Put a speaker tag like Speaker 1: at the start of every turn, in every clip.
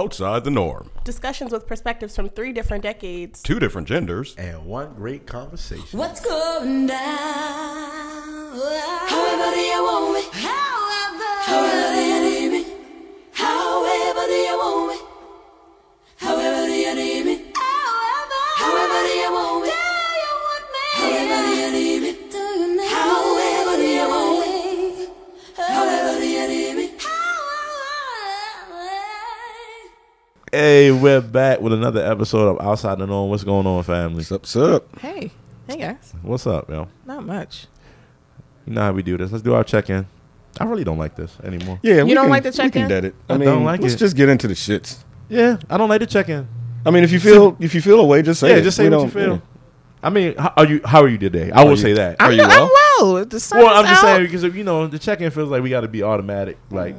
Speaker 1: outside the norm,
Speaker 2: Discussions with perspectives from three different decades.
Speaker 1: two different genders,
Speaker 3: And one great conversation.
Speaker 4: What's going down? However do you want me? However. However do you need me? However do you want me? However do you need me? However. However do you want me? Do you want me? However do you need me? Do you need However do you want me? However do you need me? However.
Speaker 5: Hey, we're back with another episode of Outside the Norm. What's going on, family?
Speaker 3: Sup, sup.
Speaker 6: Hey, hey guys,
Speaker 5: What's up, yo?
Speaker 6: not much.
Speaker 5: You know how we do this. Let's do our check in. I really don't like this anymore.
Speaker 3: Yeah,
Speaker 6: don't like the
Speaker 3: We can
Speaker 6: check-in?
Speaker 3: dead it. I,
Speaker 5: I
Speaker 3: mean,
Speaker 5: don't like
Speaker 3: let's
Speaker 5: it.
Speaker 3: just get into the shits.
Speaker 5: Yeah, I don't like the check in.
Speaker 3: I mean, if you feel if you feel away, just say
Speaker 5: Yeah,
Speaker 3: it.
Speaker 5: just
Speaker 3: We
Speaker 5: say what you
Speaker 3: don't-
Speaker 5: feel.
Speaker 3: yeah.
Speaker 5: I mean, how are you? How are you today? I will
Speaker 3: you-
Speaker 5: say that.
Speaker 3: Are
Speaker 6: I'm,
Speaker 3: you
Speaker 6: I'm well. The sun
Speaker 5: well,
Speaker 6: is
Speaker 5: I'm just
Speaker 6: out.
Speaker 5: saying because you know the check in feels like we got to be automatic. Like,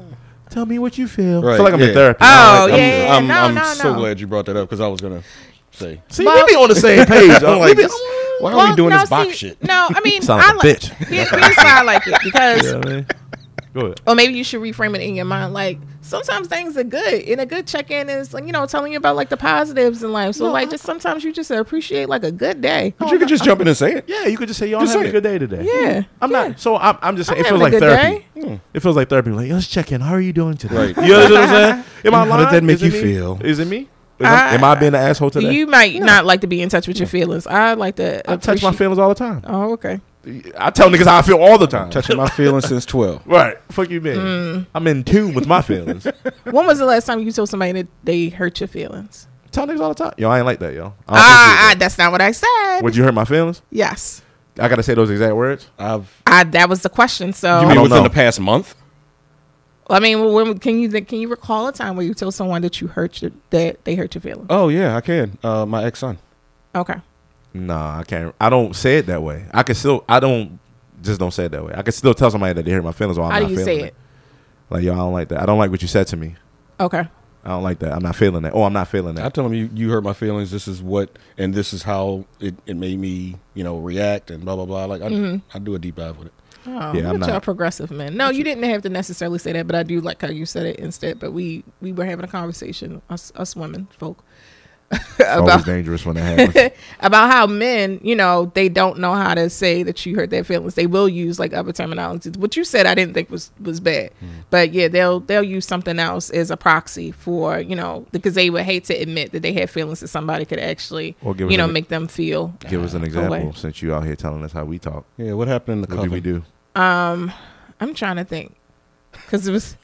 Speaker 5: tell me what you feel. I
Speaker 3: Right,
Speaker 5: feel like I'm
Speaker 3: yeah.
Speaker 5: in therapy.
Speaker 6: Mm. Oh,
Speaker 5: I don't like that.
Speaker 6: yeah, yeah, yeah.
Speaker 3: I'm,
Speaker 6: no,
Speaker 3: I'm
Speaker 6: no,
Speaker 3: so
Speaker 6: no.
Speaker 3: glad you brought that up because I was gonna say
Speaker 5: See, we be on the same page. I'm like,
Speaker 3: like this. Why are we doing this box shit?
Speaker 6: No, I mean,
Speaker 5: Son of
Speaker 6: I
Speaker 5: a
Speaker 6: like.
Speaker 5: bitch.
Speaker 6: Here, here's why I like it because,
Speaker 5: yeah, man. Go ahead.
Speaker 6: or maybe you should reframe it in your mind. Like sometimes things are good, and a good check in is like you know telling you about like the positives in life. So like just sometimes you just appreciate like a good day.
Speaker 3: But you could just jump in and say it.
Speaker 5: Yeah, you could just say y'all
Speaker 3: Just
Speaker 5: having a
Speaker 3: say
Speaker 5: good day today.
Speaker 6: Yeah,
Speaker 5: I'm not. So I'm, I'm just saying
Speaker 6: I'm
Speaker 5: it feels like
Speaker 6: having a good
Speaker 5: therapy.
Speaker 3: Hmm.
Speaker 5: It feels like therapy. Like let's check in. How are you doing today?
Speaker 3: Right.
Speaker 5: You know what I'm saying? Am I
Speaker 3: How did
Speaker 5: lying?
Speaker 3: that make
Speaker 5: Is it
Speaker 3: you
Speaker 5: me?
Speaker 3: feel?
Speaker 5: Is it me? Is I, am I being an asshole today?
Speaker 6: You might not like to be in touch with your feelings. I like to.
Speaker 5: I touch my
Speaker 6: appreciate-
Speaker 5: feelings all the time.
Speaker 6: Oh, okay.
Speaker 5: I tell niggas how I feel all the time.
Speaker 3: Touching my feelings since twelve.
Speaker 5: Right. Fuck you, man.
Speaker 6: Mm.
Speaker 5: I'm in tune with my feelings.
Speaker 6: When was the last time you told somebody that they hurt your feelings?
Speaker 5: Tell niggas all the time. Yo, I ain't like that, yo. I don't
Speaker 6: Ah, ah,
Speaker 5: appreciate
Speaker 6: that's not what I said.
Speaker 5: that. Would you hurt my feelings?
Speaker 6: Yes,
Speaker 5: I gotta say those exact words.
Speaker 3: I've
Speaker 6: I, that was the question. So
Speaker 3: you
Speaker 5: I
Speaker 3: mean
Speaker 5: don't
Speaker 3: within
Speaker 5: know.
Speaker 3: the past month?
Speaker 6: I mean, when, can you can you recall a time where you told someone that you hurt your, that they hurt your feelings?
Speaker 3: Oh yeah, I can. Uh, my ex son.
Speaker 5: Oh.
Speaker 6: Okay,
Speaker 5: Nah, I can't. I don't say it that way. I can still. I don't. Just don't say it that way. I can still tell somebody that they hurt my feelings. Or I'm
Speaker 6: how do
Speaker 5: not
Speaker 6: you
Speaker 5: feeling
Speaker 6: say it?
Speaker 5: Like yo, I don't like that. I don't like what you said to me.
Speaker 6: Okay,
Speaker 5: I don't like that. I'm not feeling that. Oh, I'm not feeling
Speaker 3: I
Speaker 5: that.
Speaker 3: tell him you, you hurt my feelings. This is what, and this is how it, it made me, you know, react and blah blah blah. Like I,
Speaker 6: Mm-hmm.
Speaker 3: I do a deep dive with it.
Speaker 6: oh,
Speaker 5: Yeah,
Speaker 6: yeah,
Speaker 5: I'm
Speaker 6: I'm y'all
Speaker 5: not-
Speaker 6: progressive men. No, you didn't have to necessarily say that, but I do like how you said it instead. But we we were having a conversation, us us women folk,
Speaker 5: It's always
Speaker 6: about
Speaker 5: dangerous when that happens.
Speaker 6: about how men, you know, they don't know how to say that you hurt their feelings. They will use like other terminologies. What you said, I didn't think was was bad,
Speaker 5: Hmm.
Speaker 6: but yeah, they'll they'll use something else as a proxy for you know because they would hate to admit that they had feelings that somebody could actually
Speaker 5: Or give us
Speaker 6: you know
Speaker 5: an-
Speaker 6: make them feel.
Speaker 5: Give us an
Speaker 6: Away.
Speaker 5: example since you out here telling us how we talk.
Speaker 3: Yeah, what happened in the
Speaker 5: What do we do?
Speaker 6: I'm trying to think because it was.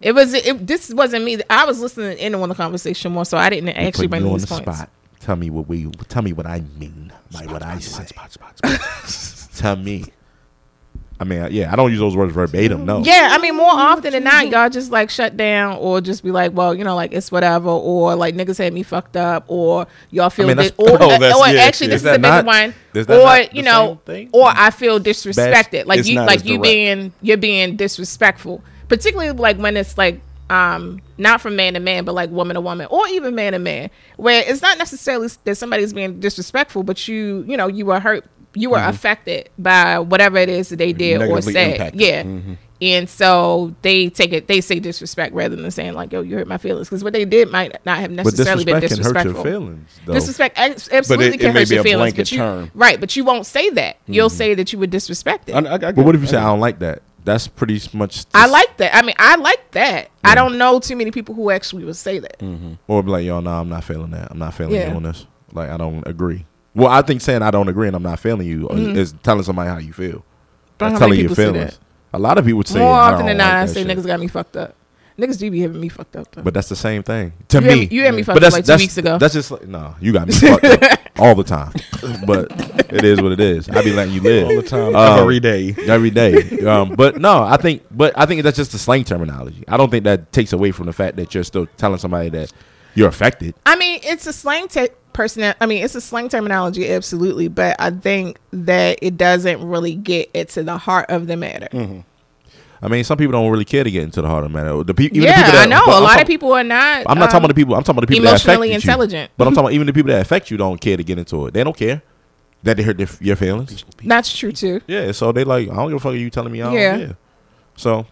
Speaker 6: It was it, this wasn't me. I was listening in on the conversation more, so I didn't
Speaker 5: We
Speaker 6: actually
Speaker 5: put
Speaker 6: bring
Speaker 5: you on
Speaker 6: these
Speaker 5: the
Speaker 6: points.
Speaker 5: spot. Tell me what we. Tell me what I mean by what I say. tell me. I mean, yeah, I don't use those words verbatim. No.
Speaker 6: Yeah, I mean, more often than not, y'all just like shut down or just be like, well, you know, like it's whatever, or like niggas had me fucked up, or y'all feel
Speaker 5: mean,
Speaker 6: dis-
Speaker 5: that's-
Speaker 6: or,
Speaker 3: oh, that's-
Speaker 6: or
Speaker 3: yeah,
Speaker 6: actually
Speaker 3: yeah.
Speaker 6: this
Speaker 3: Is
Speaker 6: is,
Speaker 5: that
Speaker 6: a bigger
Speaker 5: not-
Speaker 6: one,
Speaker 5: is that not
Speaker 6: or
Speaker 5: the
Speaker 6: you know,
Speaker 5: same thing?
Speaker 6: or I feel disrespected, like
Speaker 3: it's
Speaker 6: you,
Speaker 3: not
Speaker 6: like
Speaker 3: as
Speaker 6: you
Speaker 3: direct.
Speaker 6: being you're being disrespectful, particularly like when it's like um not from man to man, but like woman to woman, or even man to man, where it's not necessarily s- that somebody's being disrespectful, but you you know you were hurt. You were affected by whatever it is that they did or
Speaker 3: Mm-hmm. Negatively
Speaker 6: said.
Speaker 3: impacted. Mm-hmm.
Speaker 6: Yeah. And so they take it, they say disrespect rather than saying like, "Yo, you hurt my feelings," because what they did might not have
Speaker 5: But
Speaker 6: necessarily been
Speaker 5: disrespect can hurt your
Speaker 6: disrespectful.
Speaker 5: feelings. Though.
Speaker 6: Disrespect abs- absolutely
Speaker 3: it-
Speaker 6: can
Speaker 3: it may
Speaker 6: hurt
Speaker 3: be
Speaker 6: your
Speaker 3: a
Speaker 6: feelings,
Speaker 3: blanket
Speaker 6: but you
Speaker 3: term. Mm-hmm.
Speaker 6: right, but you won't say that. You'll say that you were disrespected.
Speaker 3: I, I, I get
Speaker 5: But what if you
Speaker 3: it.
Speaker 5: say I don't like that? That's pretty s- much.
Speaker 6: I like that. I mean, I like that. I don't know too many people who actually would say that.
Speaker 5: Mm. Or be like, yo, no, I'm not feeling that. I'm not feeling
Speaker 6: Yeah.
Speaker 5: you on this. Like, I don't agree. Well, I think saying I don't agree and I'm not feeling you uh, is, is telling somebody how you feel.
Speaker 6: But
Speaker 5: That's
Speaker 6: how many
Speaker 5: telling your
Speaker 6: people say
Speaker 5: feelings. A lot of people would say
Speaker 6: More
Speaker 5: I
Speaker 6: often
Speaker 5: don't
Speaker 6: than
Speaker 5: like
Speaker 6: not, I
Speaker 5: that
Speaker 6: say
Speaker 5: shit.
Speaker 6: niggas got me fucked up. Niggas do be having me fucked up though.
Speaker 5: But that's the same thing to
Speaker 6: You
Speaker 5: me.
Speaker 6: had- you had me
Speaker 5: But
Speaker 6: fucked up
Speaker 5: that's-
Speaker 6: like two
Speaker 5: that's-
Speaker 6: weeks ago.
Speaker 5: That's just like, no, you got me fucked up all the time. But it is what it is. I be letting you live
Speaker 3: all the time,
Speaker 5: Um,
Speaker 3: every day?
Speaker 5: every day. Um, but no, I think, but I think that's just the slang terminology. I don't think that takes away from the fact that you're still telling somebody that you're affected.
Speaker 6: I mean, it's a slang te- person. I mean, it's a slang terminology, absolutely. But I think that it doesn't really get it to the heart of the matter.
Speaker 5: Mm. I mean, some people don't really care to get into the heart of the matter. The pe- even the
Speaker 6: Yeah,
Speaker 5: people that-
Speaker 6: I know
Speaker 5: but
Speaker 6: a
Speaker 5: I'm
Speaker 6: lot
Speaker 5: talk-
Speaker 6: of people are not.
Speaker 5: I'm not talking about the
Speaker 6: um,
Speaker 5: people. I'm talking about the people
Speaker 6: emotionally
Speaker 5: that affected
Speaker 6: intelligent.
Speaker 5: You. But I'm talking about even the people that affect you don't care to get into it. They don't care that they hurt their, your feelings.
Speaker 6: um, That's true too.
Speaker 5: Yeah, so they like I don't give a fuck. Are you telling me? I don't
Speaker 6: Yeah.
Speaker 5: yeah. So,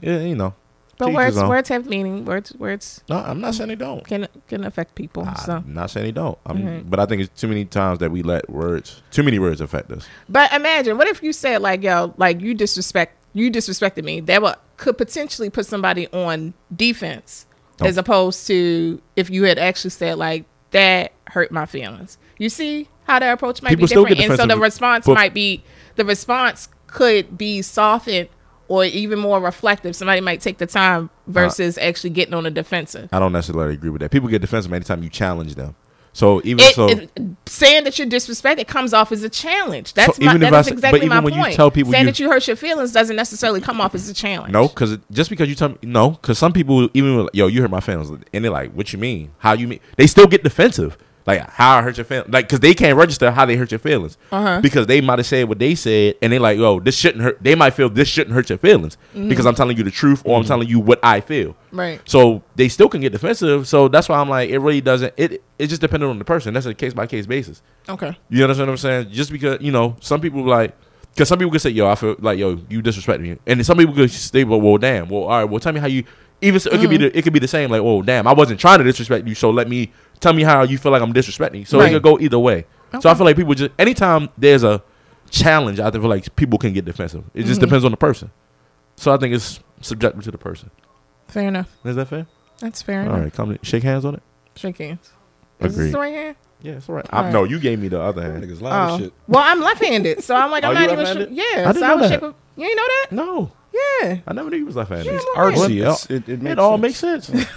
Speaker 5: yeah, you know.
Speaker 6: But
Speaker 5: Teach
Speaker 6: words
Speaker 5: his own.
Speaker 6: words have meaning. Words words
Speaker 5: No, I'm not saying they don't.
Speaker 6: can can affect people.
Speaker 5: Ah,
Speaker 6: so
Speaker 5: I'm not saying they don't. I'm, But I think it's too many times that we let words, too many words affect us.
Speaker 6: But imagine what if you said like yo, like you disrespect you disrespected me. That would could potentially put somebody on defense
Speaker 5: Don't-
Speaker 6: as opposed to if you had actually said like that hurt my feelings. You see how that approach might
Speaker 5: People
Speaker 6: be
Speaker 5: still
Speaker 6: different.
Speaker 5: get
Speaker 6: And so the
Speaker 5: defensive,
Speaker 6: response
Speaker 5: but-
Speaker 6: might be the response could be softened or even more reflective. Somebody might take the time
Speaker 5: Uh,
Speaker 6: versus actually getting on the defensive.
Speaker 5: I don't necessarily agree with that. People get defensive anytime you challenge them. So even
Speaker 6: It,
Speaker 5: so,
Speaker 6: it- saying that you're disrespected comes off as a challenge. That's
Speaker 5: So
Speaker 6: my,
Speaker 5: even if
Speaker 6: that
Speaker 5: I
Speaker 6: is
Speaker 5: s- but
Speaker 6: exactly
Speaker 5: even
Speaker 6: my
Speaker 5: when you
Speaker 6: point.
Speaker 5: tell people
Speaker 6: saying
Speaker 5: you-
Speaker 6: that you hurt your feelings doesn't necessarily come off as a challenge.
Speaker 5: no, because just because you tell me no, because some people even like, yo, you hurt my feelings, and they're like, what you mean? How you mean? They still get defensive. Like how I hurt your feelings, like because they can't register how they hurt your feelings because they might have said what they said, and they like, yo, this shouldn't hurt. They might feel this shouldn't hurt your feelings because I'm telling you the truth or I'm telling you what I feel.
Speaker 6: Right.
Speaker 5: So they still can get defensive. So that's why I'm like, it really doesn't. It it just depended on the person. That's a case by case basis.
Speaker 6: Okay.
Speaker 5: You understand what I'm saying? Just because you know, some people like, because some people could say, "Yo, I feel like yo, you disrespect me," and then some people could say, "Well, well, damn, well, all right, well, tell me how you." Even so, it could be
Speaker 6: Mm.
Speaker 5: the, it could be the same. Like, oh, damn, I wasn't trying to disrespect you, so let me tell me how you feel like I'm disrespecting. you. So
Speaker 6: Right.
Speaker 5: it could go either way. So I feel like people just anytime there's a challenge, I feel like people can get defensive. It
Speaker 6: Mm-hmm.
Speaker 5: just depends on the person. So I think it's subjective to the person.
Speaker 6: Fair enough.
Speaker 5: Is that fair?
Speaker 6: That's fair
Speaker 5: All
Speaker 6: enough.
Speaker 5: right, come shake hands on it.
Speaker 6: Shake hands. Is this
Speaker 5: Agreed.
Speaker 6: the right hand?
Speaker 5: Yeah, it's all right.
Speaker 6: All
Speaker 5: I,
Speaker 6: right.
Speaker 5: no, you gave me the other hand.
Speaker 3: Niggas loud as
Speaker 6: Oh.
Speaker 3: shit.
Speaker 6: Well, I'm left-handed, so I'm like
Speaker 5: Are
Speaker 6: I'm
Speaker 5: you
Speaker 6: not even sure.
Speaker 5: left-handed?
Speaker 6: Yeah.
Speaker 5: I didn't
Speaker 6: so
Speaker 5: know
Speaker 6: I would
Speaker 5: that.
Speaker 6: shape up. You ain't know that?
Speaker 5: No,
Speaker 6: Yeah.
Speaker 5: I never knew you was left-handed.
Speaker 6: Yeah, I'm
Speaker 3: Artsy.
Speaker 6: alright.
Speaker 3: It's- it, it, makes
Speaker 5: it all
Speaker 3: sense.
Speaker 5: makes sense.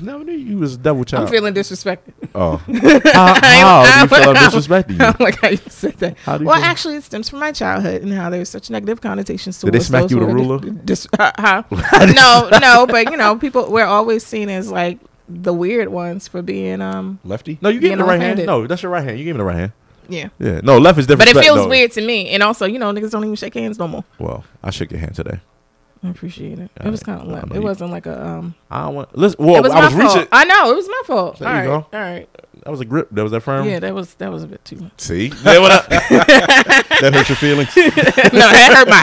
Speaker 5: Never knew you was a double child.
Speaker 6: I'm feeling disrespected.
Speaker 5: Oh, how, how do you feel I'm
Speaker 6: I'm
Speaker 5: disrespecting you?
Speaker 6: like how you said that.
Speaker 5: How do you
Speaker 6: well,
Speaker 5: feel?
Speaker 6: actually, it stems from my childhood and how there's such negative connotations to
Speaker 5: Did they smack you with a ruler?
Speaker 6: Dis- uh, huh? no, no, but you know, people we're always seen as like the weird ones for being um
Speaker 3: Lefty.
Speaker 5: No, you gave me
Speaker 6: Being
Speaker 5: the right hand.
Speaker 6: left-handed.
Speaker 5: No, that's your right hand. You gave me the right hand.
Speaker 6: yeah.
Speaker 5: Yeah, no, left is
Speaker 6: But
Speaker 5: different.
Speaker 6: it feels weird to me, and also you know niggas don't even shake hands no more.
Speaker 5: Well, I shook your hand today.
Speaker 6: I appreciate it. It
Speaker 5: All
Speaker 6: was
Speaker 5: right.
Speaker 6: kind of
Speaker 5: I
Speaker 6: limp.
Speaker 5: know
Speaker 6: It
Speaker 5: you-
Speaker 6: wasn't like a um.
Speaker 5: I don't want. Listen, well,
Speaker 6: it was
Speaker 5: I
Speaker 6: my
Speaker 5: was
Speaker 6: fault.
Speaker 5: reaching.
Speaker 6: I know it was my fault.
Speaker 5: There
Speaker 6: all
Speaker 5: you
Speaker 6: right,
Speaker 5: go. Um,
Speaker 6: all right.
Speaker 5: That was a grip. That was that firm.
Speaker 6: Yeah, that was that was a bit too much.
Speaker 5: See, yeah, what up?
Speaker 3: That hurts your feelings.
Speaker 6: no, that hurt my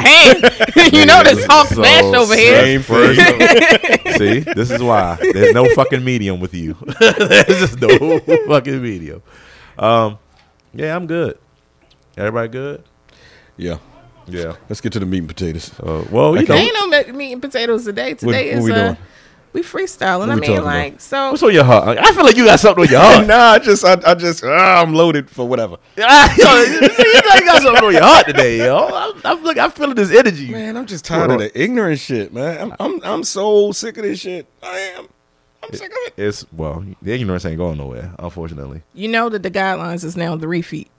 Speaker 6: hand. you know this Hulk
Speaker 5: So,
Speaker 6: smash over here.
Speaker 5: same first- See, this is why there's no fucking medium with you. there's just no fucking medium. Um, yeah, I'm good. Everybody good?
Speaker 3: yeah.
Speaker 5: Yeah.
Speaker 3: Let's get to the meat and potatoes.
Speaker 5: Uh, well, you
Speaker 3: Okay.
Speaker 5: know,
Speaker 6: Ain't no me- meat and potatoes today. Today
Speaker 3: what
Speaker 6: is
Speaker 3: we
Speaker 6: uh,
Speaker 3: doing?
Speaker 6: we freestyling. I
Speaker 3: we talking
Speaker 6: mean,
Speaker 3: about?
Speaker 6: like so.
Speaker 5: What's on your heart? I feel like you got something on your
Speaker 3: Oh,
Speaker 5: heart.
Speaker 3: nah, I just, I, I just, ah, I'm loaded for whatever.
Speaker 5: Ah, yo, you got- you got something on your heart today, yo. I'm, I'm, look, I'm feeling this energy.
Speaker 3: Man, I'm just tired of
Speaker 5: Well,
Speaker 3: the ignorant shit, man. I'm, I'm, I'm so sick of this shit. I am. I'm sick of it.
Speaker 5: It's well, the ignorance ain't going nowhere, unfortunately.
Speaker 6: You know that the guidelines is now three feet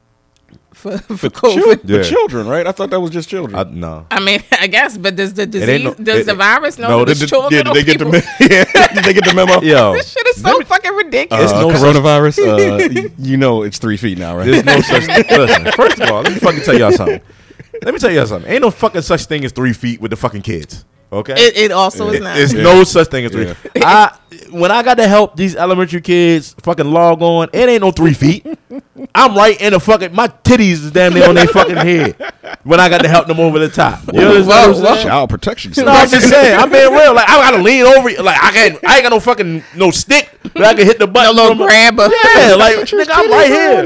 Speaker 6: for for COVID.
Speaker 3: Chil- the
Speaker 5: Yeah.
Speaker 3: children, right? I thought that was just children.
Speaker 5: I, no,
Speaker 6: I mean, I guess, but does the disease,
Speaker 5: ain't no-
Speaker 6: does
Speaker 5: it-
Speaker 6: the virus know
Speaker 5: no,
Speaker 6: that
Speaker 5: did-
Speaker 6: it's children?
Speaker 3: yeah, did
Speaker 6: or
Speaker 3: they get the
Speaker 6: people?
Speaker 3: memo? yeah, did they get the memo?
Speaker 5: yo,
Speaker 6: This shit is so fucking ridiculous.
Speaker 5: It's no such-
Speaker 3: coronavirus. uh, y- you know, it's three feet now, right?
Speaker 5: there's no such. Listen, first of all, let me fucking tell y'all something. Let me tell y'all something. Ain't no fucking such thing as three feet with the fucking kids. Okay,
Speaker 6: it, it also is
Speaker 5: It-
Speaker 6: not.
Speaker 5: It's no such thing as three.
Speaker 3: Yeah.
Speaker 5: I when I got to help these elementary kids fucking log on, it ain't no three feet. I'm right in the fucking my titties is damn near on their fucking head when I got to help them over the top. You understand what I'm saying?
Speaker 3: Child protection.
Speaker 5: No, I'm just saying. I'm being real. Like I gotta lean over. you. Like I can't. I ain't got no fucking no stick. But I can hit the button.
Speaker 6: little
Speaker 5: from a-
Speaker 6: grabber.
Speaker 5: Yeah, like nigga, I'm right
Speaker 3: on
Speaker 5: here. You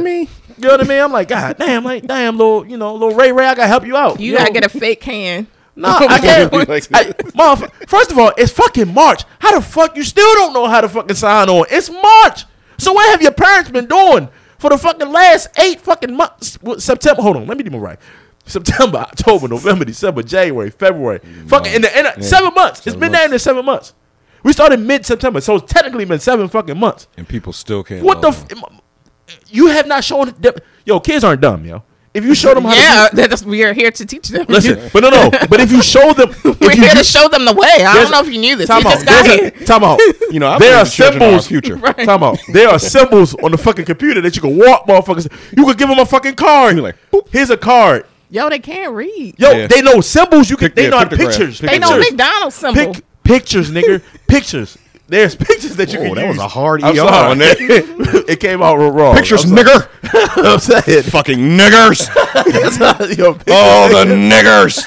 Speaker 5: know what I mean? I'm like, God damn, like damn, little, you know, little Ray Ray, I gotta help you out.
Speaker 6: you
Speaker 5: know?
Speaker 6: gotta get a fake hand.
Speaker 5: Nah, I can't. I, motherf- first of all, it's fucking March. How the fuck you still don't know how to fucking sign on? It's March. So what have your parents been doing for the fucking last eight fucking months? Well, September. Hold on. Let me do my right. September, October, November, December, January, February. Fucking in the in the- seven months. It's
Speaker 3: Seven
Speaker 5: been there in the seven months. We started mid September, so it's technically been seven fucking months.
Speaker 3: And people still can't.
Speaker 5: What the?
Speaker 3: log
Speaker 5: F- you have not shown them. Yo, kids aren't dumb, yo. If you show them how to do-
Speaker 6: Yeah, that's we are here to teach them.
Speaker 5: Listen, but no, no. But if you show them, if
Speaker 6: We're
Speaker 5: you
Speaker 6: here
Speaker 5: do-
Speaker 6: to show them the way. I
Speaker 5: There's-
Speaker 6: don't know if you knew this. You
Speaker 5: Time out.
Speaker 6: just got
Speaker 5: There's
Speaker 6: here.
Speaker 5: a- time out.
Speaker 3: You know, I
Speaker 5: there
Speaker 3: believe
Speaker 5: are
Speaker 3: the children are our
Speaker 5: symbols.
Speaker 3: future.
Speaker 6: Right.
Speaker 5: Time out. There are symbols on the fucking computer that you can walk, motherfuckers. You could give them a fucking card.
Speaker 3: You're like,
Speaker 5: Boop, here's a card.
Speaker 6: Yo, they can't read.
Speaker 5: Yo,
Speaker 3: Yeah.
Speaker 5: they know symbols. You can.
Speaker 3: Pic-
Speaker 5: they
Speaker 3: yeah,
Speaker 5: know how to
Speaker 3: pictograph.
Speaker 5: pictures.
Speaker 6: they
Speaker 5: pictures.
Speaker 6: know McDonald's symbol.
Speaker 5: Pic- pictures, nigga. pictures. There's pictures that you
Speaker 3: Whoa,
Speaker 5: can
Speaker 3: that
Speaker 5: use.
Speaker 3: was a hard
Speaker 5: I'm
Speaker 3: ER
Speaker 5: sorry.
Speaker 3: on that.
Speaker 5: E it came out real wrong.
Speaker 3: Pictures,
Speaker 5: I'm sorry.
Speaker 3: nigger.
Speaker 5: I'm saying.
Speaker 3: Fucking niggers.
Speaker 5: Yo,
Speaker 3: Oh, the niggers.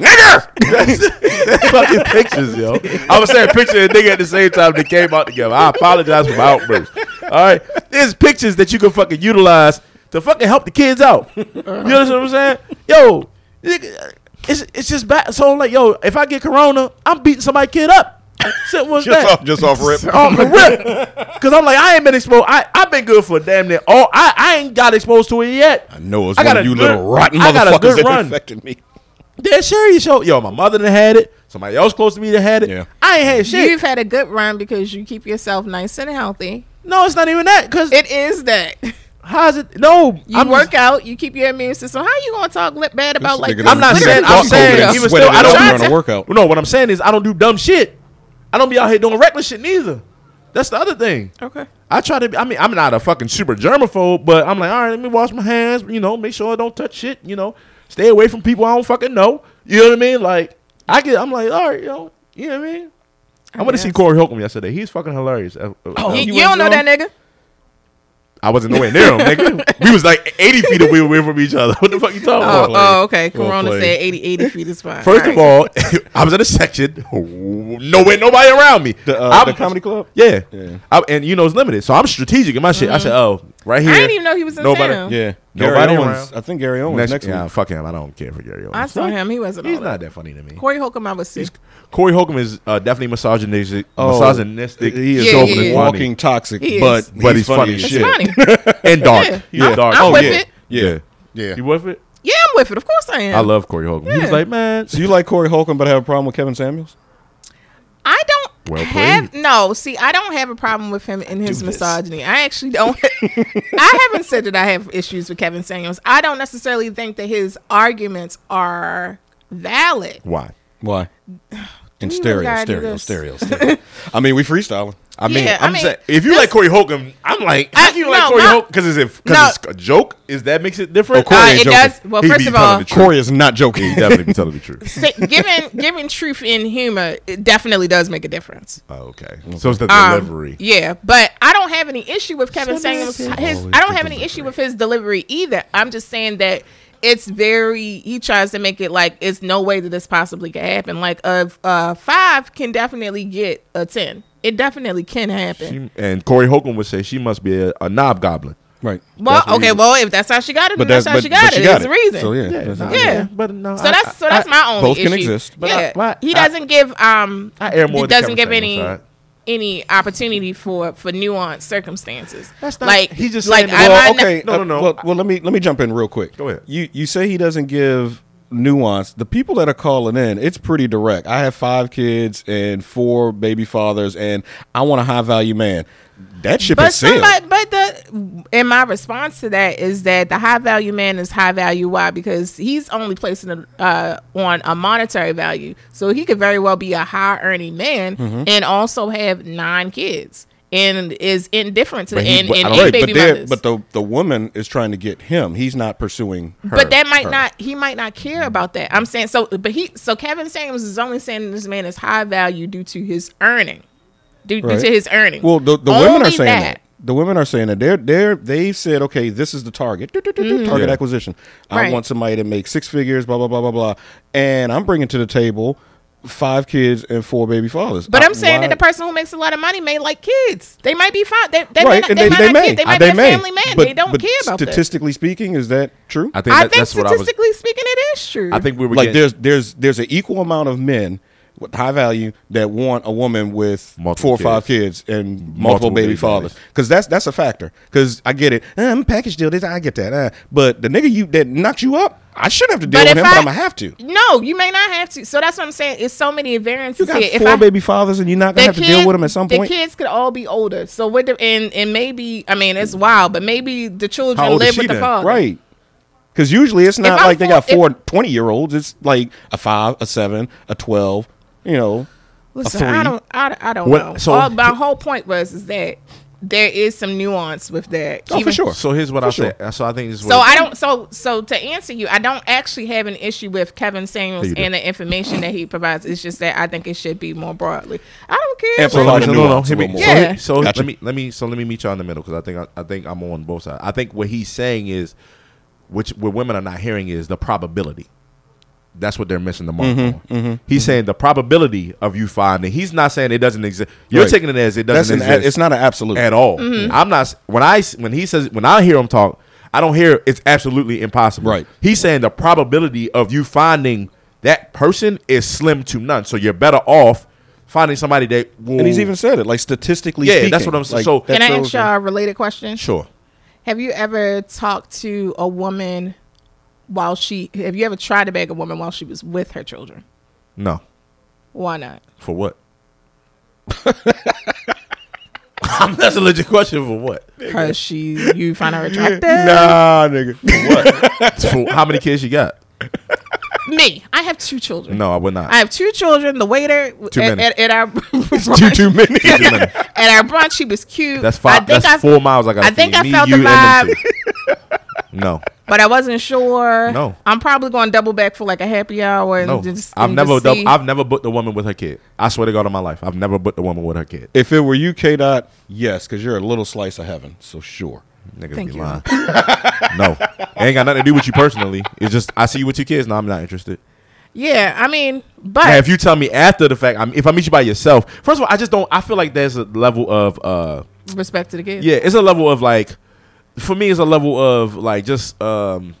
Speaker 3: Nigger.
Speaker 5: fucking pictures, yo. I was saying picture and nigga at the same time they came out together. I apologize for my outburst. All right, there's pictures that you can fucking utilize to fucking help the kids out. You understand what I'm saying? Yo, nigga, it's it's just bad. So like, yo, if I get corona, I'm beating somebody kid up. Shit was
Speaker 3: Just
Speaker 5: that? Oh,
Speaker 3: off, just off rip.
Speaker 5: off the rip. Because I'm like, I ain't been exposed. I I've been good for damn near all. I I ain't got exposed to it yet.
Speaker 3: I know it's
Speaker 5: I
Speaker 3: one
Speaker 5: got
Speaker 3: of
Speaker 5: a
Speaker 3: you
Speaker 5: good-
Speaker 3: little rotten
Speaker 5: I got a
Speaker 3: motherfuckers
Speaker 5: good
Speaker 3: that
Speaker 5: run.
Speaker 3: infected me.
Speaker 5: That serious show. Yo, my mother done had it. Somebody else close to me that had it.
Speaker 3: Yeah.
Speaker 5: I ain't had shit.
Speaker 6: You've had a good run because you keep yourself nice and healthy.
Speaker 5: no, it's not even that. Cause
Speaker 6: It is that you
Speaker 5: how's it? No, I'm
Speaker 6: work out, you keep your immune system. How you gonna talk li- bad about like?
Speaker 3: nigga
Speaker 6: this?
Speaker 5: I'm not
Speaker 6: Literally,
Speaker 5: saying. I'm
Speaker 6: you
Speaker 5: saying.
Speaker 6: know.
Speaker 5: Even
Speaker 3: Sweated
Speaker 5: still, I
Speaker 3: it
Speaker 5: don't
Speaker 3: out
Speaker 6: during a
Speaker 3: workout.
Speaker 5: No, what I'm saying is I don't do dumb shit. I don't be out here doing reckless shit neither. That's the other thing.
Speaker 6: Okay.
Speaker 5: I try to. Be, I mean, I'm not a fucking super germaphobe, but I'm like, all right, let me wash my hands. You know, make sure I don't touch shit. You know, stay away from people I don't fucking know. You know what I mean? Like, I get. I'm like, all right, you know, you know what I mean. I went to see Corey Holcomb yesterday. He's fucking hilarious. Uh, uh,
Speaker 6: You,
Speaker 5: uh,
Speaker 6: Oh, you don't know that nigga.
Speaker 5: I wasn't nowhere near him, nigga. We was like 80 feet away, away from each other. What the fuck you talking
Speaker 6: Oh,
Speaker 5: about?
Speaker 6: oh, okay. Corona
Speaker 3: played.
Speaker 6: said 80, 80 feet is fine.
Speaker 5: First of
Speaker 6: Alright.
Speaker 5: all, I was in a section, nowhere, nobody around me.
Speaker 3: The, uh,
Speaker 5: I'm-
Speaker 3: the comedy club?
Speaker 5: yeah,
Speaker 3: Yeah.
Speaker 5: I- and you know it's limited, so I'm strategic in my shit. I said, "Oh, right here."
Speaker 6: Mm-hmm. I didn't even know he was in
Speaker 5: Nobody-
Speaker 6: town.
Speaker 3: Yeah.
Speaker 5: Nobody
Speaker 3: Gary
Speaker 5: around.
Speaker 3: Owens. I think Gary Owens
Speaker 5: next,
Speaker 3: next,
Speaker 5: yeah,
Speaker 3: week.
Speaker 5: fuck him. I don't care for Gary. Owens.
Speaker 6: I saw him. He wasn't.
Speaker 5: He's
Speaker 6: all
Speaker 5: not
Speaker 6: that.
Speaker 5: that funny to me.
Speaker 6: Corey Holcomb, I was sick.
Speaker 5: Corey Holcomb is uh, definitely misogynistic.
Speaker 3: Oh,
Speaker 5: misogynistic.
Speaker 3: He is
Speaker 6: Yeah,
Speaker 3: over
Speaker 6: yeah,
Speaker 3: the
Speaker 6: yeah.
Speaker 3: walking toxic,
Speaker 6: He is.
Speaker 3: but,
Speaker 5: But he's funny
Speaker 3: as
Speaker 5: as
Speaker 3: shit.
Speaker 6: It's funny.
Speaker 5: and dark.
Speaker 6: Yeah.
Speaker 5: He's dark.
Speaker 6: I'm
Speaker 5: oh,
Speaker 6: with
Speaker 5: yeah.
Speaker 6: it.
Speaker 5: Yeah,
Speaker 3: Yeah.
Speaker 5: You with it?
Speaker 6: Yeah, I'm with it. Of course I am.
Speaker 5: I love Corey Holcomb. He was
Speaker 6: Yeah.
Speaker 5: like, man,
Speaker 3: So you like Corey Holcomb, but have a problem with Kevin Samuels?
Speaker 6: I don't
Speaker 5: Well
Speaker 6: have no. See, I don't have a problem with him and his
Speaker 3: this.
Speaker 6: misogyny. I actually don't. I haven't said that I have issues with Kevin Samuels. I don't necessarily think that his arguments are valid.
Speaker 5: why?
Speaker 3: Why? In
Speaker 6: We
Speaker 3: stereo,
Speaker 6: gotta do
Speaker 3: stereo,
Speaker 6: this.
Speaker 3: stereo, stereo. I mean, we freestyling.
Speaker 5: I mean,
Speaker 6: Yeah, I
Speaker 5: I'm
Speaker 6: mean,
Speaker 5: saying if you
Speaker 6: this-
Speaker 5: like Corey Holcomb, I'm like,
Speaker 6: I-
Speaker 5: how can you like
Speaker 6: no,
Speaker 5: Corey
Speaker 6: my-
Speaker 5: Holcomb? Because it's a,
Speaker 6: No.
Speaker 5: cause it's a joke. Is that makes it different?
Speaker 3: Oh, Corey
Speaker 6: Uh,
Speaker 3: ain't
Speaker 6: it
Speaker 3: joking.
Speaker 6: does. Well,
Speaker 5: He
Speaker 6: first
Speaker 5: be
Speaker 6: of
Speaker 5: telling
Speaker 6: all,
Speaker 5: the truth.
Speaker 3: Corey is not joking.
Speaker 5: He definitely be telling the truth.
Speaker 6: say, giving giving truth and humor it definitely does make a difference.
Speaker 5: Oh, okay. So it's the
Speaker 6: Um,
Speaker 5: delivery.
Speaker 6: yeah, but I don't have any issue with Kevin Samuels. His I don't have any issue with his delivery either. I'm just saying that it's very. He tries to make it like it's no way that this possibly could happen. Like a uh, five can definitely get a ten. It definitely can happen.
Speaker 5: She- and Corey Holcomb would say she must be a, a knob goblin.
Speaker 3: Right.
Speaker 6: well,
Speaker 3: That's what
Speaker 6: okay,
Speaker 3: he-
Speaker 6: well if that's how she got it, then
Speaker 3: but
Speaker 6: that's,
Speaker 3: that's
Speaker 6: how
Speaker 3: but,
Speaker 6: she got
Speaker 3: but
Speaker 6: it.
Speaker 3: got
Speaker 6: That's the reason.
Speaker 3: So yeah, that's-
Speaker 5: nah,
Speaker 6: Yeah.
Speaker 5: but no.
Speaker 6: So that's so that's my only
Speaker 3: both
Speaker 6: issue.
Speaker 3: can exist, but
Speaker 5: I-
Speaker 6: yeah,
Speaker 5: but
Speaker 6: he
Speaker 5: I-
Speaker 6: doesn't give um
Speaker 5: I air more
Speaker 6: he
Speaker 5: the Kevin
Speaker 6: doesn't give
Speaker 5: Samuels
Speaker 6: any
Speaker 5: side.
Speaker 6: any opportunity for for nuanced circumstances.
Speaker 5: That's not-
Speaker 6: like
Speaker 5: he's just
Speaker 6: like
Speaker 5: saying that-
Speaker 6: am
Speaker 5: Well,
Speaker 6: I
Speaker 3: Well,
Speaker 6: not-
Speaker 3: okay.
Speaker 5: No,
Speaker 3: uh,
Speaker 5: no, no.
Speaker 3: Well, well, let me let me jump in real quick.
Speaker 5: Go ahead.
Speaker 3: You you say he doesn't give nuance. The people that are calling in, it's pretty direct. I have five kids and four baby fathers, and I want a high value man. That ship
Speaker 6: But
Speaker 3: has sailed.
Speaker 6: somebody, but the and my response to that is that the high value man is high value. Why? Because he's only placing it uh, on a monetary value, so he could very well be a high earning man
Speaker 5: Mm-hmm.
Speaker 6: and also have nine kids and is indifferent to
Speaker 5: But
Speaker 6: and,
Speaker 5: he-
Speaker 6: and,
Speaker 5: but I don't-
Speaker 6: eight
Speaker 5: Right,
Speaker 6: baby
Speaker 3: but they're-
Speaker 6: mothers.
Speaker 3: but the the woman is trying to get him. He's not pursuing her.
Speaker 6: but that might
Speaker 3: her. Mm-hmm.
Speaker 6: not he might not care about that. I'm saying so but he so Kevin Samuels is only saying this man is high value due to his earning. Due, due
Speaker 3: Right.
Speaker 6: to his earnings.
Speaker 3: Well, the, the women are
Speaker 6: Only
Speaker 3: saying that. The women are saying that they're they're they've said okay, this is the target Do, do, do, do, target
Speaker 5: Yeah.
Speaker 3: acquisition. I
Speaker 6: Mm-hmm. Right.
Speaker 3: want somebody to make six figures, blah blah blah blah blah, and I'm bringing to the table five kids and four baby fathers.
Speaker 6: But
Speaker 3: I-
Speaker 6: I'm saying
Speaker 3: why-
Speaker 6: that the person who makes a lot of money may like kids. They might be fine. They, they
Speaker 3: right,
Speaker 6: may not,
Speaker 3: and
Speaker 6: they, might not
Speaker 3: may,
Speaker 6: kid. They
Speaker 3: Uh,
Speaker 6: might be a family man.
Speaker 3: But-
Speaker 6: they don't
Speaker 3: but
Speaker 6: care about that.
Speaker 3: Statistically speaking, is that true?
Speaker 5: I think,
Speaker 6: I
Speaker 5: that,
Speaker 6: think
Speaker 5: that's what I was.
Speaker 6: statistically speaking, it is true.
Speaker 5: I think we were
Speaker 3: like
Speaker 5: getting,
Speaker 3: there's there's there's an equal amount of men with high value that want a woman with
Speaker 5: Multiple
Speaker 3: four or five kids and multiple,
Speaker 5: Multiple
Speaker 3: baby,
Speaker 5: baby
Speaker 3: fathers
Speaker 5: daddies.
Speaker 3: because that's that's a factor because I get it Eh, I'm a package deal this I get that eh. but the nigga you that knocked you up I should have to deal
Speaker 6: But
Speaker 3: with
Speaker 6: if
Speaker 3: him but
Speaker 6: I-
Speaker 3: I'm gonna have to you
Speaker 6: no, you may not have to. So that's what I'm saying. It's so many variances
Speaker 3: got
Speaker 6: here. If
Speaker 3: four
Speaker 6: I-
Speaker 3: baby fathers and you're not gonna have to deal
Speaker 6: kid-
Speaker 3: with them at some point
Speaker 6: The kids could all be older. So with the and and maybe I mean it's wild, but maybe the
Speaker 5: How
Speaker 6: children
Speaker 5: old is
Speaker 6: live
Speaker 5: she
Speaker 6: with the
Speaker 5: then?
Speaker 6: father.
Speaker 3: right because usually it's not
Speaker 6: I'm
Speaker 3: like they got
Speaker 6: four-
Speaker 3: four 20 year olds it's like a five a seven a 12 you know
Speaker 6: Listen,
Speaker 3: three.
Speaker 6: I don't I, I don't
Speaker 5: What-
Speaker 6: know.
Speaker 5: so-
Speaker 6: all, my whole point was is that there is some nuance with that.
Speaker 3: Oh, for
Speaker 6: Even-
Speaker 3: sure.
Speaker 5: So here's what
Speaker 3: For
Speaker 5: I
Speaker 3: sure.
Speaker 5: said. So I think this is
Speaker 6: So
Speaker 5: what
Speaker 6: I don't. So so to answer you, I don't actually have an issue with Kevin Samuels
Speaker 3: Yeah, you do.
Speaker 6: and the information that he provides. It's just that I think it should be more broadly. I don't care.
Speaker 3: Amplify.
Speaker 5: So
Speaker 3: Provide
Speaker 5: no,
Speaker 3: a
Speaker 5: no, no.
Speaker 3: nuance
Speaker 5: Hear
Speaker 3: a
Speaker 5: me.
Speaker 3: little
Speaker 5: So,
Speaker 6: more.
Speaker 5: he-
Speaker 6: Yeah.
Speaker 5: so
Speaker 3: Gotcha.
Speaker 5: let me let me so let me meet y'all in the middle because I think I, I think I'm on both sides. I think what he's saying is, which what women are not hearing is the probability. That's what they're missing the
Speaker 3: Mm-hmm,
Speaker 5: mark on. He's saying the probability of you finding. He's not saying it doesn't exist. You're
Speaker 3: Right.
Speaker 5: taking it as it
Speaker 3: That's
Speaker 5: doesn't
Speaker 3: an,
Speaker 5: exist.
Speaker 3: it's not an absolute.
Speaker 5: at all. I'm not when I when he says when I hear him talk, I don't hear it's absolutely impossible.
Speaker 3: Right.
Speaker 5: He's saying the probability of you finding that person is slim to none. So you're better off finding somebody that will.
Speaker 3: And he's even said it, like statistically.
Speaker 5: Yeah,
Speaker 3: speaking,
Speaker 5: that's what I'm saying.
Speaker 3: like,
Speaker 5: So-
Speaker 3: that
Speaker 6: Can I
Speaker 3: shows
Speaker 6: ask y'all a related question?
Speaker 5: sure.
Speaker 6: Have you ever talked to a woman while she? Have you ever tried to beg a woman while she was with her children?
Speaker 5: No.
Speaker 6: Why not?
Speaker 5: For what? That's a legit question for what?
Speaker 6: Because she, you find her attractive.
Speaker 3: Nah, nigga.
Speaker 5: For how many kids you got?
Speaker 6: Me, I have two children.
Speaker 5: No, I would not.
Speaker 6: I have two children. The waiter
Speaker 5: Too
Speaker 6: at,
Speaker 5: many.
Speaker 6: at, at our
Speaker 3: Too too many.
Speaker 6: at our brunch, he was cute.
Speaker 5: that's five.
Speaker 6: I think
Speaker 5: that's
Speaker 6: I,
Speaker 5: four miles. I got.
Speaker 6: I think I
Speaker 5: me,
Speaker 6: felt
Speaker 5: you,
Speaker 6: the
Speaker 5: and them two. no,
Speaker 6: but I wasn't sure.
Speaker 5: No.
Speaker 6: I'm probably going to double back for like a happy hour and
Speaker 5: no.
Speaker 6: just.
Speaker 5: I've
Speaker 6: and
Speaker 5: never.
Speaker 6: just
Speaker 5: Dub-
Speaker 6: see.
Speaker 5: I've never booked a woman with her kid. I swear to God, on my life, I've never booked a woman with her kid.
Speaker 3: If it were you, K Dot, yes, because you're a little slice of heaven. So sure.
Speaker 5: Niggas
Speaker 6: Thank
Speaker 5: be
Speaker 6: you.
Speaker 5: lying. no, it ain't got nothing to do with you personally. It's just I see you with your kids. No, I'm not interested.
Speaker 6: yeah, I mean, but
Speaker 5: Now, if you tell me after the fact, I'm, if I meet you by yourself, first of all, I just don't. I feel like there's a level of, uh
Speaker 6: respect to the kids.
Speaker 5: yeah, it's a level of like, for me, it's a level of like just um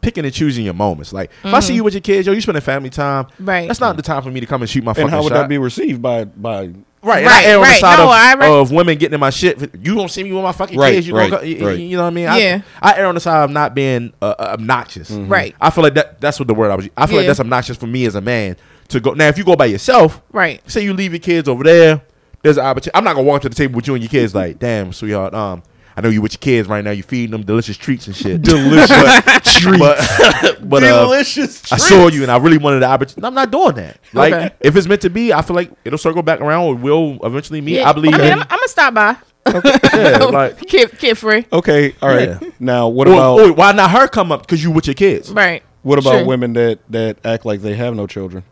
Speaker 5: picking and choosing your moments. Like if I see you with your kids, yo, you spending family time.
Speaker 6: Mm-hmm. Right.
Speaker 5: That's not the time for me to come and shoot my fucking
Speaker 3: And how would
Speaker 5: shot.
Speaker 3: that be received by by?
Speaker 5: Right, right, I
Speaker 6: Right,
Speaker 5: err on the
Speaker 6: right.
Speaker 5: side
Speaker 6: No,
Speaker 5: of,
Speaker 6: I re-
Speaker 5: of women getting in my shit. You don't see me with my fucking
Speaker 3: Right,
Speaker 5: kids. You
Speaker 3: right,
Speaker 5: don't, go- you,
Speaker 3: right.
Speaker 5: you know what I mean?
Speaker 6: Yeah.
Speaker 5: I, I err on the side of not being uh, uh, obnoxious.
Speaker 3: Mm-hmm.
Speaker 6: Right.
Speaker 5: I feel like that. That's what the word I was. I feel like
Speaker 6: Yeah.
Speaker 5: that's obnoxious for me as a man to go. Now, if you go by yourself,
Speaker 6: Right.
Speaker 5: Say you leave your kids over there. There's an opportunity. I'm not gonna walk up to the table with you and your kids. Like, damn, sweetheart. Um, I know you with your kids right now. You feeding them delicious treats and shit.
Speaker 3: Delicious
Speaker 5: treats. But, but, uh, I saw you and I really wanted the opportunity. I'm not doing that. Like,
Speaker 6: Okay.
Speaker 5: if it's meant to be, I feel like it'll circle back around or we'll eventually meet. I believe
Speaker 6: I mean,
Speaker 5: in-
Speaker 6: I'm, I'm gonna stop by.
Speaker 5: yeah, like,
Speaker 6: Kid, kid free.
Speaker 3: Okay, all right.
Speaker 5: Yeah.
Speaker 3: Now, what
Speaker 5: or,
Speaker 3: about
Speaker 5: or why not her come up? Because you with your kids.
Speaker 6: Right.
Speaker 3: what about
Speaker 6: Sure.
Speaker 3: women that that act like they have no children?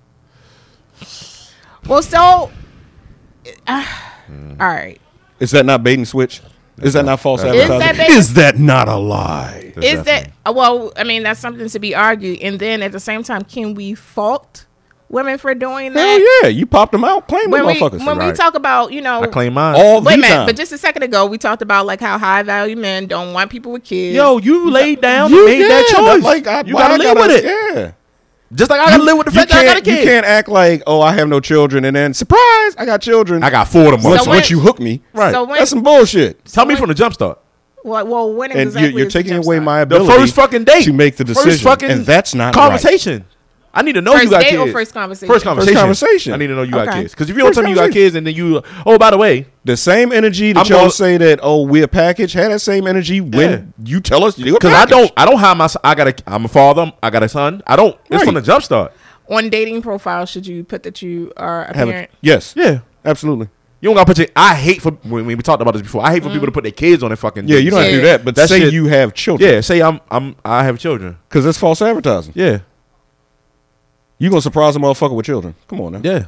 Speaker 6: Well, so. ah, all right.
Speaker 3: Is that not bait and switch? Is that not false
Speaker 5: Is
Speaker 6: that
Speaker 3: advertising?
Speaker 6: bait-
Speaker 3: that not a lie?
Speaker 6: Is that uh, well? I mean, that's something to be argued. And then at the same time, can we fault women for doing that?
Speaker 3: Hell yeah! You popped them out, claim them
Speaker 6: When we
Speaker 3: motherfuckers.
Speaker 6: when we
Speaker 5: Right.
Speaker 6: talk about you know
Speaker 5: I claim mine.
Speaker 3: All
Speaker 6: Wait a
Speaker 3: the
Speaker 6: minute,
Speaker 3: time.
Speaker 6: but just a second ago we talked about like how high value men don't want people with kids.
Speaker 5: Yo, you laid down,
Speaker 3: You-
Speaker 5: you made that
Speaker 3: yeah,
Speaker 5: choice.
Speaker 3: Like, I,
Speaker 5: you
Speaker 3: why
Speaker 5: gotta
Speaker 3: I
Speaker 5: live
Speaker 3: gotta-
Speaker 5: with it.
Speaker 3: Yeah.
Speaker 5: Just like I gotta live with the
Speaker 3: you
Speaker 5: fact that I got a
Speaker 3: can't, you
Speaker 5: kid.
Speaker 3: can't act like, oh, I have no children, and then surprise, I got children.
Speaker 5: I got four of them.
Speaker 3: once,
Speaker 6: So
Speaker 3: once
Speaker 6: when-
Speaker 3: you hook me,
Speaker 5: Right.
Speaker 6: So when-
Speaker 3: That's some bullshit.
Speaker 5: Tell me from the jump start.
Speaker 6: Well, well when
Speaker 3: And
Speaker 6: exactly
Speaker 3: you're, you're
Speaker 6: is the
Speaker 3: taking
Speaker 6: jump
Speaker 3: away
Speaker 6: start?
Speaker 3: my
Speaker 5: The
Speaker 3: ability
Speaker 5: first fucking date
Speaker 3: to make the
Speaker 5: First
Speaker 3: decision,
Speaker 5: fucking
Speaker 3: and that's not Right.
Speaker 5: conversation. I need to know you
Speaker 6: First
Speaker 5: got
Speaker 6: date or
Speaker 5: kids.
Speaker 6: first conversation?
Speaker 5: First conversation.
Speaker 3: conversation.
Speaker 5: I need to know you got
Speaker 6: Okay.
Speaker 5: kids. Because if you don't
Speaker 3: First
Speaker 5: tell me you got
Speaker 3: conversation.
Speaker 5: kids and then you, oh, by the way,
Speaker 3: The same energy that
Speaker 5: I'm
Speaker 3: y'all
Speaker 5: gonna-
Speaker 3: say that oh we're a package had that same energy when you tell us
Speaker 5: because I don't, I don't have my, son- I got a, I'm a father, I got a son. I don't. It's from the
Speaker 3: Right.
Speaker 5: jump start.
Speaker 6: on dating profile should you put that you are a
Speaker 3: have a,
Speaker 6: parent?
Speaker 3: yes
Speaker 5: Yeah.
Speaker 3: absolutely
Speaker 5: You don't gotta put your. I hate for when when we talked about this before. I hate for people to put their kids on their fucking.
Speaker 3: Mm. yeah you don't have to do
Speaker 6: Yeah.
Speaker 3: that but
Speaker 5: That
Speaker 3: say
Speaker 5: shit-
Speaker 3: you have children
Speaker 5: Yeah, say I'm I'm I have children.
Speaker 3: because that's false advertising
Speaker 5: Yeah,
Speaker 3: you gonna surprise a motherfucker with children come on now
Speaker 5: yeah.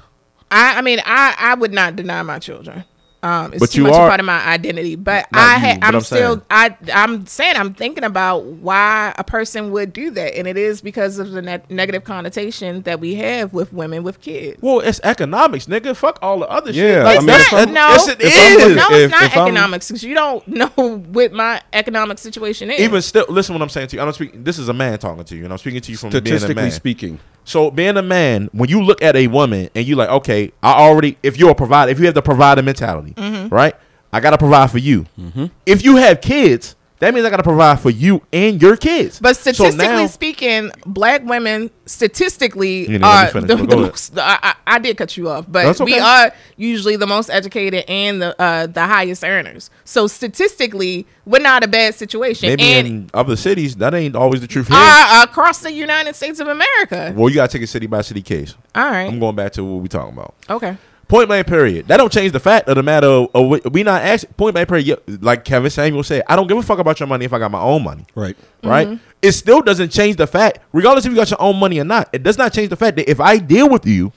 Speaker 6: I I mean I I would not deny my children. Um, it's
Speaker 5: But
Speaker 6: too
Speaker 5: you
Speaker 6: much
Speaker 5: are-
Speaker 6: a part of my identity. But
Speaker 5: Not
Speaker 6: I
Speaker 5: you,
Speaker 6: ha-
Speaker 5: but
Speaker 6: I'm,
Speaker 5: I'm
Speaker 6: still
Speaker 5: saying.
Speaker 6: I I'm saying I'm thinking about why a person would do that, and it is because of the ne- negative connotation that we have with women with kids.
Speaker 5: Well, it's economics, nigga. Fuck all the other
Speaker 3: Yeah,
Speaker 5: shit. Like,
Speaker 3: I mean,
Speaker 5: that's-
Speaker 3: if I'm-
Speaker 6: no,
Speaker 5: yes, it
Speaker 3: if I'm
Speaker 5: is.
Speaker 3: looking-
Speaker 6: No,
Speaker 3: If-
Speaker 6: it's not
Speaker 3: if I'm-
Speaker 6: economics because you don't know what my economic situation is.
Speaker 5: Even still, listen what I'm saying to you. I don't speak. This is a man talking to you, and I'm speaking to you from being a
Speaker 3: statistically
Speaker 5: man.
Speaker 3: speaking
Speaker 5: so, being a man, when you look at a woman and you like, okay, I already. If you're a provider, if you have the provider mentality,
Speaker 6: Mm-hmm.
Speaker 5: right? I gotta provide for you.
Speaker 3: Mm-hmm.
Speaker 5: If you have kids, that means I gotta provide for you and your kids.
Speaker 6: but
Speaker 5: So
Speaker 6: statistically
Speaker 5: now-
Speaker 6: speaking, black women
Speaker 5: You
Speaker 6: statistically
Speaker 5: didn't
Speaker 6: are
Speaker 5: let me
Speaker 6: the,
Speaker 5: finish, but
Speaker 6: the
Speaker 5: go
Speaker 6: most. I, I, I did cut you off, but
Speaker 5: That's
Speaker 6: we
Speaker 5: okay.
Speaker 6: are usually the most educated and the uh, the highest earners. So statistically, we're not a bad situation.
Speaker 5: maybe
Speaker 6: and
Speaker 5: in other cities, that ain't always the truth. Here.
Speaker 6: uh, across the United States of America.
Speaker 5: well, you gotta take a city by city case.
Speaker 6: All right.
Speaker 5: I'm going back to what we talking about.
Speaker 6: okay.
Speaker 5: Point blank period. That don't change the fact of the matter of, of we- we not asking. Point blank period. yeah, Like Kevin Samuel said, I don't give a fuck about your money if I got my own money.
Speaker 3: Right.
Speaker 5: Right. It still doesn't change the fact, regardless if you got your own money or not. It does not change the fact that if I deal with you,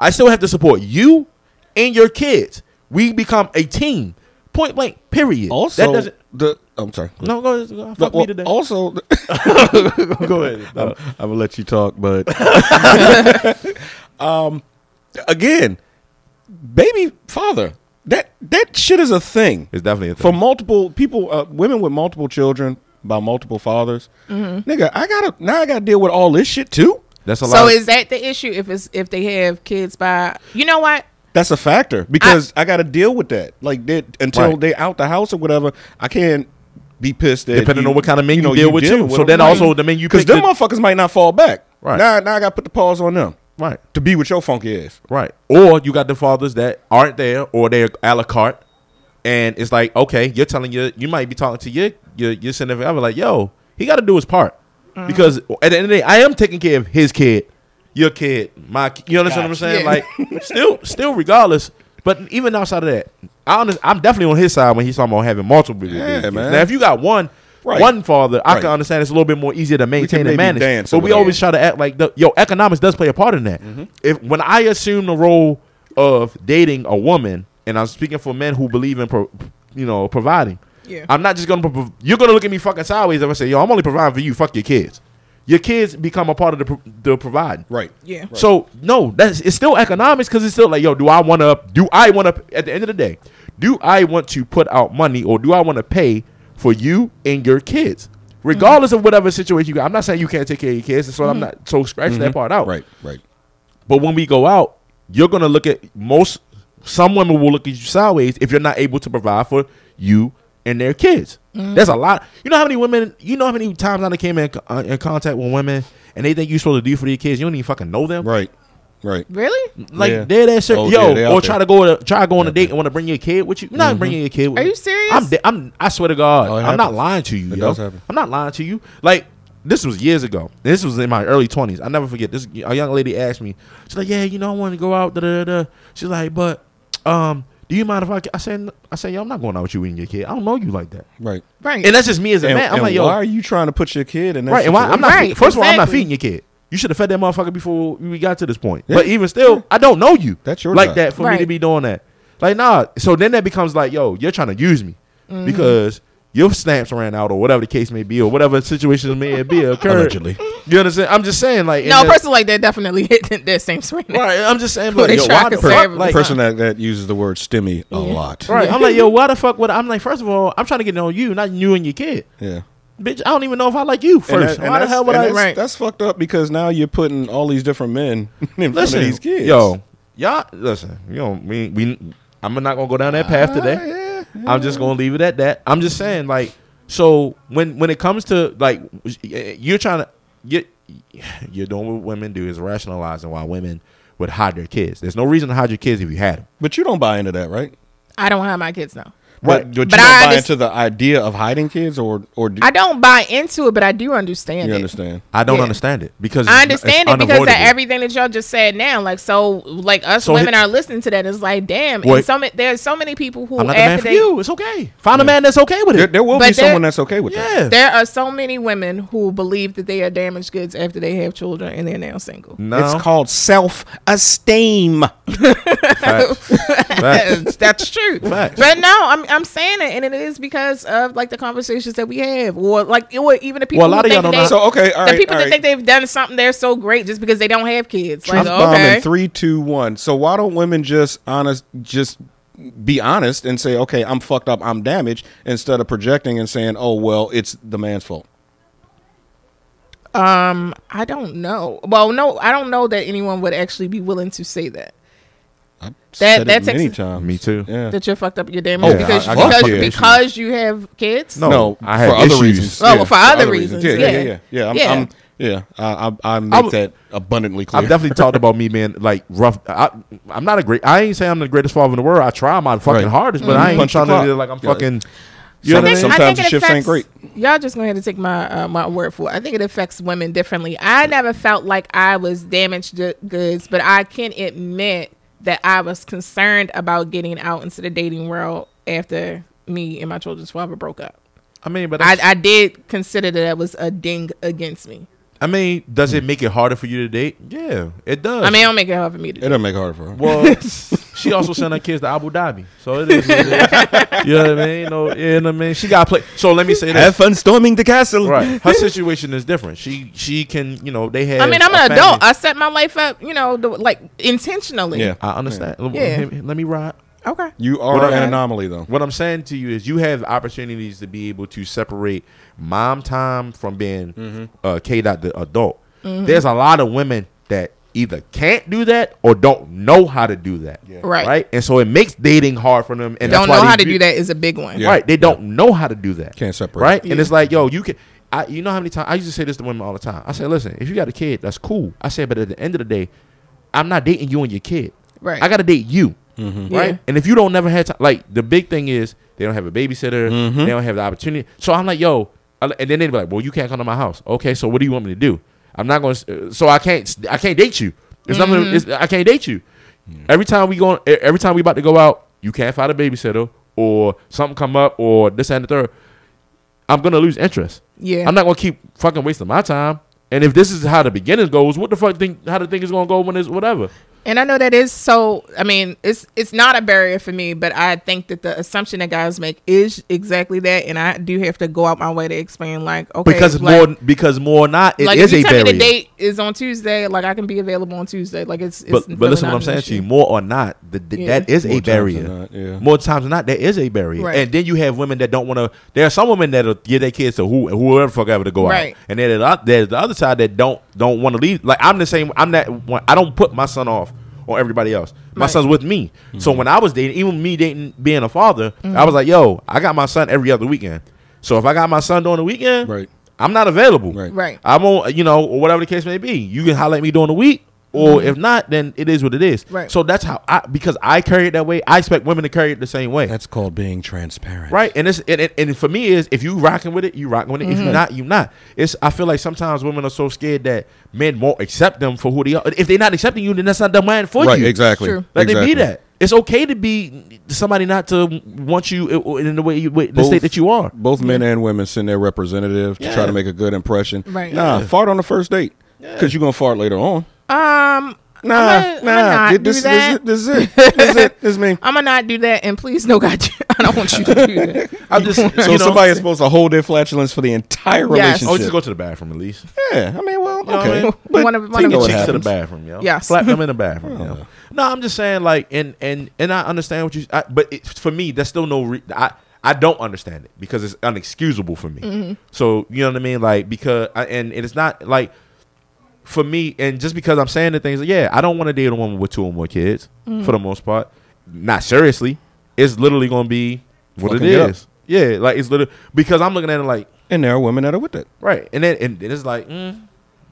Speaker 5: I still have to support you and your kids. We become a team. Point blank. Period.
Speaker 3: Also,
Speaker 5: that doesn't.
Speaker 3: the I'm sorry.
Speaker 5: No, go, go fuck
Speaker 3: Well, oh,
Speaker 5: me today.
Speaker 3: also,
Speaker 5: go ahead.
Speaker 3: I'm, I'm gonna let you talk, but um, again, baby father, that that shit is a thing.
Speaker 5: It's definitely a
Speaker 3: for
Speaker 5: thing.
Speaker 3: multiple people, uh, women with multiple children by multiple fathers. Nigga, I gotta now I gotta deal with all this shit too.
Speaker 5: That's a lot.
Speaker 6: Mm-hmm. So
Speaker 5: of-
Speaker 6: is that the issue if it's if they have kids by you know what?
Speaker 3: That's a factor because I, gotta deal with that. Like they, until
Speaker 5: Right.
Speaker 3: they out the house or whatever, I can't be pissed. That
Speaker 5: Depending on what kind of men you deal with, too. So then also the men you
Speaker 3: because
Speaker 5: pick
Speaker 3: them
Speaker 5: could-
Speaker 3: motherfuckers might not fall back.
Speaker 5: Right.
Speaker 3: now, now I gotta put the pause on them.
Speaker 5: right.
Speaker 3: to be with your funky ass.
Speaker 5: Right. Or you got the fathers that aren't there or they're a la carte. And it's like, okay, you're telling your you might be talking to your your your significant other like, yo, he gotta do his part. Because at the end of the day, I am taking care of his kid, your kid, my ki- you understand what I'm saying? Like still still regardless. But even outside of that, I under- I'm definitely on his side when he's talking about having multiple people.
Speaker 3: Yeah, man.
Speaker 5: Now if you got one
Speaker 3: Right.
Speaker 5: one father, I
Speaker 3: Right.
Speaker 5: can understand it's a little bit more easier to maintain
Speaker 3: maybe
Speaker 5: and manage.
Speaker 3: dance
Speaker 5: but
Speaker 3: over
Speaker 5: we
Speaker 3: that.
Speaker 5: always try to act like the, yo economics does play a part in that. If when I assume the role of dating a woman, and I'm speaking for men who believe in pro, you know providing,
Speaker 6: Yeah.
Speaker 5: I'm not just gonna pro- you're gonna look at me fucking sideways if I say yo I'm only providing for you. Fuck your kids. Your kids become a part of the pro- the providing.
Speaker 3: Right.
Speaker 6: Yeah.
Speaker 5: So no, that's it's still economics because it's still like, yo, do I want to? Do I want to? At the end of the day, do I want to put out money or do I want to pay for you and your kids,
Speaker 3: Mm-hmm.
Speaker 5: regardless of whatever situation you got? I'm not saying you can't take care of your kids, so I'm not so scratch that part out.
Speaker 3: Mm-hmm. Right. Right.
Speaker 5: But when we go out, you're gonna look at most. Some women will look at you sideways if you're not able to provide for you and their kids.
Speaker 3: Mm-hmm.
Speaker 5: There's a lot. You know how many women? You know how many times I done came in, uh, in contact with women and they think you're supposed to do for their kids. You don't even fucking know them.
Speaker 3: Right. Right.
Speaker 6: Really?
Speaker 5: Like
Speaker 3: Yeah.
Speaker 5: they're that certain
Speaker 3: Oh,
Speaker 5: yo,
Speaker 3: yeah, they out
Speaker 5: or
Speaker 3: there. Mm-hmm.
Speaker 5: try to go to, try to go on a date and want to bring your kid with you. You're not bringing your kid. with
Speaker 6: Are
Speaker 5: me.
Speaker 6: you serious?
Speaker 5: I'm, de- I'm. I swear to God,
Speaker 3: Oh, it
Speaker 5: I'm not
Speaker 3: happens.
Speaker 5: lying to you.
Speaker 3: It
Speaker 5: yo.
Speaker 3: does happen.
Speaker 5: I'm not lying to you. Like this was years ago. This was in my early 20s. I never forget. This a young lady asked me. She's like, yeah, you know, I want to go out. Da, da, da. da." She's like, but um, do you mind if I? ca-" I said, I said, yo, I'm not going out with you and your kid. I don't know you like that.
Speaker 3: Right.
Speaker 6: Right.
Speaker 5: And that's just me as a
Speaker 3: And,
Speaker 5: man. I'm
Speaker 3: and
Speaker 5: like, yo,
Speaker 3: why are you trying to put your kid in that
Speaker 5: Right, and why I'm not.
Speaker 6: Right,
Speaker 5: feed- first of all, I'm not
Speaker 6: exactly.
Speaker 5: feeding your kid. You should have fed that motherfucker before we got to this point.
Speaker 3: Yeah.
Speaker 5: But even still, I don't know you.
Speaker 3: That's your
Speaker 5: like
Speaker 3: job.
Speaker 5: that for me to
Speaker 6: Right.
Speaker 5: be doing that. Like nah. So then that becomes like, yo, you're trying to use me
Speaker 6: Mm-hmm.
Speaker 5: because your stamps ran out or whatever the case may be or whatever situation may be occurred.
Speaker 3: Allegedly.
Speaker 5: you understand? I'm just saying like
Speaker 6: no, a
Speaker 5: and that-
Speaker 6: person like that definitely hit that same swing.
Speaker 5: Right, I'm just saying.
Speaker 6: Who
Speaker 5: Like,
Speaker 6: they
Speaker 5: yo,
Speaker 6: try
Speaker 5: why
Speaker 6: to
Speaker 5: the
Speaker 6: save
Speaker 5: fuck?
Speaker 6: every
Speaker 5: Like,
Speaker 6: time.
Speaker 3: person that, that uses the word stimmy a lot.
Speaker 5: right, I'm like, yo, why the fuck would I'm like? First of all, I'm trying to get to know you, not you and your kid.
Speaker 3: Yeah.
Speaker 5: Bitch, I don't even know if I like you
Speaker 3: And
Speaker 5: first.
Speaker 3: that- and
Speaker 5: why the
Speaker 3: that's-
Speaker 5: hell would
Speaker 3: and
Speaker 5: I?
Speaker 3: that's,
Speaker 6: Right.
Speaker 3: That's fucked up because now you're putting all these different men in front of these kids.
Speaker 5: Yo, y'all, listen. You know, we we. I'm not gonna go down that path today.
Speaker 3: Ah, yeah,
Speaker 5: I'm just gonna leave it at that. I'm just saying, like, so when when it comes to like, you're trying to you you're doing what women do is rationalizing why women would hide their kids. There's no reason to hide your kids if you had them.
Speaker 3: But you don't buy into that, right?
Speaker 6: I don't have my kids now.
Speaker 3: But, but you
Speaker 6: But
Speaker 3: don't
Speaker 6: I
Speaker 3: buy
Speaker 6: underst-
Speaker 3: into the idea of hiding kids, or or do
Speaker 6: I don't buy into it, but I do understand
Speaker 3: you
Speaker 6: it.
Speaker 3: understand?
Speaker 5: I don't
Speaker 6: Yeah.
Speaker 5: understand it because
Speaker 6: I
Speaker 5: it's- it's
Speaker 6: understand it because of
Speaker 5: unavoidable.
Speaker 6: everything that y'all just said now. Like so, like us
Speaker 5: So
Speaker 6: women
Speaker 5: hit-
Speaker 6: are listening to that. It's like, damn.
Speaker 5: Wait.
Speaker 6: And so ma- there's so many people who
Speaker 5: I'm not the man
Speaker 6: after
Speaker 5: for
Speaker 6: they,
Speaker 5: you. It's okay. Find a man that's okay with it.
Speaker 3: There, there will
Speaker 6: But
Speaker 3: be someone
Speaker 6: there-
Speaker 3: that's okay with that.
Speaker 5: yeah.
Speaker 6: there are so many women who believe that they are damaged goods after they have children and they're now single.
Speaker 5: no.
Speaker 3: It's called self esteem.
Speaker 5: Facts. Facts.
Speaker 6: That's- that's true.
Speaker 5: Facts.
Speaker 6: But no, I'm I'm saying it, and it is because of like the conversations that we have, or like or even the people.
Speaker 5: Well, a lot
Speaker 6: who
Speaker 5: of y'all don't
Speaker 6: think
Speaker 5: know
Speaker 6: they-
Speaker 5: how-
Speaker 3: So okay, all right.
Speaker 6: the people
Speaker 3: all
Speaker 6: that
Speaker 3: right.
Speaker 6: think they've done something they're so great just because they don't have kids. Like,
Speaker 3: Truth bomb
Speaker 6: okay.
Speaker 3: in three, two, one. So why don't women just honest, just be honest and say, okay, I'm fucked up, I'm damaged, instead of projecting and saying, oh well, it's the man's fault.
Speaker 6: Um, I don't know. Well, no, I don't know that anyone would actually be willing to say that.
Speaker 3: I've
Speaker 6: That-
Speaker 3: said
Speaker 6: that's
Speaker 3: it many
Speaker 6: ex-
Speaker 3: times.
Speaker 5: Me too.
Speaker 3: Yeah.
Speaker 6: That you're fucked up, you're damaged
Speaker 5: Oh,
Speaker 6: because
Speaker 5: I- I got
Speaker 6: because,
Speaker 3: fucked up
Speaker 6: because you have kids.
Speaker 5: No. I had
Speaker 3: for
Speaker 5: issues.
Speaker 3: other reasons.
Speaker 6: Oh, well, for other reasons,
Speaker 3: Yeah, yeah,
Speaker 6: yeah.
Speaker 3: yeah, yeah. I'm,
Speaker 6: Yeah.
Speaker 3: I'm, yeah. I, I, I make
Speaker 5: would-
Speaker 3: that abundantly clear.
Speaker 5: I've definitely talked about me being like rough. I, I'm not a great. I ain't saying I'm the greatest father in the world. I try my fucking
Speaker 3: Right.
Speaker 5: hardest, but I ain't
Speaker 3: Punch the
Speaker 5: trying to
Speaker 3: clock.
Speaker 5: be like I'm
Speaker 3: Yeah.
Speaker 5: fucking. I
Speaker 3: You know what I mean?
Speaker 5: think-
Speaker 3: sometimes the
Speaker 6: it
Speaker 3: shifts ain't great.
Speaker 6: Y'all just gonna have to take my uh, my word for it. I think it affects women differently. I never felt like I was damaged d- goods, but I can admit that I was concerned about getting out into the dating world after me and my children's father broke up.
Speaker 5: I mean, but
Speaker 6: I,
Speaker 5: that's-
Speaker 6: I did consider that that was a ding against me.
Speaker 5: I mean, does it make it harder for you to date? Yeah, it does.
Speaker 6: I mean, it don't make it hard for me to
Speaker 3: It
Speaker 6: do.
Speaker 3: don't make it hard for her.
Speaker 5: well, she also sent her kids to Abu Dhabi, so it is. What it is. you know what I mean? You know, you know what I mean? She got to play. So let me say this.
Speaker 3: fun storming the castle.
Speaker 5: Right, her situation is different. She she can you know they have.
Speaker 6: I mean, I'm
Speaker 5: a
Speaker 6: an
Speaker 5: family.
Speaker 6: adult. I set my life up, you know, the, like intentionally.
Speaker 3: Yeah.
Speaker 5: I understand. Let-
Speaker 6: Yeah.
Speaker 5: Let, me, let me ride.
Speaker 6: Okay.
Speaker 3: You are
Speaker 5: What I-
Speaker 3: an anomaly though.
Speaker 5: What I'm saying to you is, you have opportunities to be able to separate mom time from being
Speaker 3: Mm-hmm.
Speaker 5: uh, K dot the adult.
Speaker 6: Mm-hmm.
Speaker 5: There's a lot of women that either can't do that or don't know how to do that.
Speaker 6: Right.
Speaker 5: Right. And so it makes dating hard for them. And that's
Speaker 6: Don't
Speaker 5: why
Speaker 6: know
Speaker 5: they
Speaker 6: how to
Speaker 5: be-
Speaker 6: do that is a big one.
Speaker 3: Yeah.
Speaker 5: Right. They don't know how to do that.
Speaker 3: Can't separate.
Speaker 5: Right. And it's like, yo, you can. I, you know how many times I used to say this to women all the time. I said, listen, if you got a kid, that's cool. I said, but at the end of the day, I'm not dating you and your kid.
Speaker 6: Right.
Speaker 5: I got to date you. Right.
Speaker 3: Mm-hmm.
Speaker 6: Mm-hmm. Yeah.
Speaker 5: And if you don't never have time, like the big thing is they don't have a babysitter.
Speaker 6: Mm-hmm.
Speaker 5: They don't have the opportunity. So I'm like, yo, I- and then they'd be like, well, you can't come to my house. Okay. So what do you want me to do? I'm not going. to So I can't. I can't date you. There's
Speaker 6: Mm-hmm.
Speaker 5: nothing. It's, I can't date you. Every time we go, e- every time we about to go out, you can't find a babysitter or something come up or this and the third. I'm gonna lose interest.
Speaker 6: Yeah.
Speaker 5: I'm not gonna keep fucking wasting my time. And if this is how the beginning goes, what the fuck think how the thing is gonna go when it's whatever?
Speaker 6: And I know that is so. I mean, it's it's not a barrier for me, but I think that the assumption that guys make is exactly that, and I do have to go out my way to explain, like, okay,
Speaker 5: Because it's
Speaker 6: like,
Speaker 5: more because more not it is
Speaker 6: like if you
Speaker 5: a
Speaker 6: tell
Speaker 5: barrier.
Speaker 6: me the date is on Tuesday, like I can be available on Tuesday, like it's. it's
Speaker 5: but but
Speaker 6: really
Speaker 5: listen
Speaker 6: not
Speaker 5: what I'm
Speaker 6: an
Speaker 5: saying
Speaker 6: issue.
Speaker 5: to you, more or not, the, the,
Speaker 6: Yeah.
Speaker 5: that is
Speaker 3: More
Speaker 5: a
Speaker 3: times than
Speaker 5: barrier.
Speaker 3: not, yeah.
Speaker 5: More times than not, that is a barrier.
Speaker 6: Right.
Speaker 5: And then you have women that don't want to. There are some women that'll give their kids to who whoever the fuck ever to go
Speaker 6: Right.
Speaker 5: out. And then there's the oth- there's the other side that don't don't want to leave. Like I'm the same. I'm that. one- I don't put my son off on everybody else. My
Speaker 6: Right.
Speaker 5: son's with me. So
Speaker 3: Mm-hmm.
Speaker 5: when I was dating, even me dating being a father,
Speaker 6: Mm-hmm.
Speaker 5: I was like, yo, I got my son every other weekend. So if I got my son during the weekend,
Speaker 3: Right.
Speaker 5: I'm not available.
Speaker 3: Right.
Speaker 6: Right.
Speaker 5: I'm on, you know, or whatever the case may be. You can holler at me during the week, or if not, then it is what it is.
Speaker 6: Right.
Speaker 5: So that's how I, because I carry it that way, I expect women to carry it the same way.
Speaker 3: That's called being transparent.
Speaker 5: right. And it's and, and, and for me is if you rocking with it, you rocking with it. If you not, you not. It's I feel like sometimes women are so scared that men won't accept them for who they are. If they're not accepting you, then that's not the man for
Speaker 3: Right.
Speaker 5: you.
Speaker 3: Exactly.
Speaker 6: True.
Speaker 5: Let
Speaker 3: exactly.
Speaker 5: them be that. It's okay to be somebody not to want you in the way you, the state
Speaker 3: Both-
Speaker 5: that you are.
Speaker 3: Both men and women send their representative to try
Speaker 5: Yeah.
Speaker 3: to make a good impression.
Speaker 6: Right.
Speaker 3: Nah,
Speaker 5: Yeah.
Speaker 3: fart on the first date because you're gonna fart later on.
Speaker 6: Um,
Speaker 3: Nah,
Speaker 6: I'm
Speaker 3: nah.
Speaker 6: gonna, I'm
Speaker 3: thi-
Speaker 6: gonna not
Speaker 3: this,
Speaker 6: do that.
Speaker 3: this, is it. This is it. This is it. This is me.
Speaker 6: I'm gonna not do that, and please, no, God, I don't want you to do that.
Speaker 5: I'm just you
Speaker 3: So
Speaker 5: know,
Speaker 3: somebody is supposed to hold their flatulence for the entire
Speaker 6: Yes.
Speaker 5: Oh,
Speaker 3: relationship.
Speaker 5: just go to the bathroom at least.
Speaker 3: yeah, I mean, well,
Speaker 5: know what I
Speaker 3: okay.
Speaker 5: mean?
Speaker 3: But
Speaker 6: One of-
Speaker 3: so
Speaker 6: one
Speaker 3: you
Speaker 6: of
Speaker 3: know
Speaker 6: each.
Speaker 3: what
Speaker 5: cheeks to the
Speaker 3: happens.
Speaker 5: bathroom, yo.
Speaker 6: Yes.
Speaker 5: slap them in the bathroom. yo. No, I'm just saying, like, and and and I understand what you, I, but it, for me, that's still no. Re- I I don't understand it because it's unexcusable for me.
Speaker 3: Mm-hmm.
Speaker 5: So you know what I mean, like because I, and, and it's not like for me, and just because I'm saying the things, yeah, I don't want to date a woman with two or more kids
Speaker 3: Mm.
Speaker 5: for the most part. Not seriously, it's literally gonna be what
Speaker 3: Fucking
Speaker 5: it
Speaker 3: it up.
Speaker 5: is. Yeah, like it's literally because I'm looking at it like
Speaker 3: And there are women that are with it.
Speaker 5: Right. And then and, then it's like, mm,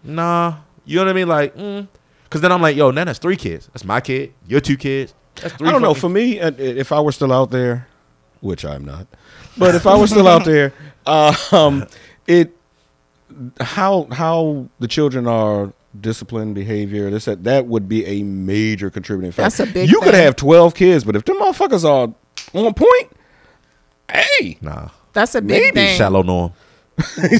Speaker 5: nah. You know what I mean? Like, mm. Cause then I'm like, yo, now that's three kids. That's my kid. Your two kids. That's three.
Speaker 3: I don't know. For
Speaker 5: fucking-
Speaker 3: me, uh, if I were still out there, which I'm not, but if I were still out there, um, it how how the children are disciplined behavior this that that would be a major contributing factor.
Speaker 6: That's a big
Speaker 3: You could
Speaker 6: thing.
Speaker 3: have twelve kids, but if them motherfuckers are on point, hey,
Speaker 5: nah.
Speaker 6: That's a big
Speaker 5: Maybe
Speaker 6: thing.
Speaker 5: shallow norm.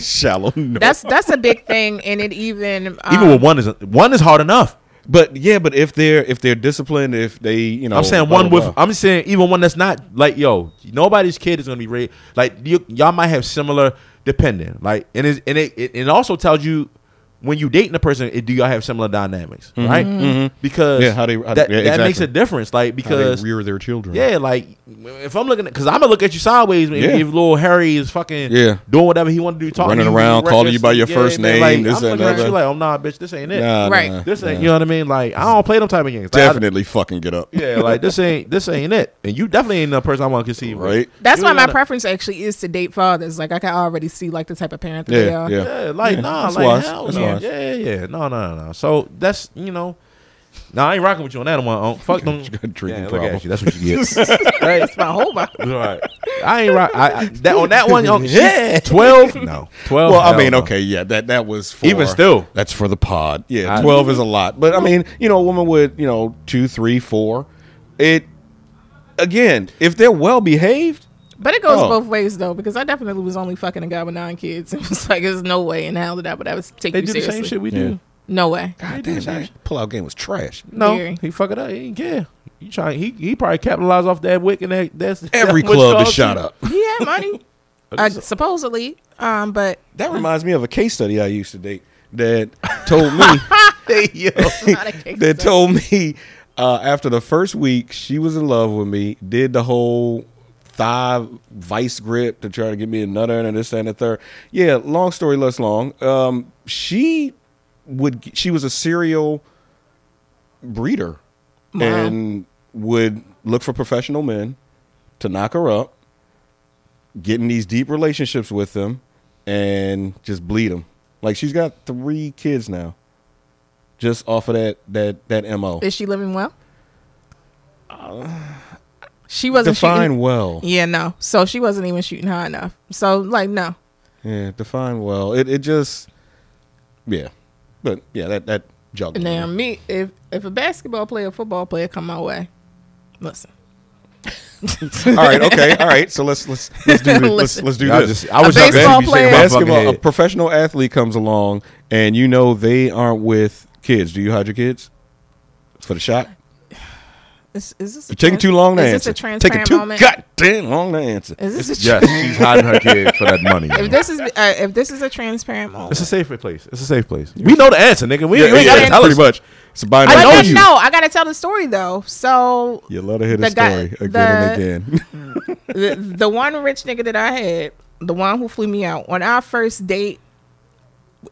Speaker 3: shallow. No.
Speaker 6: That's that's a big thing, and it even um,
Speaker 3: Uh.
Speaker 5: Even with one is one is hard enough.
Speaker 3: But yeah, but if they're if they're disciplined, if they you know,
Speaker 5: I'm saying
Speaker 3: blah,
Speaker 5: one
Speaker 3: blah,
Speaker 5: with.
Speaker 3: blah.
Speaker 5: I'm saying even one that's not like yo. Nobody's kid is gonna be raised like you, y'all might have similar dependent like and it's, and it, it it also tells you when you dating a person it, do y'all have similar dynamics right because
Speaker 3: Mm-hmm. Yeah, how they- how-
Speaker 5: that,
Speaker 3: yeah,
Speaker 5: that makes
Speaker 3: exactly.
Speaker 5: a difference like
Speaker 3: How they
Speaker 5: because
Speaker 3: rear their children.
Speaker 5: Yeah, like if I'm looking at, because I'm gonna look at you sideways if,
Speaker 3: Yeah.
Speaker 5: if little Harry is fucking
Speaker 3: Yeah.
Speaker 5: doing whatever he want to do, talking
Speaker 3: Running
Speaker 5: to you,
Speaker 3: around,
Speaker 5: reckless,
Speaker 3: calling you by your
Speaker 5: yeah,
Speaker 3: first
Speaker 5: man,
Speaker 3: name,
Speaker 5: like,
Speaker 3: this
Speaker 5: I'm
Speaker 3: and
Speaker 5: looking at
Speaker 3: other.
Speaker 5: you like, oh nah, bitch, this ain't it.
Speaker 3: Nah,
Speaker 6: Right.
Speaker 3: nah,
Speaker 5: this ain't
Speaker 3: nah.
Speaker 5: you know what I mean. Like I don't play them type of games. Like, I-
Speaker 3: Definitely fucking get up.
Speaker 5: yeah, like this ain't this ain't it, and you definitely ain't the person I want to conceive. with.
Speaker 3: Right.
Speaker 6: That's
Speaker 5: You
Speaker 6: why
Speaker 5: ain't
Speaker 6: my
Speaker 5: gotta-
Speaker 6: preference actually is to date fathers. Like I can already see like the type of parent that they
Speaker 3: Yeah,
Speaker 6: are.
Speaker 3: yeah.
Speaker 5: Yeah, like
Speaker 3: Yeah,
Speaker 5: nah,
Speaker 3: that's
Speaker 5: like
Speaker 3: wise.
Speaker 5: hell
Speaker 3: That's
Speaker 5: no.
Speaker 3: wise.
Speaker 5: Yeah, yeah, no, no, no, no. So that's you know, nah, I ain't rocking with you on that one. Unc. Fuck them.
Speaker 3: You got a drinking
Speaker 5: yeah, look
Speaker 3: problem.
Speaker 5: at you. That's what you get. right.
Speaker 6: That's my whole vibe.
Speaker 5: All right. I ain't right. I, I- that on that one, oh,
Speaker 3: Yeah.
Speaker 5: twelve. No, twelve.
Speaker 3: well, I
Speaker 5: hell
Speaker 3: mean,
Speaker 5: no.
Speaker 3: okay, yeah, that that was for,
Speaker 5: Even still.
Speaker 3: That's for the pod. Yeah,
Speaker 5: I-
Speaker 3: twelve is a lot, but I mean, you know, a woman with you know two, three, four, it again, if they're well behaved,
Speaker 6: But it goes
Speaker 3: Oh.
Speaker 6: both ways though, because I definitely was only fucking a guy with nine kids. It was like there's no way in hell that I would ever take
Speaker 5: They
Speaker 6: you
Speaker 5: do the
Speaker 6: seriously.
Speaker 5: same shit we
Speaker 3: Yeah.
Speaker 5: do.
Speaker 6: No way.
Speaker 3: God damn, that pullout game was trash.
Speaker 5: No,
Speaker 6: Very.
Speaker 5: he fuck it up. He didn't care. He trying. He he probably capitalized off that wick and that. That's
Speaker 3: Every
Speaker 5: that witch
Speaker 3: club is
Speaker 5: call,
Speaker 3: shot
Speaker 5: too.
Speaker 3: up.
Speaker 6: He had money, uh, supposedly. Um, but
Speaker 3: That reminds me of a case study I used to date that told me
Speaker 5: Hey, yo.
Speaker 6: not a
Speaker 3: that
Speaker 6: case study.
Speaker 3: told me uh, after the first week she was in love with me, did the whole thigh vice grip to try to get me another and this that, and the third. Yeah, long story less long. Um, she would she was a serial breeder and would look for professional men to knock her up, get in these deep relationships with them, and just bleed them. Like she's got three kids now, just off of that that that mo.
Speaker 6: is she living well?
Speaker 5: Uh,
Speaker 6: She wasn't
Speaker 3: Define
Speaker 6: shooting.
Speaker 3: well.
Speaker 6: Yeah, no. So she wasn't even shooting high enough. So like, no.
Speaker 3: Yeah, define well. It it just yeah, but yeah that that juggle.
Speaker 6: Now me, if if a basketball player, football player come my way, listen.
Speaker 3: all right, okay, all right. So let's let's let's do this. let's,
Speaker 6: Listen.
Speaker 3: let's do
Speaker 5: Y'all
Speaker 3: this.
Speaker 5: just- I wish
Speaker 6: A
Speaker 5: y'all could
Speaker 6: baseball
Speaker 5: have me shaking
Speaker 6: player.
Speaker 5: my fucking
Speaker 3: basketball, a
Speaker 5: head.
Speaker 3: professional athlete comes along, and you know they aren't with kids. Do you hide your kids for the shot?
Speaker 6: Is, is this a
Speaker 3: You're taking
Speaker 6: trans-
Speaker 3: too long to
Speaker 6: is
Speaker 3: answer.
Speaker 6: This a transparent
Speaker 3: taking too
Speaker 6: moment?
Speaker 3: goddamn long to answer.
Speaker 6: Is this a
Speaker 1: Yes, she's hiding her kid for that money.
Speaker 6: If this is uh, if this is a transparent
Speaker 5: It's
Speaker 6: moment,
Speaker 5: a safe place. It's a safe place. We know the answer, nigga. We,
Speaker 3: Yeah,
Speaker 5: we ain't
Speaker 3: yeah,
Speaker 5: gotta
Speaker 3: yeah,
Speaker 5: tell
Speaker 3: pretty
Speaker 5: us.
Speaker 3: much. It's a
Speaker 5: I
Speaker 3: binary.
Speaker 6: but
Speaker 5: know
Speaker 6: no,
Speaker 5: you.
Speaker 6: no, I gotta tell the story though. So
Speaker 3: You love to hear the
Speaker 6: The guy-
Speaker 3: story again
Speaker 6: the-
Speaker 3: and again.
Speaker 6: the, the one rich nigga that I had, the one who flew me out on our first date,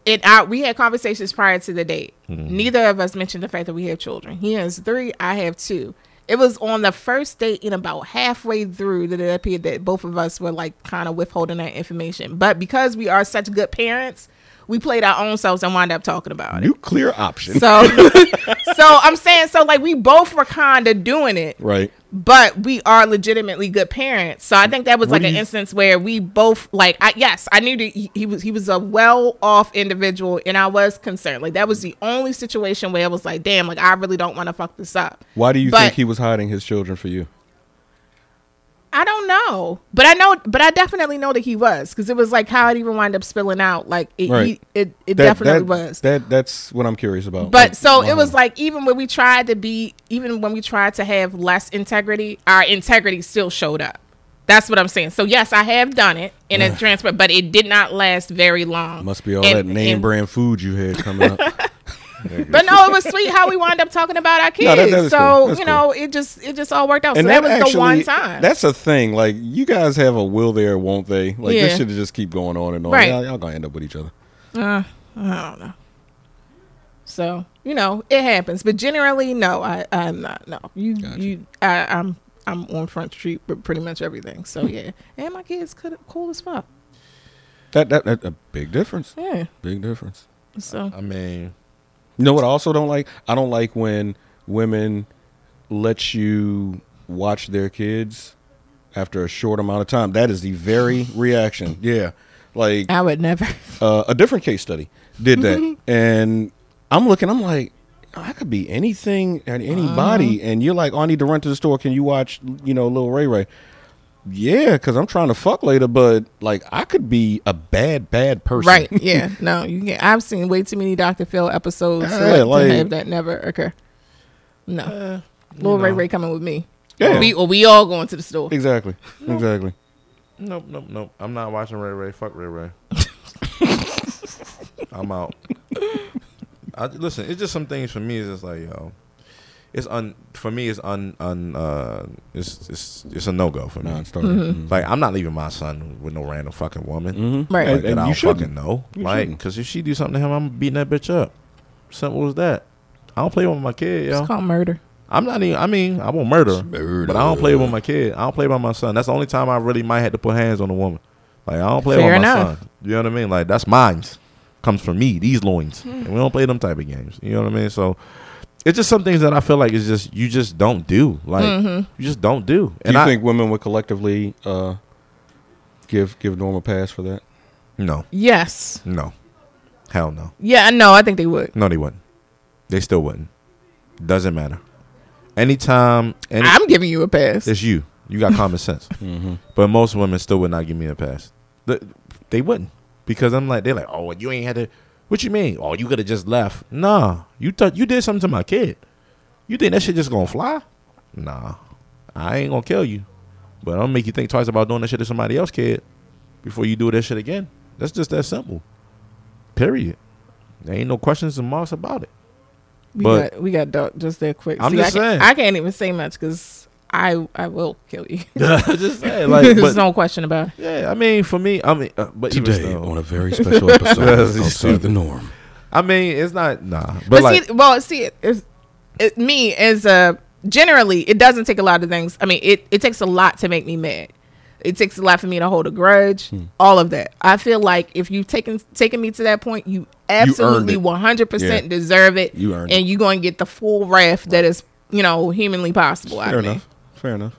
Speaker 6: it I, we had conversations prior to the date. Neither of us mentioned the fact that we have children. He has three, I have two. It was on the first date and about halfway through that it appeared that both of us were like kind of withholding that information. But because we are such good parents, we played our own selves and wound up talking about it.
Speaker 3: Nuclear option.
Speaker 6: So, so I'm saying, so like we both were kind of doing it
Speaker 3: right.
Speaker 6: but we are legitimately good parents. So I think that was like
Speaker 3: do
Speaker 6: an
Speaker 3: you-
Speaker 6: instance where we both like I yes, I knew that he, he was he was a well-off individual and I was concerned. Like that was the only situation where I was like, damn, like I really don't want to fuck this up.
Speaker 3: Why do you
Speaker 6: But-
Speaker 3: think he was hiding his children for you?
Speaker 6: I don't know, but I know, but I definitely know that he was because it was like how it even wound up spilling out. Like it,
Speaker 3: Right.
Speaker 6: he, it, it
Speaker 3: That-
Speaker 6: definitely
Speaker 3: that-
Speaker 6: was.
Speaker 3: That that's what I'm curious about.
Speaker 6: But so it
Speaker 3: uh-huh.
Speaker 6: was like even when we tried to be, even when we tried to have less integrity, our integrity still showed up. That's what I'm saying. So yes, I have done it in a transfer, but it did not last very long.
Speaker 3: must be all
Speaker 6: And-
Speaker 3: that name
Speaker 6: and-
Speaker 3: brand food you had coming up.
Speaker 6: But no, it was sweet how we wound up talking about our kids.
Speaker 3: No, that- that is
Speaker 6: so
Speaker 3: cool. That's
Speaker 6: you know, it just it just all worked out.
Speaker 3: and
Speaker 6: so
Speaker 3: that
Speaker 6: that, was
Speaker 3: actually,
Speaker 6: the one time.
Speaker 3: That's a thing. Like you guys have a will there, won't they? Like
Speaker 6: Yeah.
Speaker 3: this should just keep going on and on.
Speaker 6: Right.
Speaker 3: Y'all, y'all gonna end up with each other.
Speaker 6: I don't know. So you know, it happens. But generally, no, I I'm not. No, you you I, I'm I'm on Front Street with pretty much everything.
Speaker 5: Hmm.
Speaker 6: So yeah, and my kids could cool as fuck.
Speaker 3: That that, that a big difference.
Speaker 6: Yeah.
Speaker 3: Big difference.
Speaker 6: So
Speaker 5: I mean,
Speaker 3: You know what I also don't like? I don't like when women let you watch their kids after a short amount of time. That is the very reaction. Yeah. Like
Speaker 6: I would never.
Speaker 3: uh, a different case study did that, and I'm looking. I'm like, I could be anything and anybody,
Speaker 6: Uh-huh.
Speaker 3: and you're like, oh, I need to run to the store. Can you watch, you know, Lil Ray Ray? Yeah, because I'm trying to fuck later, but like, I could be a bad, bad person.
Speaker 6: Right. Yeah. No, you can't. I've seen way too many Dr. Phil episodes to,
Speaker 3: Yeah,
Speaker 6: like,
Speaker 3: like-
Speaker 6: to have that never occur. No.
Speaker 5: Uh,
Speaker 6: Lil Ray Ray coming with me.
Speaker 3: Yeah.
Speaker 6: We, or we all going to the store.
Speaker 3: Exactly. Exactly.
Speaker 5: nope, nope, nope. I'm not watching Ray Ray. Fuck Ray Ray. I'm out. I, listen, it's just some things for me. It's just like yo, it's un for me. It's un un uh, it's it's it's a no go for me.
Speaker 3: Non-starter.
Speaker 6: Mm-hmm.
Speaker 5: Like I'm not leaving my son with no random fucking woman.
Speaker 6: Right.
Speaker 5: Like,
Speaker 3: And-
Speaker 5: that
Speaker 3: and
Speaker 5: I
Speaker 3: you
Speaker 5: don't
Speaker 3: shouldn't.
Speaker 5: fucking know.
Speaker 3: You
Speaker 5: like,
Speaker 3: shouldn't.
Speaker 5: because if she do something to him, I'm beating that bitch up. Simple as that. I don't play with my kid,
Speaker 6: It's
Speaker 5: yo.
Speaker 6: called murder.
Speaker 5: I'm not even. I mean, I won't murder,
Speaker 3: murder.
Speaker 5: but I don't play with my kid. I don't play by my son. That's the only time I really might have to put hands on a woman. Like I don't play
Speaker 6: Fair
Speaker 5: with my
Speaker 6: enough.
Speaker 5: son. You know what I mean? Like that's mine. Comes from me. These loins, and we don't play them type of games. You know what I mean? So it's just some things that I feel like
Speaker 6: Mm-hmm.
Speaker 5: it's just you just don't do. Like you just don't do.
Speaker 3: Do
Speaker 5: And
Speaker 3: you
Speaker 5: I,
Speaker 3: think women would collectively uh, give give Norm a pass for that?
Speaker 5: No,
Speaker 6: Yes.
Speaker 5: no, hell no,
Speaker 6: Yeah, I know. I think they would.
Speaker 5: no, they wouldn't. They still wouldn't. Doesn't matter. Anytime, any,
Speaker 6: I'm giving you a pass.
Speaker 5: it's you. You got common sense.
Speaker 7: Mm-hmm.
Speaker 5: But most women still would not give me a pass. Th- They wouldn't because I'm like they're like, oh, you ain't had to. What you mean? Oh, you could have just left. Nah, you thought you did something to my kid. You think that shit just gonna fly? Nah, I ain't gonna kill you, but I'm gonna make you think twice about doing that shit to somebody else kid before you do that shit again. That's just that simple. Period. There ain't no questions and marks about it.
Speaker 6: We
Speaker 5: But-
Speaker 6: got we got dark just that quick.
Speaker 5: I'm just
Speaker 6: I
Speaker 5: saying.
Speaker 6: can't- I can't even say much because I I will kill you.
Speaker 5: just saying, like,
Speaker 6: There's
Speaker 5: but,
Speaker 6: no question about it.
Speaker 5: yeah. I mean, for me, I mean, uh, but even
Speaker 7: Today
Speaker 5: still,
Speaker 7: on a very special episode of Outside the Norm.
Speaker 5: I mean, it's not nah. But,
Speaker 6: But,
Speaker 5: like,
Speaker 6: see, well, see, it, it's- it, me as a generally, it doesn't take a lot of things. I mean, it it takes a lot to make me mad. It takes a lot for me to hold a grudge. All of that. I feel like if you've taken taken me to that point, you absolutely
Speaker 3: it.
Speaker 6: 100 percent deserve it.
Speaker 3: You earned
Speaker 6: and you're going to get the full wrath that is you know humanly possible. out
Speaker 3: Fair
Speaker 6: of me.
Speaker 3: enough. Fair enough.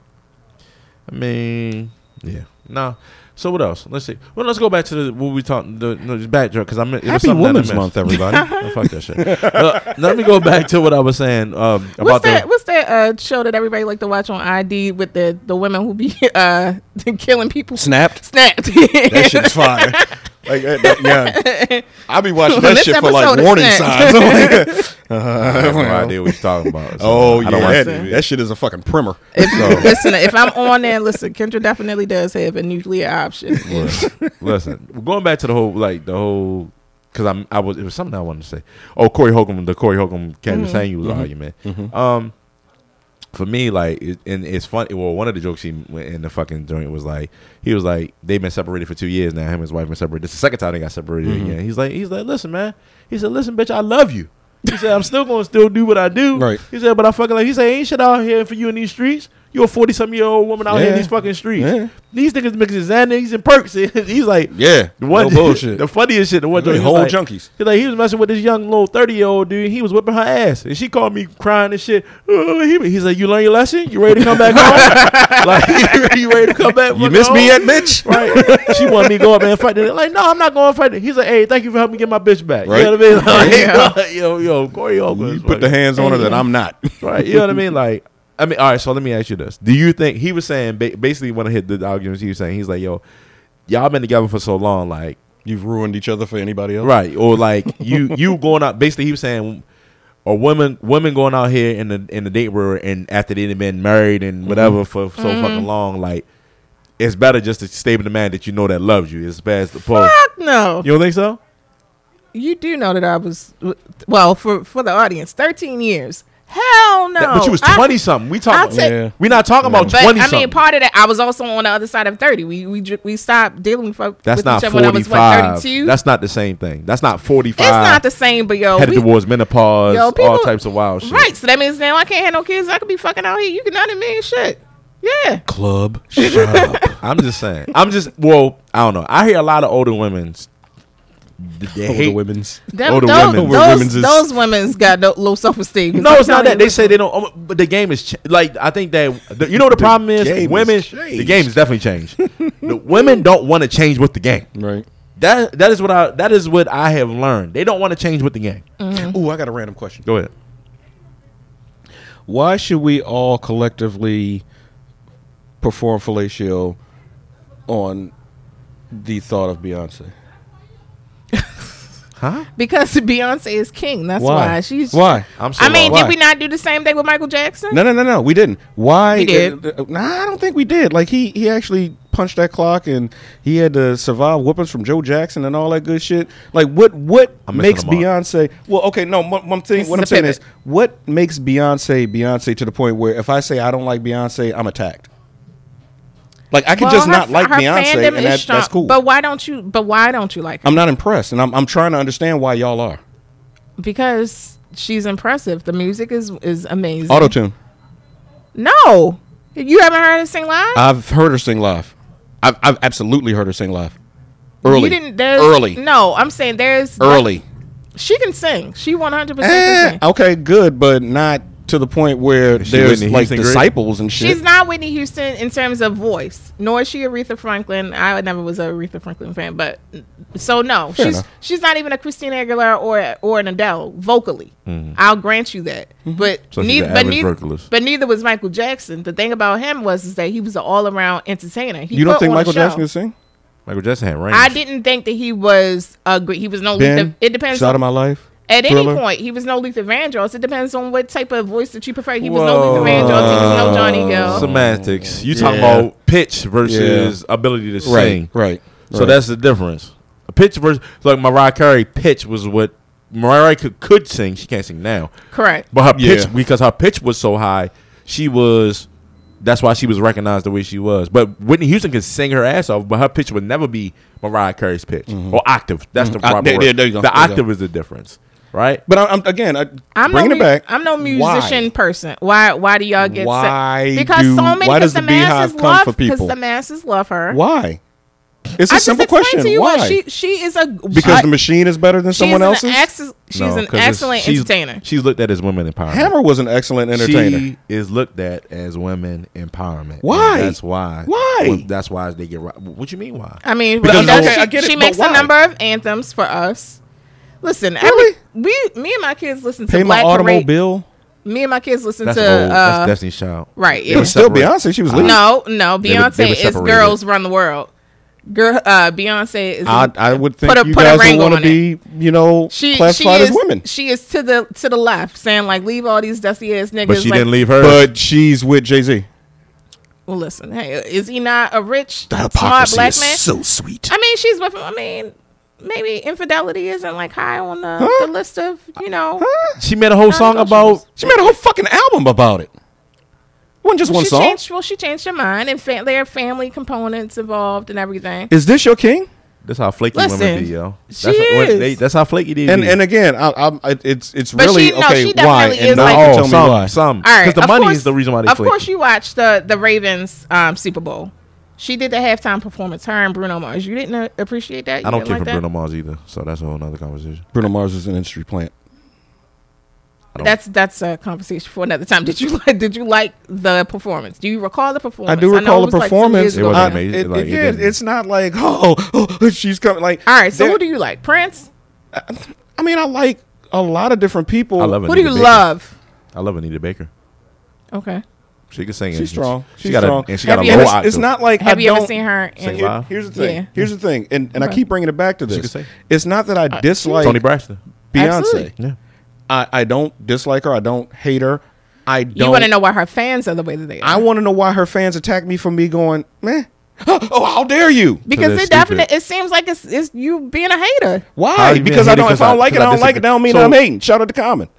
Speaker 5: I mean, yeah, nah. So what else? Let's see. Well, let's go back to the what we talked. The no, just backdrop because I'm
Speaker 3: Happy Women's Month, everybody.
Speaker 5: oh, fuck that shit. Uh, let me go back to what I was saying um, about
Speaker 6: What's that?
Speaker 5: the.
Speaker 6: what's that uh, show that everybody like to watch on ID with the the women who be uh killing people?
Speaker 3: Snapped.
Speaker 6: Snapped.
Speaker 3: That shit's fire. Like, uh, that- yeah, I be watching that
Speaker 6: Well, this
Speaker 3: shit for like
Speaker 6: episode is
Speaker 3: warning
Speaker 6: next.
Speaker 3: signs. I'm like,
Speaker 5: I have no idea what you're talking about. so
Speaker 3: oh
Speaker 5: I
Speaker 3: yeah,
Speaker 5: don't watch
Speaker 3: that,
Speaker 5: TV.
Speaker 3: that shit is a fucking primer.
Speaker 6: If, Listen, if I'm on there, listen, Kendra definitely does have a nuclear option.
Speaker 5: Listen, going back to the whole like the whole because I'm I was it was something I wanted to say. Oh, Corey Holcomb, the Corey Holcomb
Speaker 3: Mm-hmm.
Speaker 5: Candace Samuel argument. Um, for me, like, it, and it's funny. Well, one of the jokes he went in the fucking joint was like, he was like, they've been separated for two years now. Him and his wife been separated. This is the second time they got separated
Speaker 3: Mm-hmm.
Speaker 5: again. He's like, he's like, listen, man. He said, listen, bitch, I love you. He said, I'm still gonna still do what I do.
Speaker 3: Right.
Speaker 5: He said, but I fucking like. He said, ain't shit out here for you in these streets. You're a forty some year old woman out here in
Speaker 3: Yeah.
Speaker 5: these fucking streets.
Speaker 3: Yeah.
Speaker 5: These niggas mixing Xanax and perks. He's like,
Speaker 3: Yeah,
Speaker 5: the one,
Speaker 3: no bullshit.
Speaker 5: The funniest shit. The one
Speaker 3: They
Speaker 5: joint, he was
Speaker 3: whole
Speaker 5: like,
Speaker 3: junkies.
Speaker 5: He's like, he was messing with this young little thirty year old dude. He was whipping her ass, and she called me crying and shit. Uh, he- He's like, you learn your lesson. You ready to come back home? like, you ready to come back?
Speaker 3: You
Speaker 5: fucking
Speaker 3: miss me
Speaker 5: home?
Speaker 3: yet, bitch?
Speaker 5: Right. she wanted me to go up there and fight. They're like, no, I'm not going to fight. He's like, hey, thank you for helping me get my bitch back.
Speaker 3: Right.
Speaker 5: You know what I mean? Like, yo, yo, Corey Holcomb.
Speaker 3: You
Speaker 5: is
Speaker 3: put the
Speaker 5: fucking-
Speaker 3: hands on her that I'm not.
Speaker 5: Right. You know what I mean? Like, I mean, all right. So let me ask you this: Do you think he was saying ba- basically when I hit the arguments he was saying he's like, "Yo, y'all been together for so long, like,
Speaker 3: You've ruined each other for anybody else,
Speaker 5: right?" Or like you you going out. Basically, he was saying, or women women going out here in the in the date world and after they've been married and whatever for
Speaker 6: Mm-hmm.
Speaker 5: so fucking long, like, it's better just to stay with the man that you know that loves you. It's bad as the post.
Speaker 6: Fuck no.
Speaker 5: You don't think so?
Speaker 6: You do know that I was well for for the audience, 13 years. Hell no.
Speaker 5: That- but you was
Speaker 6: I-
Speaker 5: twenty something. We
Speaker 6: I'll
Speaker 5: talking.
Speaker 6: take-
Speaker 3: Yeah.
Speaker 5: We not talking about
Speaker 6: But
Speaker 5: twenty
Speaker 6: I
Speaker 5: something.
Speaker 6: mean, part of that, I was also on the other side of 30. We we ju- we stopped dealing with,
Speaker 5: That's
Speaker 6: with
Speaker 5: not
Speaker 6: each other when I was what
Speaker 5: 45.
Speaker 6: 32.
Speaker 5: That's not the same thing. That's not 45.
Speaker 6: it's not the same, but yo,
Speaker 5: headed
Speaker 6: we,
Speaker 5: towards menopause,
Speaker 6: Yo, people-
Speaker 5: all types of
Speaker 3: Oh,
Speaker 5: wild shit.
Speaker 6: Right. So that means now I can't have no kids. I could be fucking out here. You can not I mean? Shit. Yeah.
Speaker 7: Club Shop.
Speaker 5: I'm just saying. I'm just well, I don't know. I hear a lot of older women's they they
Speaker 3: Older
Speaker 5: hate
Speaker 3: women's.
Speaker 6: Them,
Speaker 5: Older
Speaker 6: those,
Speaker 5: women.
Speaker 6: Those,
Speaker 3: Older women's is-
Speaker 6: those women's got no, low self esteem.
Speaker 5: No, it's not that. They say they don't. oh, But the game is ch- like I think that the, you know the, problem
Speaker 3: game
Speaker 5: is
Speaker 3: has
Speaker 5: women. The
Speaker 3: changed.
Speaker 5: game is definitely changed. the women don't want to change with the game.
Speaker 3: right?
Speaker 5: That that is what I that is what I have learned. They don't want to change with the game.
Speaker 6: Mm. Mm-hmm.
Speaker 3: Ooh, I got a random question.
Speaker 5: Go ahead.
Speaker 3: Why should we all collectively perform fellatio on the thought of Beyonce?
Speaker 5: Huh?
Speaker 6: because Beyonce is king. That's why, she's.
Speaker 3: why?
Speaker 5: I'm so
Speaker 6: I mean,
Speaker 5: lost.
Speaker 3: Why?
Speaker 6: did we not do the same thing with Michael Jackson?
Speaker 3: No, no, no, no. We didn't. Why?
Speaker 6: We did.
Speaker 3: uh, uh, nah, I don't think we did. Like he, he actually punched that clock, and he had to survive whoopings from Joe Jackson and all that good shit. Like what? What
Speaker 5: I'm missing
Speaker 3: makes
Speaker 5: the mark.
Speaker 3: Beyonce? Well, okay, no. One, one thing.
Speaker 6: This
Speaker 3: what
Speaker 6: is
Speaker 3: I'm
Speaker 6: a
Speaker 3: saying
Speaker 6: pivot.
Speaker 3: is, what makes Beyonce Beyonce to the point where if I say I don't like Beyonce, I'm attacked. Like I can
Speaker 6: Well,
Speaker 3: just
Speaker 6: her-
Speaker 3: not like
Speaker 6: her fandom
Speaker 3: Beyonce, and
Speaker 6: is
Speaker 3: that,
Speaker 6: strong,
Speaker 3: that's cool.
Speaker 6: But why don't you? But why don't you like her?
Speaker 3: I'm not impressed, and I'm I'm trying to understand why y'all are.
Speaker 6: Because she's impressive. The music is is amazing.
Speaker 3: Auto tune.
Speaker 6: no, you haven't heard her sing live.
Speaker 3: I've heard her sing live. I've, I've absolutely heard her sing live. Early.
Speaker 6: You didn't. There's,
Speaker 3: Early.
Speaker 6: No, I'm saying there's
Speaker 3: Early.
Speaker 6: She can sing. She 100 percent
Speaker 3: Eh,
Speaker 6: can sing.
Speaker 3: okay, good, but not to the point where
Speaker 1: Is she
Speaker 3: there's
Speaker 1: Whitney
Speaker 3: like
Speaker 1: Houston great?
Speaker 3: disciples and shit.
Speaker 6: She's not Whitney Houston in terms of voice, nor is she Aretha Franklin. I never was a Aretha Franklin fan, but so no, she's
Speaker 3: enough.
Speaker 6: she's not even a Christina Aguilera or or an Adele vocally.
Speaker 3: Mm-hmm.
Speaker 6: I'll grant you that, but
Speaker 1: So she's
Speaker 6: neither
Speaker 1: an
Speaker 6: but
Speaker 1: average
Speaker 6: neither
Speaker 1: vocalist.
Speaker 6: but neither was Michael Jackson. The thing about him was is that he was an all around entertainer. He
Speaker 3: you don't
Speaker 6: put
Speaker 3: think
Speaker 6: on a
Speaker 3: Michael
Speaker 6: show.
Speaker 3: Jackson can sing?
Speaker 1: Michael Jackson had range.
Speaker 6: I didn't think that he was a great. He was no. Luther,
Speaker 3: Ben,
Speaker 6: it depends.
Speaker 3: Shot of my life.
Speaker 6: At
Speaker 3: Thriller?
Speaker 6: any point, he was no Luther Vandross. It depends on what type of voice that you prefer. He was no Luther Vandross. He was no Johnny Gill.
Speaker 5: Semantics.
Speaker 1: You talking
Speaker 3: Yeah.
Speaker 1: about pitch versus ability to sing.
Speaker 3: right.
Speaker 5: So that's the difference. A pitch versus like Mariah Carey pitch was what Mariah could, could sing. She can't sing now,
Speaker 6: Correct.
Speaker 5: but her
Speaker 3: Yeah.
Speaker 5: pitch because her pitch was so high, she was. That's why she was recognized the way she was. But Whitney Houston could sing her ass off, but her pitch would never be Mariah Carey's pitch or octave. That's the
Speaker 3: Oc-
Speaker 5: proper
Speaker 3: Mm-hmm. Uh, there-
Speaker 5: word.
Speaker 3: there- there you go,
Speaker 5: The
Speaker 3: there you go.
Speaker 5: octave is the difference, right?
Speaker 3: But I'm, I'm again. I,
Speaker 6: I'm
Speaker 3: bringing
Speaker 6: no
Speaker 3: it
Speaker 6: mu-
Speaker 3: back.
Speaker 6: I'm no
Speaker 3: Why?
Speaker 6: musician person. Why? Why do y'all get?
Speaker 3: Why
Speaker 6: sick? Because
Speaker 3: do-
Speaker 6: so many.
Speaker 3: why does
Speaker 6: Because the,
Speaker 3: the Beehive
Speaker 6: masses
Speaker 3: come
Speaker 6: love.
Speaker 3: for people?
Speaker 6: Because the masses love her.
Speaker 3: Why? It's a
Speaker 6: I just
Speaker 3: simple
Speaker 6: explained
Speaker 3: question.
Speaker 6: To you
Speaker 3: Why?
Speaker 6: She she is a
Speaker 3: because
Speaker 6: I-
Speaker 3: the machine is better than
Speaker 6: she's
Speaker 3: someone
Speaker 6: an
Speaker 3: else's.
Speaker 6: ex- she's
Speaker 5: No,
Speaker 6: an
Speaker 5: 'cause it's-
Speaker 6: excellent
Speaker 5: she's-
Speaker 6: entertainer.
Speaker 5: She's looked at as women empowerment.
Speaker 3: Hammer was an excellent entertainer.
Speaker 5: She is looked at as women empowerment.
Speaker 3: Why?
Speaker 5: And that's why.
Speaker 3: Why?
Speaker 5: well, that's why they get. ro- What you mean? Why?
Speaker 6: I mean,
Speaker 3: Because
Speaker 6: you know,
Speaker 3: okay,
Speaker 6: she,
Speaker 3: I get it,
Speaker 6: she
Speaker 3: but
Speaker 6: makes
Speaker 3: why?
Speaker 6: a number of anthems for us. Listen,
Speaker 3: Really?
Speaker 6: every, we, me and my kids listen to
Speaker 3: Pay my
Speaker 6: Black Parade.
Speaker 3: automobile.
Speaker 6: Me and my kids listen
Speaker 5: That's
Speaker 6: to
Speaker 5: old.
Speaker 6: uh,
Speaker 5: that's Destiny's Child.
Speaker 6: right.
Speaker 5: They
Speaker 6: Yeah.
Speaker 5: were
Speaker 3: Still
Speaker 5: separate.
Speaker 3: Beyonce. She was leading.
Speaker 6: No, no.
Speaker 5: They were-
Speaker 6: Beyonce
Speaker 5: they were
Speaker 6: is
Speaker 5: separated.
Speaker 6: girls run the world. Girl, uh, Beyonce is.
Speaker 3: I, I would think
Speaker 6: Put a-
Speaker 3: you
Speaker 6: put a
Speaker 3: guys would
Speaker 6: ring
Speaker 3: want to
Speaker 6: on
Speaker 3: be, you know,
Speaker 6: she
Speaker 3: classified
Speaker 6: she is
Speaker 3: as women.
Speaker 6: She is to the to the left, saying like, leave all these dusty ass niggas.
Speaker 5: But she
Speaker 6: like,
Speaker 5: didn't leave her.
Speaker 3: But she's with Jay Z.
Speaker 6: Well, listen, hey, is he not a rich,
Speaker 7: The
Speaker 6: smart
Speaker 7: hypocrisy
Speaker 6: black
Speaker 7: is
Speaker 6: man?
Speaker 7: so sweet.
Speaker 6: I mean, she's with. I mean, maybe infidelity isn't like high on the, the list of you know.
Speaker 5: she made a whole
Speaker 6: I
Speaker 5: song
Speaker 6: thought she
Speaker 5: about.
Speaker 6: was-
Speaker 3: She made a whole fucking album about it. Wasn't just one
Speaker 6: she
Speaker 3: song.
Speaker 6: Changed, well, she changed her mind, and fa- there are family components involved and everything.
Speaker 3: Is this your king?
Speaker 5: That's how flaky
Speaker 6: Listen,
Speaker 5: women be, yo. That's,
Speaker 6: she
Speaker 5: how- when
Speaker 6: is.
Speaker 5: They, that's how flaky they
Speaker 3: And
Speaker 5: be.
Speaker 3: and again, I, I'm, I, it's it's
Speaker 6: But
Speaker 3: really
Speaker 6: she- no,
Speaker 3: okay.
Speaker 6: she
Speaker 3: why
Speaker 6: definitely
Speaker 3: and
Speaker 6: is
Speaker 3: now
Speaker 6: like-
Speaker 3: you can
Speaker 5: oh,
Speaker 3: tell me
Speaker 5: some,
Speaker 3: why.
Speaker 5: some,
Speaker 6: All right,
Speaker 5: because the
Speaker 6: of
Speaker 5: money
Speaker 6: course-
Speaker 5: is the reason why they
Speaker 6: Of
Speaker 5: flaky.
Speaker 6: course, you watched the the Ravens um, Super Bowl. She did the halftime performance. Her and Bruno Mars. You didn't uh, appreciate that. You
Speaker 5: I don't
Speaker 6: didn't
Speaker 5: care
Speaker 6: like
Speaker 5: for
Speaker 6: that?
Speaker 5: Bruno Mars either, so that's a whole other conversation.
Speaker 3: Bruno Mars is an industry plant.
Speaker 6: That's that's a conversation for another time. Did you like? Did you like the performance? Do you recall the performance?
Speaker 3: I do
Speaker 6: know
Speaker 3: recall
Speaker 6: it was
Speaker 3: the
Speaker 6: like two
Speaker 3: performance.
Speaker 6: years ago. Uh,
Speaker 5: It
Speaker 3: I-
Speaker 5: wasn't amazing.
Speaker 3: it-
Speaker 5: Like,
Speaker 3: it-
Speaker 5: it
Speaker 3: yeah,
Speaker 5: didn't-
Speaker 3: it's not like oh, oh, she's coming. Like
Speaker 6: All right. So
Speaker 3: there-
Speaker 6: who do you like? Prince.
Speaker 3: I mean, I like a lot of different people.
Speaker 5: I love Anita
Speaker 6: Who do you
Speaker 5: Baker.
Speaker 6: love?
Speaker 5: I love Anita Baker.
Speaker 6: Okay.
Speaker 5: She can sing.
Speaker 3: She's
Speaker 5: and
Speaker 3: strong.
Speaker 5: She,
Speaker 3: She's
Speaker 5: got
Speaker 3: strong.
Speaker 5: a and she
Speaker 6: Have
Speaker 5: got
Speaker 6: you
Speaker 5: a
Speaker 6: ever-
Speaker 5: low
Speaker 3: It's,
Speaker 5: octave.
Speaker 3: it's not like
Speaker 6: Have
Speaker 3: I
Speaker 6: you ever
Speaker 3: don't-
Speaker 6: seen her?
Speaker 5: Sing
Speaker 6: In,
Speaker 5: live.
Speaker 3: Here- here's the thing.
Speaker 6: Yeah.
Speaker 3: Here's the thing, and, and I
Speaker 6: Okay.
Speaker 3: keep bringing it back to
Speaker 5: could
Speaker 3: this.
Speaker 5: sing.
Speaker 3: It's not that I dislike
Speaker 5: Tony Braxton.
Speaker 3: Beyonce.
Speaker 6: Uh, Absolutely.
Speaker 5: Yeah.
Speaker 3: I, I don't dislike her. I don't hate her. I don't.
Speaker 6: you want to know why her fans are the way that they are?
Speaker 3: I want to know why her fans attack me for me going, man. Oh, how dare you?
Speaker 6: because
Speaker 5: they're
Speaker 6: it
Speaker 5: stupid.
Speaker 6: definitely it seems like it's, it's you being a hater.
Speaker 5: How
Speaker 3: Why?
Speaker 5: you being
Speaker 3: Because I
Speaker 5: hated
Speaker 3: don't. If
Speaker 5: 'cause
Speaker 3: I
Speaker 5: I-
Speaker 3: don't like it, I
Speaker 5: 'cause I
Speaker 3: don't like it. That don't mean
Speaker 5: disagree.
Speaker 3: that I'm
Speaker 5: So-
Speaker 3: hating. Shout out to Common.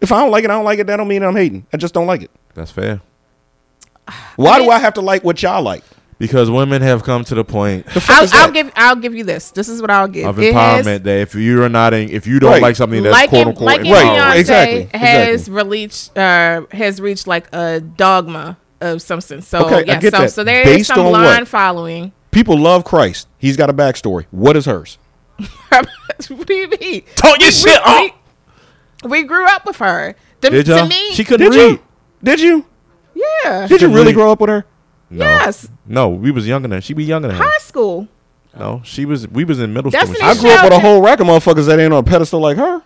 Speaker 3: If I don't like it, I don't like it. That don't mean I'm hating. I just don't like it.
Speaker 5: That's fair.
Speaker 3: Why do I have to like what y'all like?
Speaker 5: Because women have come to the point
Speaker 6: I'll,
Speaker 3: is
Speaker 6: I'll
Speaker 3: that?
Speaker 6: give I'll give you this. This is what I'll give.
Speaker 5: of
Speaker 6: It has-
Speaker 5: empowerment that if you are not in, if you don't
Speaker 3: Right.
Speaker 5: like something that's
Speaker 6: like
Speaker 5: quote
Speaker 6: in,
Speaker 5: unquote
Speaker 6: like in
Speaker 5: empowering,
Speaker 3: Right,
Speaker 6: Beyonce
Speaker 3: exactly,
Speaker 6: has
Speaker 3: exactly.
Speaker 6: reached uh, has reached like a dogma of something. So
Speaker 3: Okay, I
Speaker 6: yeah,
Speaker 3: get
Speaker 6: so
Speaker 3: that.
Speaker 6: so there is
Speaker 3: Based
Speaker 6: some
Speaker 3: on what?
Speaker 6: line following.
Speaker 3: People love Christ. He's got a backstory. What is hers?
Speaker 6: what do you mean?
Speaker 5: Talk your shit up.
Speaker 6: We, we grew up with her. The,
Speaker 5: Did
Speaker 6: to
Speaker 5: y'all?
Speaker 6: me,
Speaker 5: She couldn't
Speaker 3: Did
Speaker 5: read.
Speaker 3: you? Did you?
Speaker 6: yeah,
Speaker 3: Did you
Speaker 5: Couldn't
Speaker 3: really
Speaker 5: read.
Speaker 3: grow up with her?
Speaker 5: No.
Speaker 6: Yes.
Speaker 5: No, we was younger than her. She be younger than her.
Speaker 6: high school.
Speaker 5: No, she was. We was in middle
Speaker 6: Destiny
Speaker 5: school.
Speaker 3: I
Speaker 5: when she-
Speaker 3: grew up with a
Speaker 6: Shout-
Speaker 3: whole rack of motherfuckers that ain't on a pedestal like her.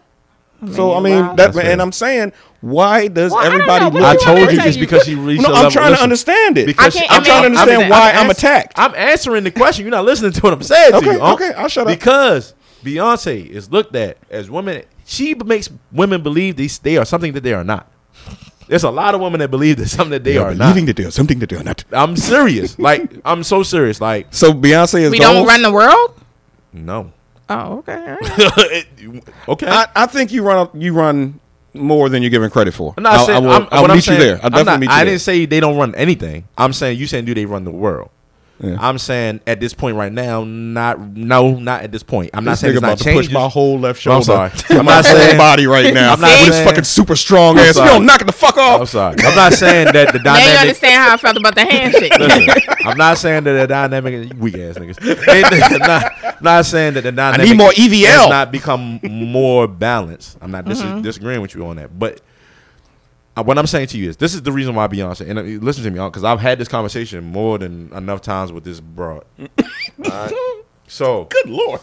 Speaker 3: So I
Speaker 6: Man,
Speaker 3: mean,
Speaker 6: wow.
Speaker 3: that,
Speaker 5: That's fair.
Speaker 3: and I'm saying, why does
Speaker 6: Well, I don't
Speaker 3: everybody?
Speaker 6: know. What
Speaker 3: look
Speaker 6: do
Speaker 5: I
Speaker 3: at
Speaker 6: you want me
Speaker 5: told
Speaker 6: to
Speaker 5: you
Speaker 6: tell
Speaker 5: just
Speaker 6: you?
Speaker 5: because she reached
Speaker 3: No,
Speaker 5: a
Speaker 3: I'm
Speaker 5: level-
Speaker 3: trying to
Speaker 5: listen,
Speaker 3: understand it.
Speaker 5: Because
Speaker 6: I can't-
Speaker 5: I'm
Speaker 6: I
Speaker 5: trying to
Speaker 6: mean, I'm
Speaker 5: understand
Speaker 6: saying-
Speaker 5: why
Speaker 3: I'm
Speaker 5: I'm attacked.
Speaker 3: attacked.
Speaker 5: I'm answering the question. You're not listening to what I'm saying
Speaker 3: Okay,
Speaker 5: to you. huh?
Speaker 3: okay, I'll shut up.
Speaker 5: Because Beyonce is looked at as women. She b- makes women believe they they are something that they are not. There's a lot of women that believe that something that they are not.
Speaker 3: that they are something that they are not.
Speaker 5: I'm serious. like I'm so serious. Like
Speaker 3: So Beyonce is
Speaker 6: We
Speaker 3: the
Speaker 6: don't
Speaker 3: host?
Speaker 6: run the world.
Speaker 5: no.
Speaker 6: Oh, okay. all right.
Speaker 5: It- okay.
Speaker 3: I, I think you run you run more than you're given credit for.
Speaker 5: I'm not
Speaker 3: I'll-
Speaker 5: saying.
Speaker 3: I will,
Speaker 5: I'm,
Speaker 3: I'll
Speaker 5: what
Speaker 3: meet
Speaker 5: I'm
Speaker 3: you
Speaker 5: saying-
Speaker 3: there. I'll
Speaker 5: I'm
Speaker 3: definitely
Speaker 5: not-
Speaker 3: meet you
Speaker 5: I
Speaker 3: there.
Speaker 5: didn't say they don't run anything. I'm saying you saying do they run the world?
Speaker 3: Yeah.
Speaker 5: I'm saying at this point right now, not no, not at this point. I'm not
Speaker 3: This
Speaker 5: saying
Speaker 3: nigga
Speaker 5: it's
Speaker 3: about
Speaker 5: not
Speaker 3: to push
Speaker 5: changing.
Speaker 3: my whole left shoulder.
Speaker 5: I'm sorry.
Speaker 3: I'm not saying body right now.
Speaker 5: I'm not
Speaker 3: with his
Speaker 5: saying-
Speaker 3: fucking super strong
Speaker 5: I'm
Speaker 3: ass. You
Speaker 5: sorry.
Speaker 3: don't knock it the fuck off.
Speaker 5: I'm sorry. I'm not saying that the
Speaker 6: Now you
Speaker 5: dynamic.
Speaker 6: understand how I felt about the handshake.
Speaker 5: Listen, I'm not saying that the dynamic you weak ass niggas. not, not saying that the dynamic
Speaker 3: need more E
Speaker 5: has
Speaker 3: EVL.
Speaker 5: not become more balanced. I'm not dis- disagreeing with you on that, but uh, what I'm saying to you is this is the reason why Beyonce and uh, listen to me because I've had this conversation more than enough times with this broad. Alright? So
Speaker 8: Good lord.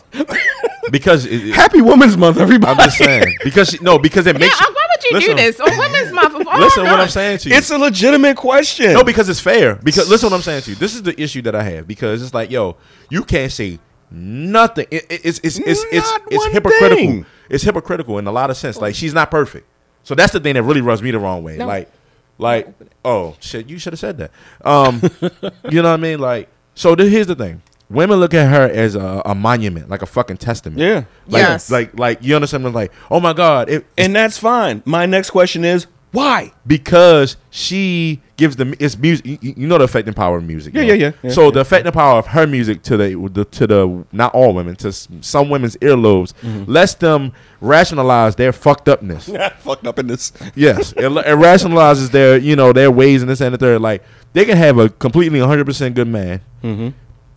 Speaker 5: because it, it-
Speaker 3: Happy Women's Month, everybody.
Speaker 5: I'm just saying because she, no because it
Speaker 6: Yeah,
Speaker 5: makes
Speaker 6: uh, why would you
Speaker 5: listen,
Speaker 6: do this Oh, on Women's Month? Of all
Speaker 5: Listen to what I'm
Speaker 6: months?
Speaker 5: saying to you.
Speaker 3: It's a legitimate question.
Speaker 5: No, because it's fair. Because listen, what I'm saying to you. This is the issue that I have because it's like, yo, you can't say nothing. It, it- it's it's it's it's,
Speaker 3: Not
Speaker 5: it's
Speaker 3: one
Speaker 5: hypocritical.
Speaker 3: thing.
Speaker 5: It's hypocritical in a lot of sense. Like she's not perfect. So that's the thing that really rubs me the wrong way.
Speaker 6: No.
Speaker 5: Like, like, oh shit, you should have said that. Um, you know what I mean? Like, so th- here's the thing. Women look at her as a, a monument, like a fucking testament.
Speaker 3: Yeah.
Speaker 5: Like,
Speaker 6: Yes.
Speaker 5: Like, like you understand? what I'm Like, oh my god, it,
Speaker 3: and that's fine. My next question is why?
Speaker 5: because she gives the it's music. You, you know the affecting power of music.
Speaker 3: Yeah,
Speaker 5: you know?
Speaker 3: yeah, yeah, yeah,
Speaker 5: so the affecting power of her music to the, the to the not all women to s- some women's earlobes
Speaker 3: Mm-hmm.
Speaker 5: lets them rationalize their fucked upness.
Speaker 3: Fucked up in this.
Speaker 5: yes, it, l- it rationalizes their you know their ways and this and the third. Like they can have a completely 100 percent good man.
Speaker 3: Mm-hmm.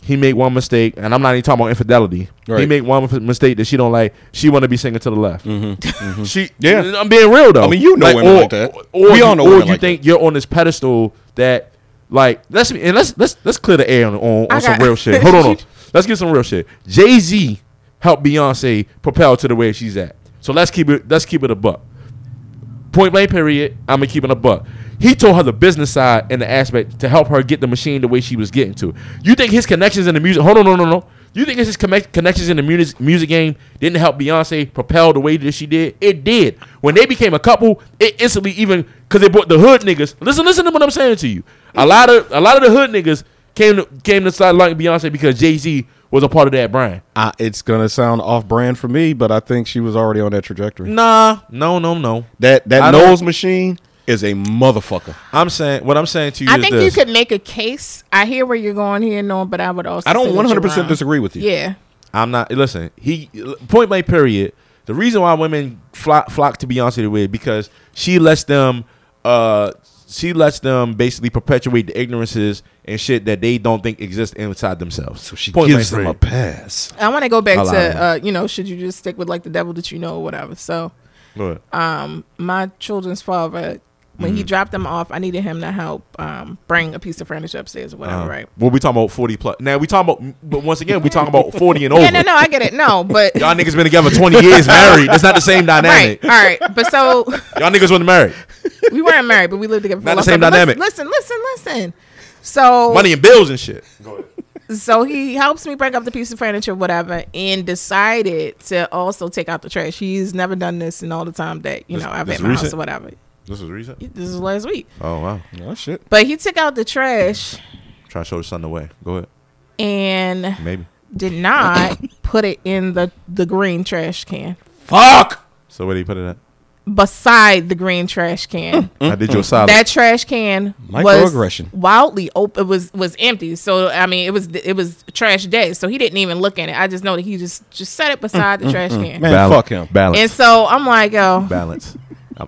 Speaker 5: He make one mistake, and I'm not even talking about infidelity. He
Speaker 3: Right.
Speaker 5: make one f- mistake that she don't like. She want to be singing to the left. She,
Speaker 3: Mm-hmm. Yeah.
Speaker 5: I'm being real though.
Speaker 3: I mean, you know women
Speaker 5: or,
Speaker 3: like that.
Speaker 5: Or,
Speaker 3: We
Speaker 5: you,
Speaker 3: all know
Speaker 5: or
Speaker 3: women
Speaker 5: you
Speaker 3: like
Speaker 5: think you're on this pedestal that, like, let's be- and let's let's let's clear the air on on,
Speaker 6: I
Speaker 5: on some
Speaker 6: got-
Speaker 5: real shit. Hold on, hold on. let's get some real shit. Jay Z helped Beyonce propel to the way she's at. So let's keep it let's keep it a buck. Point blank, period. I'm gonna keep it a buck. He told her the business side and the aspect to help her get the machine the way she was getting to. You think his connections in the music? Hold on, no, no, no. You think his connect, connections in the music music game didn't help Beyonce propel the way that she did? It did. When they became a couple, it instantly even because they brought the hood niggas. Listen, listen to what I'm saying to you. A lot of a lot of the hood niggas came to, came to side like Beyonce because Jay Z was a part of that brand.
Speaker 3: I, it's gonna sound off brand for me, but I think she was already on that trajectory.
Speaker 5: Nah, no, no, no.
Speaker 3: That that
Speaker 5: I don't-
Speaker 3: nose machine is a motherfucker.
Speaker 5: I'm saying what I'm saying to you.
Speaker 6: I
Speaker 5: is
Speaker 6: think
Speaker 5: this.
Speaker 6: you could make a case. I hear where you're going here, no, but I would also.
Speaker 3: I don't
Speaker 6: say that
Speaker 3: 100%
Speaker 6: you're wrong.
Speaker 3: disagree with you.
Speaker 6: Yeah,
Speaker 5: I'm not. Listen, he point blank period. The reason why women flock flock to Beyonce the way because she lets them, uh, she lets them basically perpetuate the ignorances and shit that they don't think exist inside themselves. So
Speaker 9: She gives them a pass.
Speaker 6: I want to go back
Speaker 5: I'll allow
Speaker 6: to uh, you know, should you just stick with like the devil that you know or whatever? So, my children's father, when
Speaker 5: Mm-hmm.
Speaker 6: he dropped them off, I needed him to help um, bring a piece of furniture upstairs or whatever, right?
Speaker 5: Uh-huh. Well, we talking about forty plus. Now we talking about, but once again, we talking about forty and over.
Speaker 6: Yeah, no, no, I get it. No, but
Speaker 5: Y'all niggas been together twenty years, married. That's not the same
Speaker 6: right,
Speaker 5: dynamic.
Speaker 6: all right. But so
Speaker 5: Y'all niggas wasn't married.
Speaker 6: we weren't married, but we lived together. For
Speaker 5: Not
Speaker 6: a
Speaker 5: the
Speaker 6: long
Speaker 5: same
Speaker 6: time. But
Speaker 5: dynamic.
Speaker 6: Listen, listen, listen, listen. So
Speaker 5: Money and bills and shit.
Speaker 6: so he helps me break up the piece of furniture, whatever, and decided to also take out the trash. He's never done this in all the time that you
Speaker 5: This-
Speaker 6: know I've
Speaker 5: this
Speaker 6: had my house
Speaker 5: recent?
Speaker 6: or whatever.
Speaker 5: This was recent.
Speaker 6: This is last week,
Speaker 5: Oh wow.
Speaker 3: Oh shit.
Speaker 6: but he took out the trash
Speaker 5: Trying to show the son the way. Go ahead.
Speaker 6: and
Speaker 5: Maybe.
Speaker 6: did not put it in the the green trash can
Speaker 3: Fuck.
Speaker 5: So where did he put it at?
Speaker 6: beside the green trash can.
Speaker 5: I did your side.
Speaker 6: that trash can was
Speaker 3: Microaggression.
Speaker 6: wildly open. It was was empty. So I mean, it was it was trash day. So he didn't even look at it. I just know that he just just set it beside
Speaker 3: Mm,
Speaker 6: the trash can.
Speaker 3: Man, fuck him.
Speaker 5: Balance.
Speaker 6: And so I'm like, yo,
Speaker 5: balance.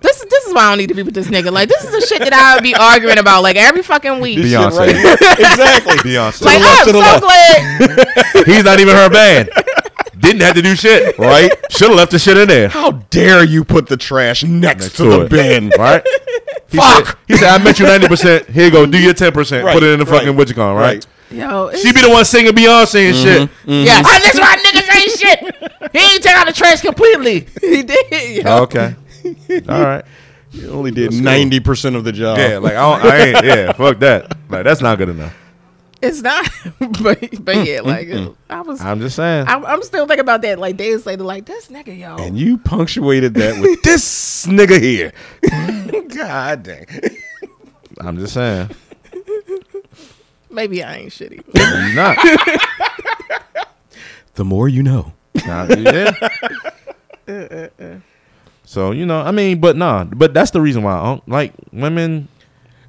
Speaker 6: this this is why I don't need to be with this nigga. Like this is the shit that I would be arguing about like every fucking week.
Speaker 5: Beyonce.
Speaker 3: exactly.
Speaker 5: Beyonce.
Speaker 6: like
Speaker 3: left,
Speaker 6: I'm
Speaker 3: to the
Speaker 6: so
Speaker 3: left.
Speaker 6: glad.
Speaker 5: He's not even her band. Didn't have to do shit. Right? Should have left the shit in there.
Speaker 3: How dare you put the trash next, to,
Speaker 5: to
Speaker 3: the
Speaker 5: it.
Speaker 3: bin?
Speaker 5: Right? He Fuck. Said, he said, I met you 90%. Here you go. Do your 10%.
Speaker 3: Right,
Speaker 5: Put it in the
Speaker 3: right,
Speaker 5: fucking what you call it, right?
Speaker 3: right. Mm-hmm,
Speaker 6: Yo, it's-
Speaker 5: She be the one singing Beyonce and shit.
Speaker 3: Mm.
Speaker 6: yeah. Oh, this is why niggas ain't shit. He ain't take out the trash completely. he did. Yo.
Speaker 5: Okay. All right.
Speaker 3: mm-hmm. You only did
Speaker 5: Let's go.
Speaker 3: ninety percent of the job.
Speaker 5: Yeah, like I, don't, I ain't. Yeah, fuck that. Like that's not good enough.
Speaker 6: It's not, but
Speaker 3: Mm,
Speaker 6: but yeah, like I was.
Speaker 5: I'm just saying.
Speaker 6: I'm, I'm still thinking about that. Like days later, like this nigga, yo.
Speaker 3: and you punctuated that with this nigga here. God dang.
Speaker 5: I'm just saying.
Speaker 6: Maybe I ain't shitty.
Speaker 5: You not.
Speaker 9: The more you know.
Speaker 5: Nah, yeah. So you know, I mean, but nah, but that's the reason why. um, Like women,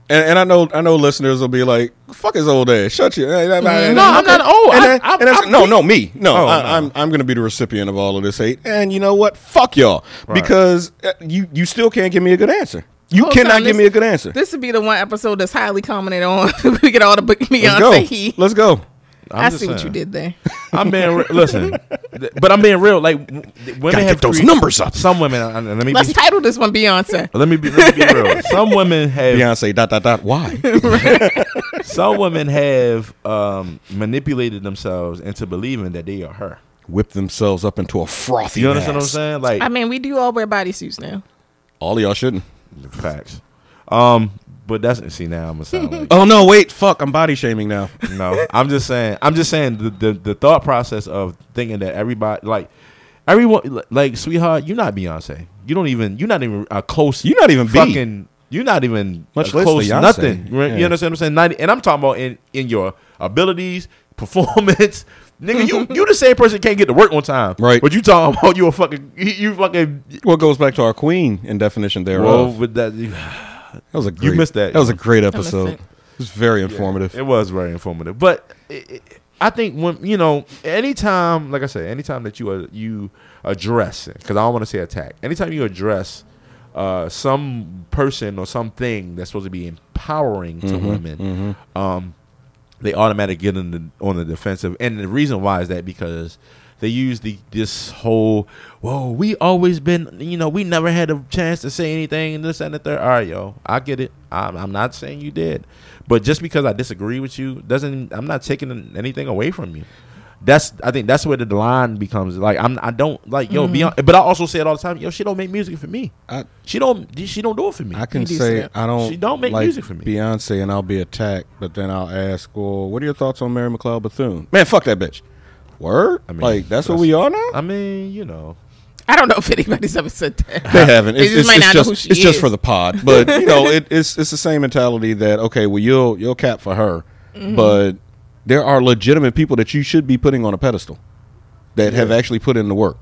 Speaker 3: And, and I know, I know, listeners will be like, "Fuck his old ass, shut eh, you." No, I'm
Speaker 5: I'm not old.
Speaker 3: And
Speaker 5: I-
Speaker 3: that-
Speaker 5: I-
Speaker 3: and that's-
Speaker 5: I'm
Speaker 3: no, no, me, no.
Speaker 5: Oh,
Speaker 3: I,
Speaker 5: no.
Speaker 3: I'm I'm going to be the recipient of all of this hate. And you know what? Fuck y'all, because uh, you you still can't give me a good answer. You
Speaker 5: Oh,
Speaker 6: Whole
Speaker 3: cannot
Speaker 6: time
Speaker 3: give
Speaker 6: this-
Speaker 3: me a good answer.
Speaker 6: This would be the one episode that's highly commented on. we get all the Beyonce
Speaker 3: Let's go.
Speaker 6: heat.
Speaker 3: Let's go.
Speaker 5: I'm
Speaker 6: I
Speaker 5: just
Speaker 6: see what you
Speaker 5: saying.
Speaker 6: did there.
Speaker 5: I'm being re- listen. Th- but I'm being real. Like w- th- women
Speaker 10: Gotta
Speaker 5: have
Speaker 10: get those
Speaker 5: crea-
Speaker 10: numbers up.
Speaker 5: Some women. uh, uh, let me
Speaker 6: Let's
Speaker 5: be,
Speaker 6: title this one Beyonce.
Speaker 5: let me be let me be real. Some women have
Speaker 3: Beyonce dot dot dot. Why?
Speaker 5: some women have um, manipulated themselves into believing that they are her.
Speaker 3: Whip themselves up into a frothy.
Speaker 5: You understand what I'm
Speaker 3: mass.
Speaker 5: saying? Like
Speaker 6: I mean, we do all wear bodysuits now.
Speaker 3: All of y'all shouldn't.
Speaker 5: facts. Um, but that's see now I'm gonna sound like
Speaker 3: Oh no! Wait, fuck! I'm body shaming now.
Speaker 5: no. I'm just saying. I'm just saying the, the the thought process of thinking that everybody like everyone like sweetheart, you're not Beyonce. You don't even. You're not even a close.
Speaker 3: You're not even B.
Speaker 5: fucking. You're not even
Speaker 3: Much
Speaker 5: a
Speaker 3: less
Speaker 5: close.
Speaker 3: Beyonce.
Speaker 5: Nothing. You re- You
Speaker 3: Yeah.
Speaker 5: understand what I'm saying? Not, and I'm talking about in in your abilities, performance. Nigga, you you the same person that can't get to work on time,
Speaker 3: Right.
Speaker 5: But you talking about you a fucking you- you fucking
Speaker 3: What goes back to our queen in definition
Speaker 5: well
Speaker 3: thereof?
Speaker 5: with that.
Speaker 3: that was a great,
Speaker 5: missed that.
Speaker 3: That was a great
Speaker 6: missed
Speaker 3: episode.
Speaker 6: it.
Speaker 3: It was very informative.
Speaker 5: It was very informative, but it, it, I think when you know, anytime, like I said, anytime that you uh, you address, because I don't want to say attack. Anytime you address uh, some person or something that's supposed to be empowering to women, um, they automatically get in the, on the defensive, and the reason why is that because. They use the this whole whoa we always been you know we never had a chance to say anything and this and the third all right yo I get it I'm, I'm not saying you did but just because I disagree with you doesn't I'm not taking anything away from you that's I think that's where the line becomes like I'm I don't like
Speaker 3: Mm-hmm.
Speaker 5: yo beyond but I also say it all the time yo she don't make music for me
Speaker 3: I,
Speaker 5: she don't she don't do it for me
Speaker 3: I can
Speaker 6: do
Speaker 3: say
Speaker 6: say-
Speaker 3: I don't.
Speaker 5: She don't make
Speaker 3: like
Speaker 5: music for me.
Speaker 3: Beyonce, and I'll be attacked. But then I'll ask, "Well, what are your thoughts on Mary McLeod Bethune?" Man, fuck that bitch. Word.
Speaker 5: mean,
Speaker 3: like that's, what
Speaker 5: that's-
Speaker 3: we are now.
Speaker 5: I mean you know
Speaker 6: I don't know if anybody's ever said that.
Speaker 3: They haven't.
Speaker 6: They
Speaker 3: It's,
Speaker 6: just
Speaker 3: it's,
Speaker 6: might
Speaker 3: it's
Speaker 6: not know
Speaker 3: just
Speaker 6: who she
Speaker 3: it's just
Speaker 6: is.
Speaker 3: for the pod, but you know, it, it's it's the same mentality that okay, well you'll you'll cap for her,
Speaker 6: Mm-hmm.
Speaker 3: but there are legitimate people that you should be putting on a pedestal that have actually put in the work.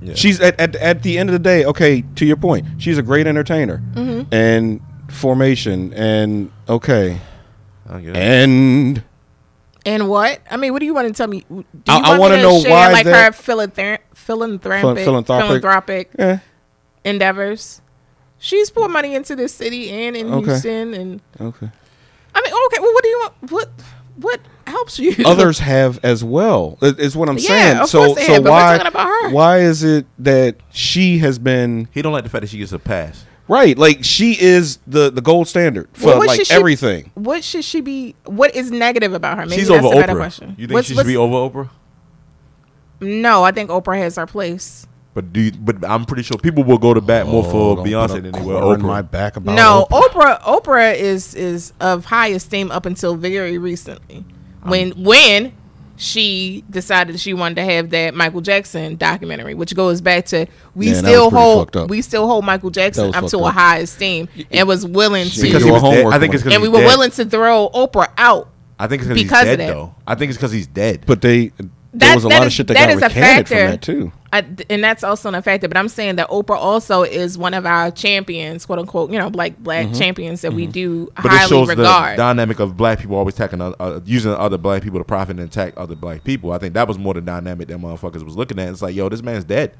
Speaker 5: Yeah.
Speaker 3: She's at, at at the end of the day, okay. To your point, she's a great entertainer
Speaker 6: Mm-hmm.
Speaker 3: and formation and okay
Speaker 5: I get it.
Speaker 3: and
Speaker 6: And what? I mean, what do you want to tell me? Do you
Speaker 3: I- I
Speaker 6: want
Speaker 3: wanna
Speaker 6: me to
Speaker 3: know
Speaker 6: share,
Speaker 3: why
Speaker 6: like her
Speaker 3: that-
Speaker 6: philanthrop- philanthropic,
Speaker 3: philanthropic.
Speaker 6: philanthropic
Speaker 3: yeah.
Speaker 6: endeavors. She's poured money into this city and in
Speaker 3: Okay.
Speaker 6: Houston, and
Speaker 3: Okay.
Speaker 6: I mean, okay. Well, what do you want? What what helps you?
Speaker 3: others have as well. i- Is what I'm
Speaker 6: Yeah,
Speaker 3: saying.
Speaker 6: of
Speaker 3: so
Speaker 6: course they
Speaker 3: so
Speaker 6: have, but we're
Speaker 3: why
Speaker 6: talking about her.
Speaker 3: why is it that she has been
Speaker 5: he don't like the fact that she gets a pass
Speaker 3: right? Like she is the the gold standard for
Speaker 6: Well, what
Speaker 3: like
Speaker 6: should she-
Speaker 3: everything.
Speaker 6: What should she be? What is negative about her? Maybe
Speaker 5: she's
Speaker 6: that's
Speaker 5: over
Speaker 6: a better
Speaker 5: Oprah
Speaker 6: question.
Speaker 5: you think
Speaker 6: What's-
Speaker 5: she should be
Speaker 6: what's-
Speaker 5: over Oprah
Speaker 6: No, I think Oprah has her place.
Speaker 5: but do you, but I'm pretty sure people will go to bat more for Beyonce than they will Oprah
Speaker 3: back about
Speaker 6: No, Oprah. Oprah is is of high esteem up until very recently,
Speaker 3: Um,
Speaker 6: when when she decided she wanted to have that Michael Jackson documentary, which goes back to we
Speaker 3: Man, that
Speaker 6: still
Speaker 3: was pretty fucked
Speaker 6: hold
Speaker 3: up.
Speaker 6: we still hold Michael Jackson
Speaker 3: was
Speaker 6: up to
Speaker 3: fucked
Speaker 6: a
Speaker 3: up.
Speaker 6: high esteem and was willing to
Speaker 5: because he
Speaker 3: Your
Speaker 5: was dead.
Speaker 3: homework
Speaker 5: I think it's
Speaker 3: was-
Speaker 5: because
Speaker 6: and we were willing to throw Oprah out.
Speaker 5: I think it's because he's
Speaker 6: because of
Speaker 5: dead
Speaker 6: that.
Speaker 5: though I think it's because he's dead
Speaker 3: But they there
Speaker 6: That-
Speaker 3: was a
Speaker 6: that
Speaker 3: lot of
Speaker 6: is-
Speaker 3: shit that,
Speaker 6: that
Speaker 3: got
Speaker 6: is a
Speaker 3: recanted from
Speaker 6: factor.
Speaker 3: that too.
Speaker 6: I, and that's also an factor, but I'm saying that Oprah also is one of our champions, quote unquote, you know, like black
Speaker 3: Mm-hmm.
Speaker 6: champions that we do
Speaker 5: But it
Speaker 6: highly
Speaker 5: shows
Speaker 6: regard.
Speaker 5: the dynamic of black people always attacking uh, uh, using other black people to profit and attack other black people. I think that was more the dynamic that motherfuckers was looking at. It's like, yo, this man's dead.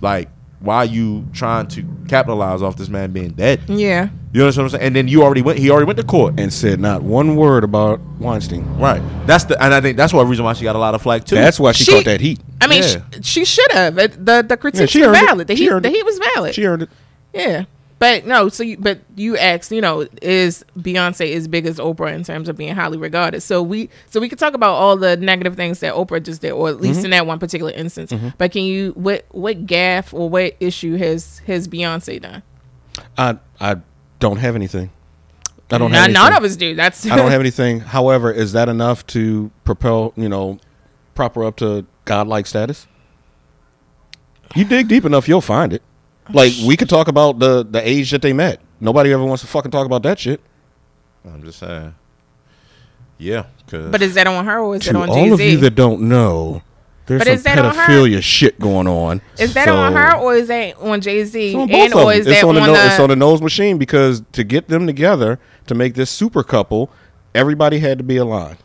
Speaker 5: Like, why are you trying to capitalize off this man being dead?
Speaker 6: yeah.
Speaker 5: You understand what I'm saying? And then you already went. He already went to court.
Speaker 3: And said not one word about Weinstein.
Speaker 5: Right. That's the. And I think that's one reason why she got a lot of flack too.
Speaker 3: That's why she,
Speaker 6: She-
Speaker 3: caught that heat.
Speaker 6: I mean,
Speaker 5: Yeah.
Speaker 6: sh she, should have. It- The the critiques
Speaker 3: she
Speaker 6: were
Speaker 3: earned it.
Speaker 6: valid. The
Speaker 3: She
Speaker 6: heat,
Speaker 3: earned
Speaker 6: the
Speaker 3: it.
Speaker 6: heat was valid.
Speaker 3: She earned it.
Speaker 6: yeah, but no. So, you, but you asked, you know, is Beyonce as big as Oprah in terms of being highly regarded? So we, so we could talk about all the negative things that Oprah just did, or at
Speaker 3: Mm-hmm.
Speaker 6: least in that one particular instance. But can you, what, what gaff or what issue has has Beyonce done?
Speaker 3: I I don't have anything. I don't
Speaker 6: Now,
Speaker 3: have
Speaker 6: none
Speaker 3: anything.
Speaker 6: of us do. That's
Speaker 3: I don't have anything. However, is that enough to propel, you know, prop her up to godlike status? You dig deep enough, you'll find it. Like we could talk about the the age that they met. Nobody ever wants to fucking talk about that shit.
Speaker 5: I'm just saying. Yeah. Cause
Speaker 6: But is that on her or is that
Speaker 3: to
Speaker 6: on
Speaker 3: all
Speaker 6: Jay
Speaker 3: of you
Speaker 6: Z?
Speaker 3: that don't know, there's
Speaker 6: But
Speaker 3: some
Speaker 6: is that on her?
Speaker 3: pedophilia shit going on.
Speaker 6: Is that
Speaker 3: So-
Speaker 6: on her or is that on Jay Z?
Speaker 3: It's on
Speaker 6: And
Speaker 3: both of
Speaker 6: or
Speaker 3: them.
Speaker 6: is
Speaker 3: It's
Speaker 6: that
Speaker 3: on,
Speaker 6: on,
Speaker 3: the no- it's on the nose machine because to get them together to make this super couple, everybody had to be aligned.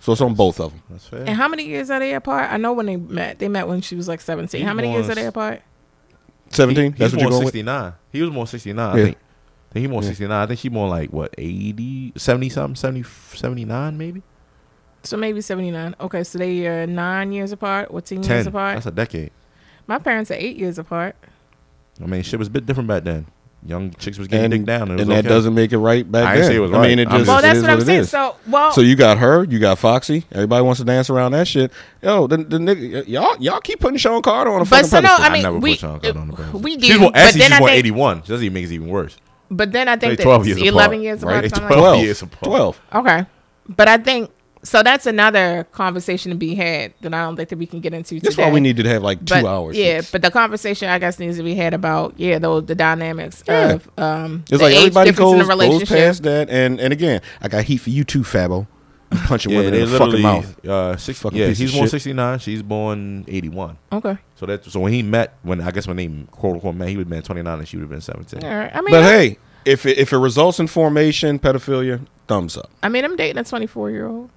Speaker 3: So it's on both of them.
Speaker 5: that's fair.
Speaker 6: And how many years are they apart? I know when they met. They met when she was like 17. How many years are
Speaker 5: was-
Speaker 6: they apart?
Speaker 3: Seventeen.
Speaker 5: He, was
Speaker 3: That's what you're
Speaker 5: more
Speaker 3: going with.
Speaker 5: 69. He was more 69. I
Speaker 3: Yeah.
Speaker 5: think. I think he
Speaker 6: Mm,
Speaker 5: more 69. I think she more like what 80, 70 something, 70, 79 maybe.
Speaker 6: So maybe 79. Okay, so they are nine years apart or 10, years
Speaker 5: Ten.
Speaker 6: apart.
Speaker 5: That's a decade.
Speaker 6: My parents are eight years apart.
Speaker 5: I mean, shit was a bit different back then. Young chicks was getting dick
Speaker 3: and,
Speaker 5: down. It was
Speaker 3: and that
Speaker 5: okay.
Speaker 3: doesn't make it right back
Speaker 5: I ain't
Speaker 3: then.
Speaker 5: say it was
Speaker 3: I mean,
Speaker 5: right.
Speaker 3: it
Speaker 5: I'm
Speaker 3: just
Speaker 5: just-
Speaker 6: Well,
Speaker 3: it
Speaker 6: Oh, that's
Speaker 3: is
Speaker 6: what I'm
Speaker 3: it
Speaker 6: saying.
Speaker 3: is.
Speaker 6: So, well,
Speaker 3: So oh. you got her, you got Foxy. Everybody wants to dance around that shit. Yo, the, the nigga, y'all y'all keep putting Sean Carter on a fucking
Speaker 6: but so no,
Speaker 3: pedestal.
Speaker 6: I
Speaker 5: I never
Speaker 6: mean, we,
Speaker 5: put Sean Carter on the pedestal.
Speaker 6: we
Speaker 5: She's
Speaker 6: did.
Speaker 5: more,
Speaker 6: But
Speaker 5: actually,
Speaker 6: then
Speaker 5: she's
Speaker 6: I
Speaker 5: more
Speaker 6: think,
Speaker 5: 81. She doesn't even make it even worse.
Speaker 6: but then I think
Speaker 5: They
Speaker 6: that
Speaker 5: 12 years
Speaker 6: 11
Speaker 5: apart,
Speaker 6: years
Speaker 5: right?
Speaker 6: apart.
Speaker 5: It's
Speaker 6: something like
Speaker 5: 12
Speaker 6: that.
Speaker 3: Twelve.
Speaker 5: years apart.
Speaker 3: Twelve.
Speaker 6: Okay. But I think so that's another conversation to be had that I don't think that we can get into
Speaker 3: That's
Speaker 6: today.
Speaker 3: why we needed to have like two
Speaker 6: but,
Speaker 3: hours.
Speaker 6: Yeah,
Speaker 3: It's-
Speaker 6: but the conversation I guess needs to be had about yeah, those the dynamics
Speaker 3: Yeah.
Speaker 6: of um
Speaker 3: it's
Speaker 6: the
Speaker 3: like
Speaker 6: age
Speaker 3: everybody
Speaker 6: difference
Speaker 3: goes,
Speaker 6: in the
Speaker 3: goes
Speaker 6: relationship.
Speaker 3: past that. And and again, I got heat for you too, Fabo. You Punching
Speaker 5: Yeah,
Speaker 3: women
Speaker 5: they
Speaker 3: in the fucking
Speaker 5: literally.
Speaker 3: mouth.
Speaker 5: Uh, six,
Speaker 3: Fucking
Speaker 5: yeah,
Speaker 3: piece of
Speaker 5: he's born
Speaker 3: shit.
Speaker 5: 69. She's born 81.
Speaker 6: okay.
Speaker 5: So that so when he met when I guess when they quote unquote met he would have been 29 and she would have been 17.
Speaker 6: All right. I mean
Speaker 3: But
Speaker 6: I,
Speaker 3: hey, if it, if it results in formation, pedophilia, thumbs up.
Speaker 6: I mean I'm dating a 24-year-old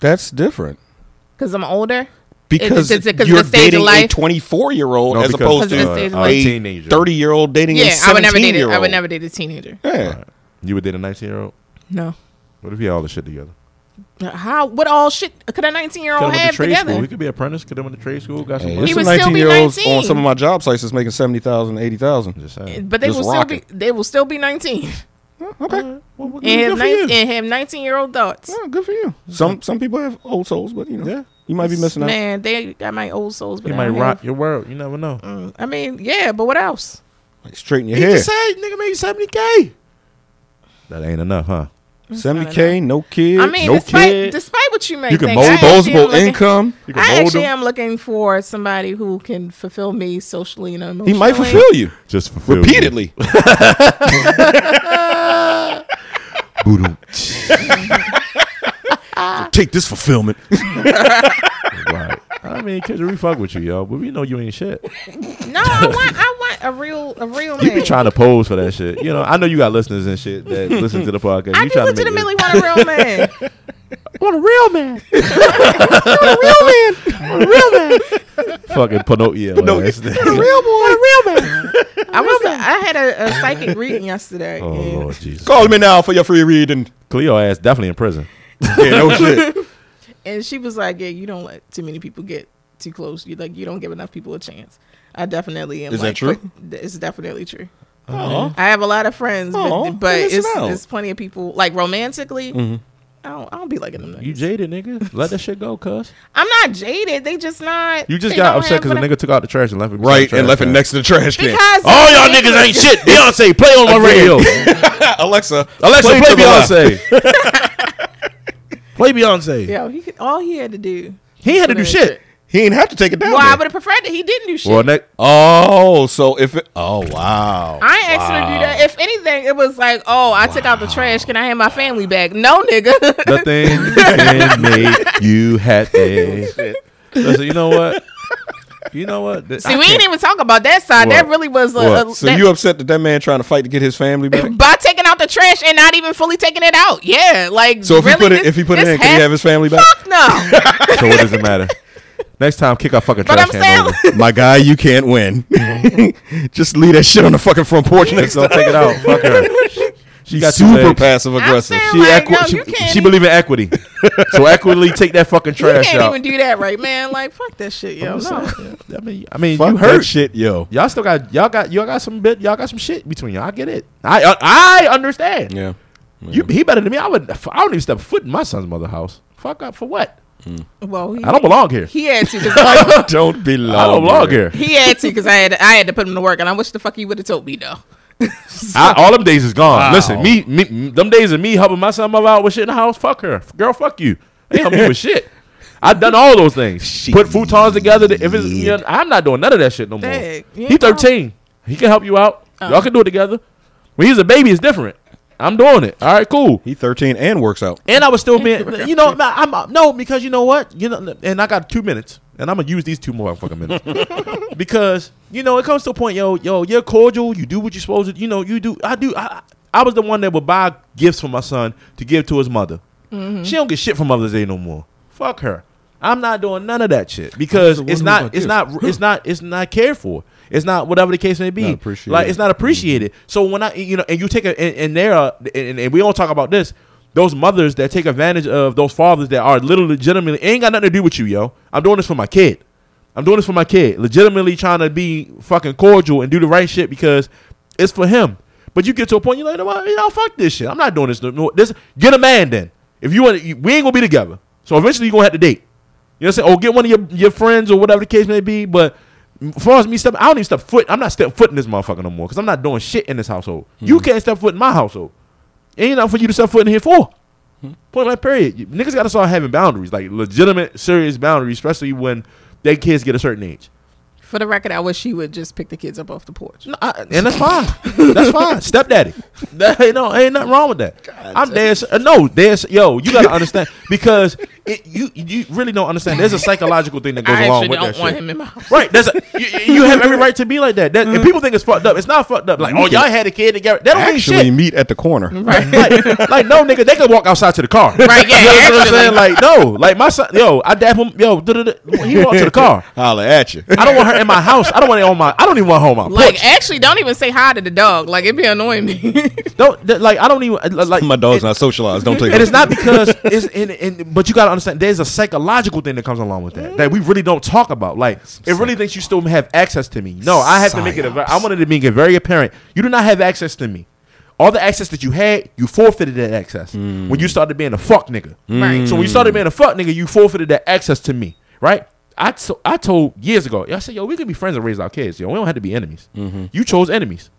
Speaker 3: That's different
Speaker 6: cuz I'm older.
Speaker 3: because
Speaker 6: it's- it's 'cause
Speaker 3: you're
Speaker 6: the stage of
Speaker 3: dating a
Speaker 6: life.
Speaker 3: 24 year old
Speaker 5: No,
Speaker 3: as
Speaker 5: because,
Speaker 3: opposed
Speaker 6: Because
Speaker 3: to
Speaker 6: of the stage of
Speaker 5: uh,
Speaker 6: life.
Speaker 5: a
Speaker 3: a
Speaker 5: teenager.
Speaker 3: 30 year old dating a
Speaker 6: Yeah, I would
Speaker 3: 17
Speaker 6: never date
Speaker 3: year
Speaker 6: a-
Speaker 3: old.
Speaker 6: I would never date a teenager.
Speaker 3: Yeah.
Speaker 5: Right. You would date a 19 year old.
Speaker 6: No.
Speaker 5: What if you had all the shit together?
Speaker 6: How what all shit could a 19-year-old
Speaker 5: Could have
Speaker 6: have
Speaker 5: to trade school.
Speaker 6: together?
Speaker 5: He could be apprentice. Could have went to trade school. Got some
Speaker 3: Hey,
Speaker 5: money.
Speaker 3: there's
Speaker 6: would
Speaker 3: some
Speaker 6: still be
Speaker 3: 19 year olds
Speaker 6: 19.
Speaker 3: on some of my job sites that's making 70,000, 80,000.
Speaker 5: Just saying.
Speaker 6: But they
Speaker 3: Just
Speaker 6: will still
Speaker 3: rock
Speaker 6: be
Speaker 3: it.
Speaker 6: they will still be 19
Speaker 3: Okay.
Speaker 6: and have
Speaker 5: for you.
Speaker 6: 19, and have 19-year-old thoughts.
Speaker 3: Yeah, good for you. Some some people have old souls, but you know, yeah. you might be missing out.
Speaker 6: Man, they got my old souls, but
Speaker 5: He
Speaker 6: I
Speaker 5: might
Speaker 6: don't
Speaker 5: rock
Speaker 6: have-
Speaker 5: your world. You never know.
Speaker 6: Mm, I mean, yeah, but what else?
Speaker 3: Like straighten your
Speaker 5: He
Speaker 3: hair.
Speaker 5: just said, nigga made 70K. That ain't enough, huh?
Speaker 3: 70K, no kid.
Speaker 6: I mean,
Speaker 3: no
Speaker 6: despite
Speaker 3: kid.
Speaker 6: despite what you may
Speaker 3: you can
Speaker 6: think,
Speaker 3: mold
Speaker 6: I actually, am
Speaker 3: disposable
Speaker 6: looking,
Speaker 3: income. You can
Speaker 6: I
Speaker 3: mold
Speaker 6: actually
Speaker 3: them.
Speaker 6: am looking for somebody who can fulfill me socially and emotionally.
Speaker 3: He might fulfill you
Speaker 5: Just fulfill you.
Speaker 3: repeatedly.
Speaker 11: Boodoo. Take this fulfillment.
Speaker 5: Right. I mean, kids, we fuck with you, yo, but we know you ain't shit.
Speaker 6: No, I want I want a real a real
Speaker 5: You be
Speaker 6: man.
Speaker 5: trying to pose for that shit. You know, I know you got listeners and shit that listen to the podcast.
Speaker 6: I
Speaker 5: you
Speaker 6: do
Speaker 5: trying to make
Speaker 6: legitimately want a real man.
Speaker 5: it fucking Pinocchio. ass nigga.
Speaker 6: I was I had a, a psychic reading yesterday.
Speaker 5: Oh
Speaker 6: and
Speaker 5: Lord Jesus.
Speaker 3: Call me now for your free reading.
Speaker 5: Cleo ass definitely in prison.
Speaker 3: Yeah, no shit.
Speaker 6: and she was like, "Yeah, you don't let too many people get too close. You like you don't give enough people a chance." I definitely am.
Speaker 3: Is that
Speaker 6: like,
Speaker 3: true?
Speaker 6: put- It's definitely true.
Speaker 5: Oh.
Speaker 3: Aw.
Speaker 6: I have a lot of friends, but-
Speaker 3: Aw,
Speaker 6: but,
Speaker 3: you're missing
Speaker 6: it's
Speaker 3: out.
Speaker 6: it's plenty of people like romantically. I don't, I don't be liking them.
Speaker 5: Mm-hmm. You
Speaker 6: niggas.
Speaker 5: jaded, nigga. Let that shit go, cuz.
Speaker 6: I'm not jaded. They just not.
Speaker 5: You just
Speaker 6: they
Speaker 5: got
Speaker 6: don't
Speaker 5: upset
Speaker 6: have
Speaker 5: because the
Speaker 6: what I-
Speaker 5: nigga took out the trash and left it.
Speaker 3: Right, and left it
Speaker 5: trash
Speaker 3: next to the trash can.
Speaker 5: can.
Speaker 6: Because
Speaker 5: All y'all niggas ain't shit. Beyonce, play on my radio.
Speaker 3: Alexa,
Speaker 5: Alexa, play,
Speaker 3: to the left.
Speaker 5: Beyonce. play Beyonce.
Speaker 6: Yo, he could, all he had to do.
Speaker 5: He had to do shit.
Speaker 3: He ain't have to take it down.
Speaker 6: Well, I
Speaker 3: there.
Speaker 6: would have preferred that he didn't do shit.
Speaker 5: Well, next,
Speaker 3: Oh, so if it. Oh, wow.
Speaker 6: I ain't asked him to do that. If anything, it was like, oh, I took out the trash. Can I have my family back? No, nigga.
Speaker 5: nothing can make you happy. Listen, you know what? You know what? Th- I
Speaker 6: See, we
Speaker 5: can't-
Speaker 6: didn't even talk about that side.
Speaker 5: What?
Speaker 6: That really was a.
Speaker 5: What?
Speaker 6: a-
Speaker 3: So
Speaker 6: uh, that-
Speaker 3: you upset that that man trying to fight to get his family back?
Speaker 6: by taking out the trash and not even fully taking it out. Yeah, like
Speaker 3: So if he
Speaker 6: really,
Speaker 3: put it,
Speaker 6: this-
Speaker 3: if he put it
Speaker 6: this
Speaker 3: in, can he
Speaker 6: has-
Speaker 3: have his family back?
Speaker 6: Fuck no.
Speaker 5: so what does it matter? Next time, kick our fucking
Speaker 6: but
Speaker 5: trash
Speaker 6: I'm
Speaker 5: can
Speaker 6: saying,
Speaker 5: over.
Speaker 3: My guy, you can't win. Just leave that shit on the fucking front porch next
Speaker 5: Just don't take it out. Fuck her. She got two
Speaker 3: Super
Speaker 5: legs.
Speaker 3: passive
Speaker 6: I'm
Speaker 3: aggressive.
Speaker 6: saying,
Speaker 5: She,
Speaker 6: like,
Speaker 5: equi-
Speaker 6: yo,
Speaker 5: she,
Speaker 6: you can't,
Speaker 5: she
Speaker 6: even,
Speaker 5: believe in equity. so equitably take that fucking
Speaker 6: you
Speaker 5: trash
Speaker 6: can't
Speaker 5: out.
Speaker 6: even do that, right, man? Like, fuck that shit, yo. No.
Speaker 5: I mean, I mean,
Speaker 3: Fuck
Speaker 5: you
Speaker 3: that
Speaker 5: hurt.
Speaker 3: shit, yo.
Speaker 5: Y'all still got y'all got y'all got some bit y'all got some shit between y'all. I get it. I I, I understand.
Speaker 3: Yeah.
Speaker 5: You he better than me. I would. I don't even step foot in my son's mother house. Fuck up for what?
Speaker 6: Well, he,
Speaker 5: I don't belong here.
Speaker 6: He had to, cause like,
Speaker 3: Don't be
Speaker 5: I don't belong here.
Speaker 6: he had to, cause I had, I had to put him to work, and I wish the fuck he would have told me though.
Speaker 5: I, all them days is gone. Listen, me, me, m- them days of me helping my son mother out with shit in the house. Fuck her, girl. Fuck you. I ain't helping you with shit. I done all those things. Put futons together. to- if it's, you know, I'm not doing none of that shit no more.
Speaker 6: Dang, you
Speaker 5: he
Speaker 6: ain't Oh. wrong.
Speaker 5: 13. He can help you out. Y'all can do it together. When he's a baby, it's different. I'm doing it. All right, cool.
Speaker 3: He 13 and works out.
Speaker 5: And I was still being, you know, I'm I'm- no because you know what, you know, and I got two minutes, and I'm gonna use these two more fucking minutes because you know it comes to a point, yo, yo, you're cordial, you do what you're supposed to, you know, you do, I do, I, I was the one that would buy gifts for my son to give to his mother. She don't get shit from Mother's Day no more. Fuck her. I'm not doing none of that shit because
Speaker 11: one
Speaker 5: it's
Speaker 11: who
Speaker 5: not,
Speaker 11: bought
Speaker 5: it's
Speaker 11: gifts.
Speaker 5: not, it's not, it's not cared for. It's not whatever the case may be.
Speaker 3: Not appreciated.
Speaker 5: Like it's not appreciated. So when I, you know, and you take a, and, and there, are, and, and we don't talk about this. those mothers that take advantage of those fathers that are literally legitimately ain't got nothing to do with you, yo. I'm doing this for my kid. I'm doing this for my kid. Legitimately trying to be fucking cordial and do the right shit because it's for him. But you get to a point, you're like, you know what? You know, fuck this shit. I'm not doing this. No, no, this get a man then. If you want, we ain't gonna be together. So eventually, you're gonna have to date. You know what I'm saying? Or get one of your, your friends or whatever the case may be. But as far as me stepping, I don't even step foot. I'm not step foot in this motherfucker no more because I'm not doing shit in this household.
Speaker 6: Hmm.
Speaker 5: You can't step foot in my household. Ain't nothing for you to step foot in here for.
Speaker 6: Hmm.
Speaker 5: Point blank. Period. You- Niggas gotta start having boundaries, like legitimate, serious boundaries, especially when their kids get a certain age.
Speaker 6: For the record, I wish she would just pick the kids up off the porch.
Speaker 5: No, I, and that's fine. that's fine. Stepdaddy. That ain't no ain't nothing wrong with that. I'm there's no there's yo. You gotta understand because it, you you really don't understand. There's a psychological thing that goes
Speaker 6: I
Speaker 5: along
Speaker 6: actually
Speaker 5: with
Speaker 6: don't
Speaker 5: that
Speaker 6: want
Speaker 5: shit.
Speaker 6: him in my house.
Speaker 5: Right, there's a, you, you you have every right to be like that. that
Speaker 6: Mm.
Speaker 5: and people think it's fucked up. It's not fucked up. Like, oh, y'all had a kid together. That don't mean
Speaker 3: Actually,
Speaker 5: shit.
Speaker 3: meet at the corner.
Speaker 5: Like, like, no, nigga, they could walk outside to the car.
Speaker 6: Right, yeah,
Speaker 5: you know what I'm
Speaker 6: actually.
Speaker 5: saying? Like, no, like my son, yo, I dap him, yo, duh-duh-duh. he walked to the car.
Speaker 3: Holler at you.
Speaker 5: I don't want her in my house. I don't want it on my. I don't even want her on my
Speaker 6: Like,
Speaker 5: porch.
Speaker 6: actually, don't even say hi to the dog. Like, it'd be annoying me.
Speaker 5: Don't th- like. I don't even like.
Speaker 3: My dog's
Speaker 5: it-
Speaker 3: not socialized. Don't take
Speaker 5: And it's
Speaker 3: it.
Speaker 5: not because it's in, in but you gotta understand there's a psychological thing that comes along with that that we really don't talk about. Like it really thinks you still have access to me. No, I have to make it. a- I wanted to make it very apparent. You do not have access to me. All the access that you had, you forfeited that access when you started being a fuck nigga.
Speaker 6: Right.
Speaker 5: So when you started being a fuck nigga, you forfeited that access to me. Right. I, to- I told years ago, I said, yo, we can be friends and raise our kids. Yo, we don't have to be enemies. You chose enemies.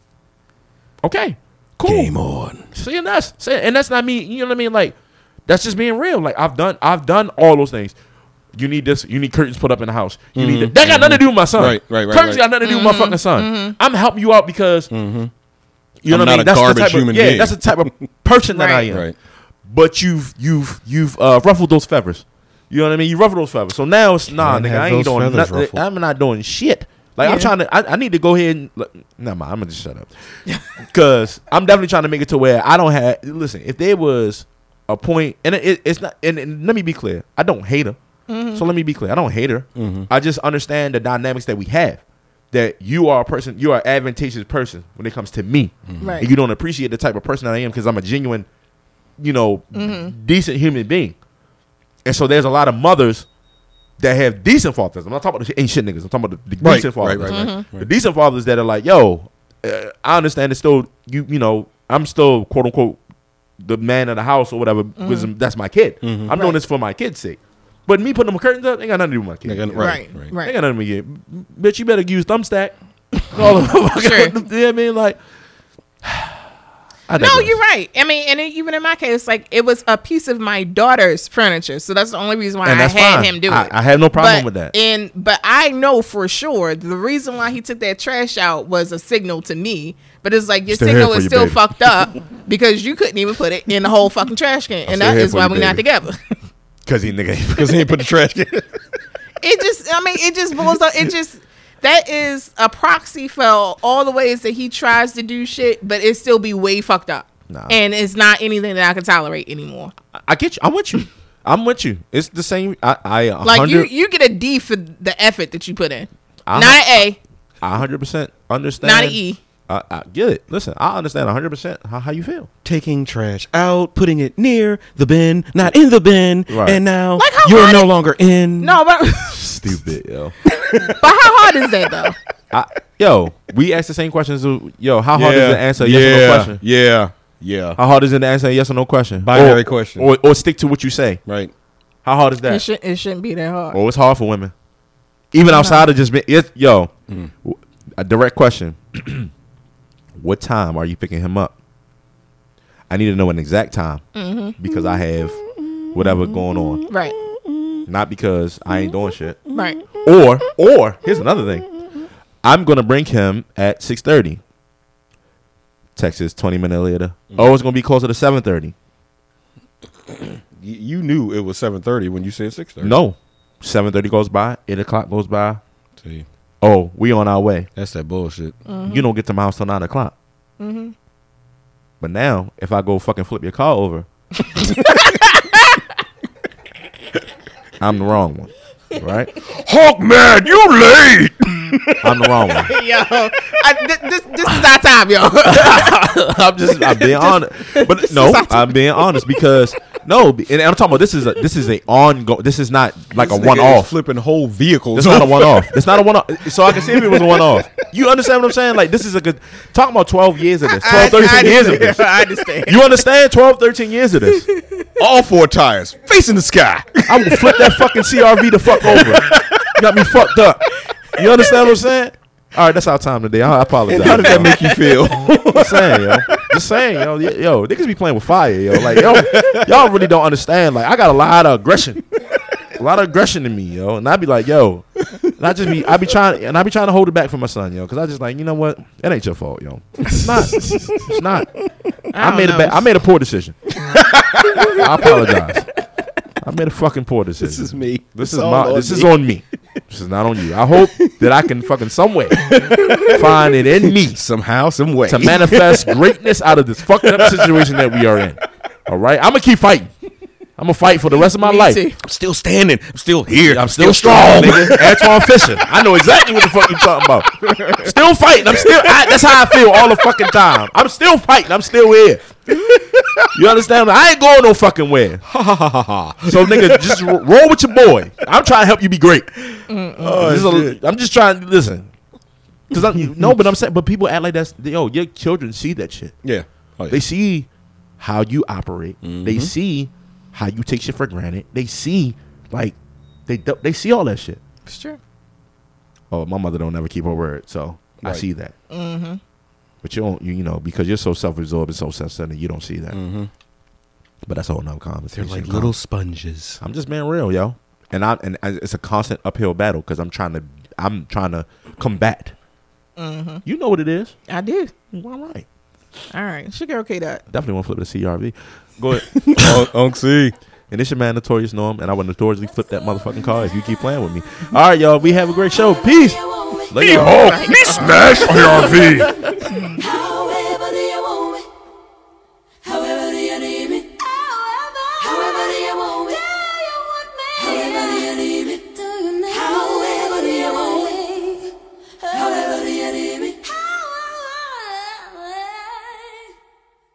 Speaker 5: Okay. Cool.
Speaker 7: Game on.
Speaker 5: See, and that's see, and that's not me. You know what I mean? Like, that's just being real. Like, I've done, I've done all those things. You need this. You need curtains put up in the house. You need that. That got nothing to do with my son.
Speaker 3: Mm-hmm. Right, right, right,
Speaker 5: Curtains
Speaker 3: right.
Speaker 5: got nothing to do with my fucking son. I'm helping you out because you know
Speaker 3: I'm
Speaker 5: what I
Speaker 3: not
Speaker 5: mean.
Speaker 3: a
Speaker 5: the
Speaker 3: garbage
Speaker 5: type of-
Speaker 3: human
Speaker 5: yeah,
Speaker 3: being.
Speaker 5: that's the type of person that I
Speaker 6: Right.
Speaker 5: am.
Speaker 3: Right.
Speaker 5: But you've you've you've uh, ruffled those feathers. You know what I mean? You ruffled those feathers. So now it's nah,
Speaker 3: Can't
Speaker 5: nigga.
Speaker 3: have
Speaker 5: I ain't
Speaker 3: those
Speaker 5: doing
Speaker 3: feathers
Speaker 5: nothing.
Speaker 3: ruffled.
Speaker 5: I'm not doing shit. Like I'm
Speaker 6: Yeah.
Speaker 5: trying to. I, I need to go ahead and. Like, never mind. I'm gonna just shut up. Cause I'm definitely trying to make it to where I don't have. Listen, if there was a point, and it- it, it's not. And, and let me be clear. I don't hate her.
Speaker 6: Mm-hmm.
Speaker 5: So let me be clear. I don't hate her.
Speaker 3: Mm-hmm.
Speaker 5: I just understand the dynamics that we have. That you are a person. You are an advantageous person when it comes to me.
Speaker 6: Mm-hmm. Right.
Speaker 5: And you don't appreciate the type of person I am because I'm a genuine, you know,
Speaker 6: Mm-hmm.
Speaker 5: decent human being. And so there's a lot of mothers that have decent fathers. I'm not talking about the ain't shit niggas. I'm talking about the, the
Speaker 3: Right,
Speaker 5: decent fathers.
Speaker 3: right, right, right,
Speaker 6: Mm-hmm.
Speaker 5: The decent fathers that are like, yo, uh, I understand it's still you. You know, I'm still quote unquote the man of the house or whatever.
Speaker 6: Mm-hmm.
Speaker 5: 'cause That's my kid.
Speaker 3: Mm-hmm.
Speaker 5: I'm doing this for my kid's sake. But me putting them curtains up, ain't got nothing to do with my kid.
Speaker 3: Nigga,
Speaker 6: right,
Speaker 3: Right.
Speaker 6: right.
Speaker 5: Ain't got nothing to do with my kid. Bitch, you better use thumbstack. All the fucking, you know what I mean? Like, I
Speaker 6: No,
Speaker 5: digress.
Speaker 6: you're right. I mean, and it, even in my case, like it was a piece of my daughter's furniture, so that's the only reason why
Speaker 5: And
Speaker 6: I
Speaker 5: that's
Speaker 6: had
Speaker 5: fine.
Speaker 6: him do
Speaker 5: I-
Speaker 6: it.
Speaker 5: I have no problem
Speaker 6: But-
Speaker 5: with that.
Speaker 6: And but I know for sure the reason why he took that trash out was a signal to me. But it's like your
Speaker 7: Still here
Speaker 6: signal
Speaker 7: for
Speaker 6: is
Speaker 7: you,
Speaker 6: still
Speaker 7: baby.
Speaker 6: fucked up because you couldn't even put it in the whole fucking trash can, and
Speaker 7: still
Speaker 6: that
Speaker 7: here
Speaker 6: is
Speaker 7: for
Speaker 6: why
Speaker 7: you,
Speaker 6: we're not
Speaker 7: baby.
Speaker 6: together.
Speaker 5: Cause he nigga.
Speaker 3: Because he ain't put the trash can.
Speaker 6: it just i mean it just boils up it just that is a proxy for all the ways that he tries to do shit but it still be way fucked up
Speaker 5: Nah.
Speaker 6: and it's not anything that i can tolerate anymore
Speaker 5: I get you. I'm with you. I'm with you. It's the same. I, I a
Speaker 6: like you
Speaker 5: hundred,
Speaker 6: you get a d for the effort that you put in
Speaker 5: I'm-
Speaker 6: not an a
Speaker 5: I hundred percent understand.
Speaker 6: not an e
Speaker 5: I, I get it. Listen, I understand hundred percent how, how you feel.
Speaker 7: Taking trash out, putting it near the bin, not in the bin,
Speaker 5: Right.
Speaker 7: and now
Speaker 6: Like how
Speaker 7: you're
Speaker 6: hard
Speaker 7: no
Speaker 6: it-
Speaker 7: longer in.
Speaker 6: no but, but
Speaker 5: Stupid, yo.
Speaker 6: how hard is that though
Speaker 5: I, yo, we ask the same questions. of- Yo, how hard is it to answer a yes or no question? Uh-huh.
Speaker 3: Yeah. Yeah.
Speaker 5: How hard is it to answer a yes or no question?
Speaker 3: Binary
Speaker 5: or,
Speaker 3: question.
Speaker 5: Or, or stick to what you say.
Speaker 3: Right.
Speaker 5: How hard is that?
Speaker 6: it, should, it shouldn't be that hard
Speaker 5: Oh, it's hard for women. Even outside of just being, it's, yo, w- a direct question. what time are you picking him up? I need to know an exact time because I have whatever going on.
Speaker 6: right
Speaker 5: Not because I ain't doing shit.
Speaker 6: right
Speaker 5: Or, or here's another thing. I'm gonna bring him at six thirty. Texas, twenty minutes later. Oh, it's gonna be closer to seven thirty.
Speaker 3: Y- You knew it was 7:30 when you said 6:30.
Speaker 5: No, seven thirty goes by. Eight o'clock goes by.
Speaker 3: See,
Speaker 5: Oh, we on our way.
Speaker 3: that's that bullshit.
Speaker 5: you don't get to my house till nine o'clock. But now, if I go fucking flip your car over, I'm the wrong one. right?
Speaker 3: Hawkman, you late.
Speaker 5: I'm the wrong one.
Speaker 6: yo, I, thi- this this is our time, yo.
Speaker 5: I'm just I'm being honest, but no, I'm being honest because no, and I'm talking about this is a, this is a ongoing. This is not like a one off.
Speaker 3: flipping whole vehicles.
Speaker 5: It's not a one off. It's not a one off. So I can see if it was a one off. You understand what I'm saying? Like this is a good talking about 12 years of this, 12, 13 years of this.
Speaker 6: I understand.
Speaker 5: You understand? 12, 13 years of this.
Speaker 3: All four tires facing the sky.
Speaker 5: I will flip that fucking CRV the fuck over. You got me fucked up. You understand what I'm saying? All right, that's our time today. I, I apologize.
Speaker 3: How did that
Speaker 5: y'all.
Speaker 3: make you feel?
Speaker 5: Just saying, yo. Just saying, yo. Y- Yo, niggas be playing with fire, yo. Like, yo, y'all really don't understand. Like, I got a lot of aggression. A lot of aggression in me, yo. And I be like, yo. And I just be, I be trying, and I be trying to hold it back for my son, yo. Cause I just like, you know what? It ain't your fault, yo. It's not. It's not. I,
Speaker 6: don't
Speaker 5: made a
Speaker 6: know.
Speaker 5: bad, I made a poor decision. I apologize. I made a fucking poor decision.
Speaker 3: This is me.
Speaker 5: This
Speaker 3: It's
Speaker 5: is
Speaker 3: all
Speaker 5: my.
Speaker 3: on
Speaker 5: This is
Speaker 3: me.
Speaker 5: on me. This is not on you. I hope that I can fucking some way find it in me
Speaker 3: Somehow, some way.
Speaker 5: to manifest greatness out of this fucked up situation that we are in. All right, I'm gonna keep fighting. I'm gonna fight for the rest of my
Speaker 6: Me
Speaker 5: life.
Speaker 6: too.
Speaker 3: I'm still standing. I'm still here.
Speaker 5: I'm still strong, nigga. Antoine Fisher. I know exactly what the fuck you're talking about. Still fighting. I'm still. I, that's how I feel all the fucking time. I'm still fighting. I'm still here. You understand? I ain't going no fucking where. so nigga, just ro- roll with your boy. I'm trying to help you be great. This is a- I'm just trying to listen. Cause I'm no, but I'm saying, but people act like that's yo. Your children see that shit.
Speaker 3: Yeah. Oh, yeah.
Speaker 5: They see how you operate. They see how you take shit for granted. They see like they do- they see all that shit.
Speaker 6: It's true.
Speaker 5: Oh, my mother don't ever keep her word, so I
Speaker 3: Right.
Speaker 5: see that. Mm-hmm. But you don't, you, you know, because you're so self-absorbed and so self-centered, you don't see that. But that's a whole nother
Speaker 12: They're
Speaker 5: conversation.
Speaker 12: like
Speaker 5: Con-
Speaker 12: little sponges.
Speaker 5: I'm just being real, yo, and I and I- it's a constant uphill battle because I'm trying to I'm trying to combat. You know what it is.
Speaker 6: I did.
Speaker 5: All right,
Speaker 6: All right, she girl, okay that.
Speaker 5: definitely want to flip the CRV. Go ahead. Oh,
Speaker 3: Unc C.
Speaker 5: And it's your man, Notorious Norm, and I will notoriously flip that motherfucking car if you keep playing with me. All right, y'all. We have a great show. Peace. Love y'all.
Speaker 3: Oh, me smash RV.
Speaker 4: However do you want it. However do you need me. However, however do you want it. Do you want me? However do you need me.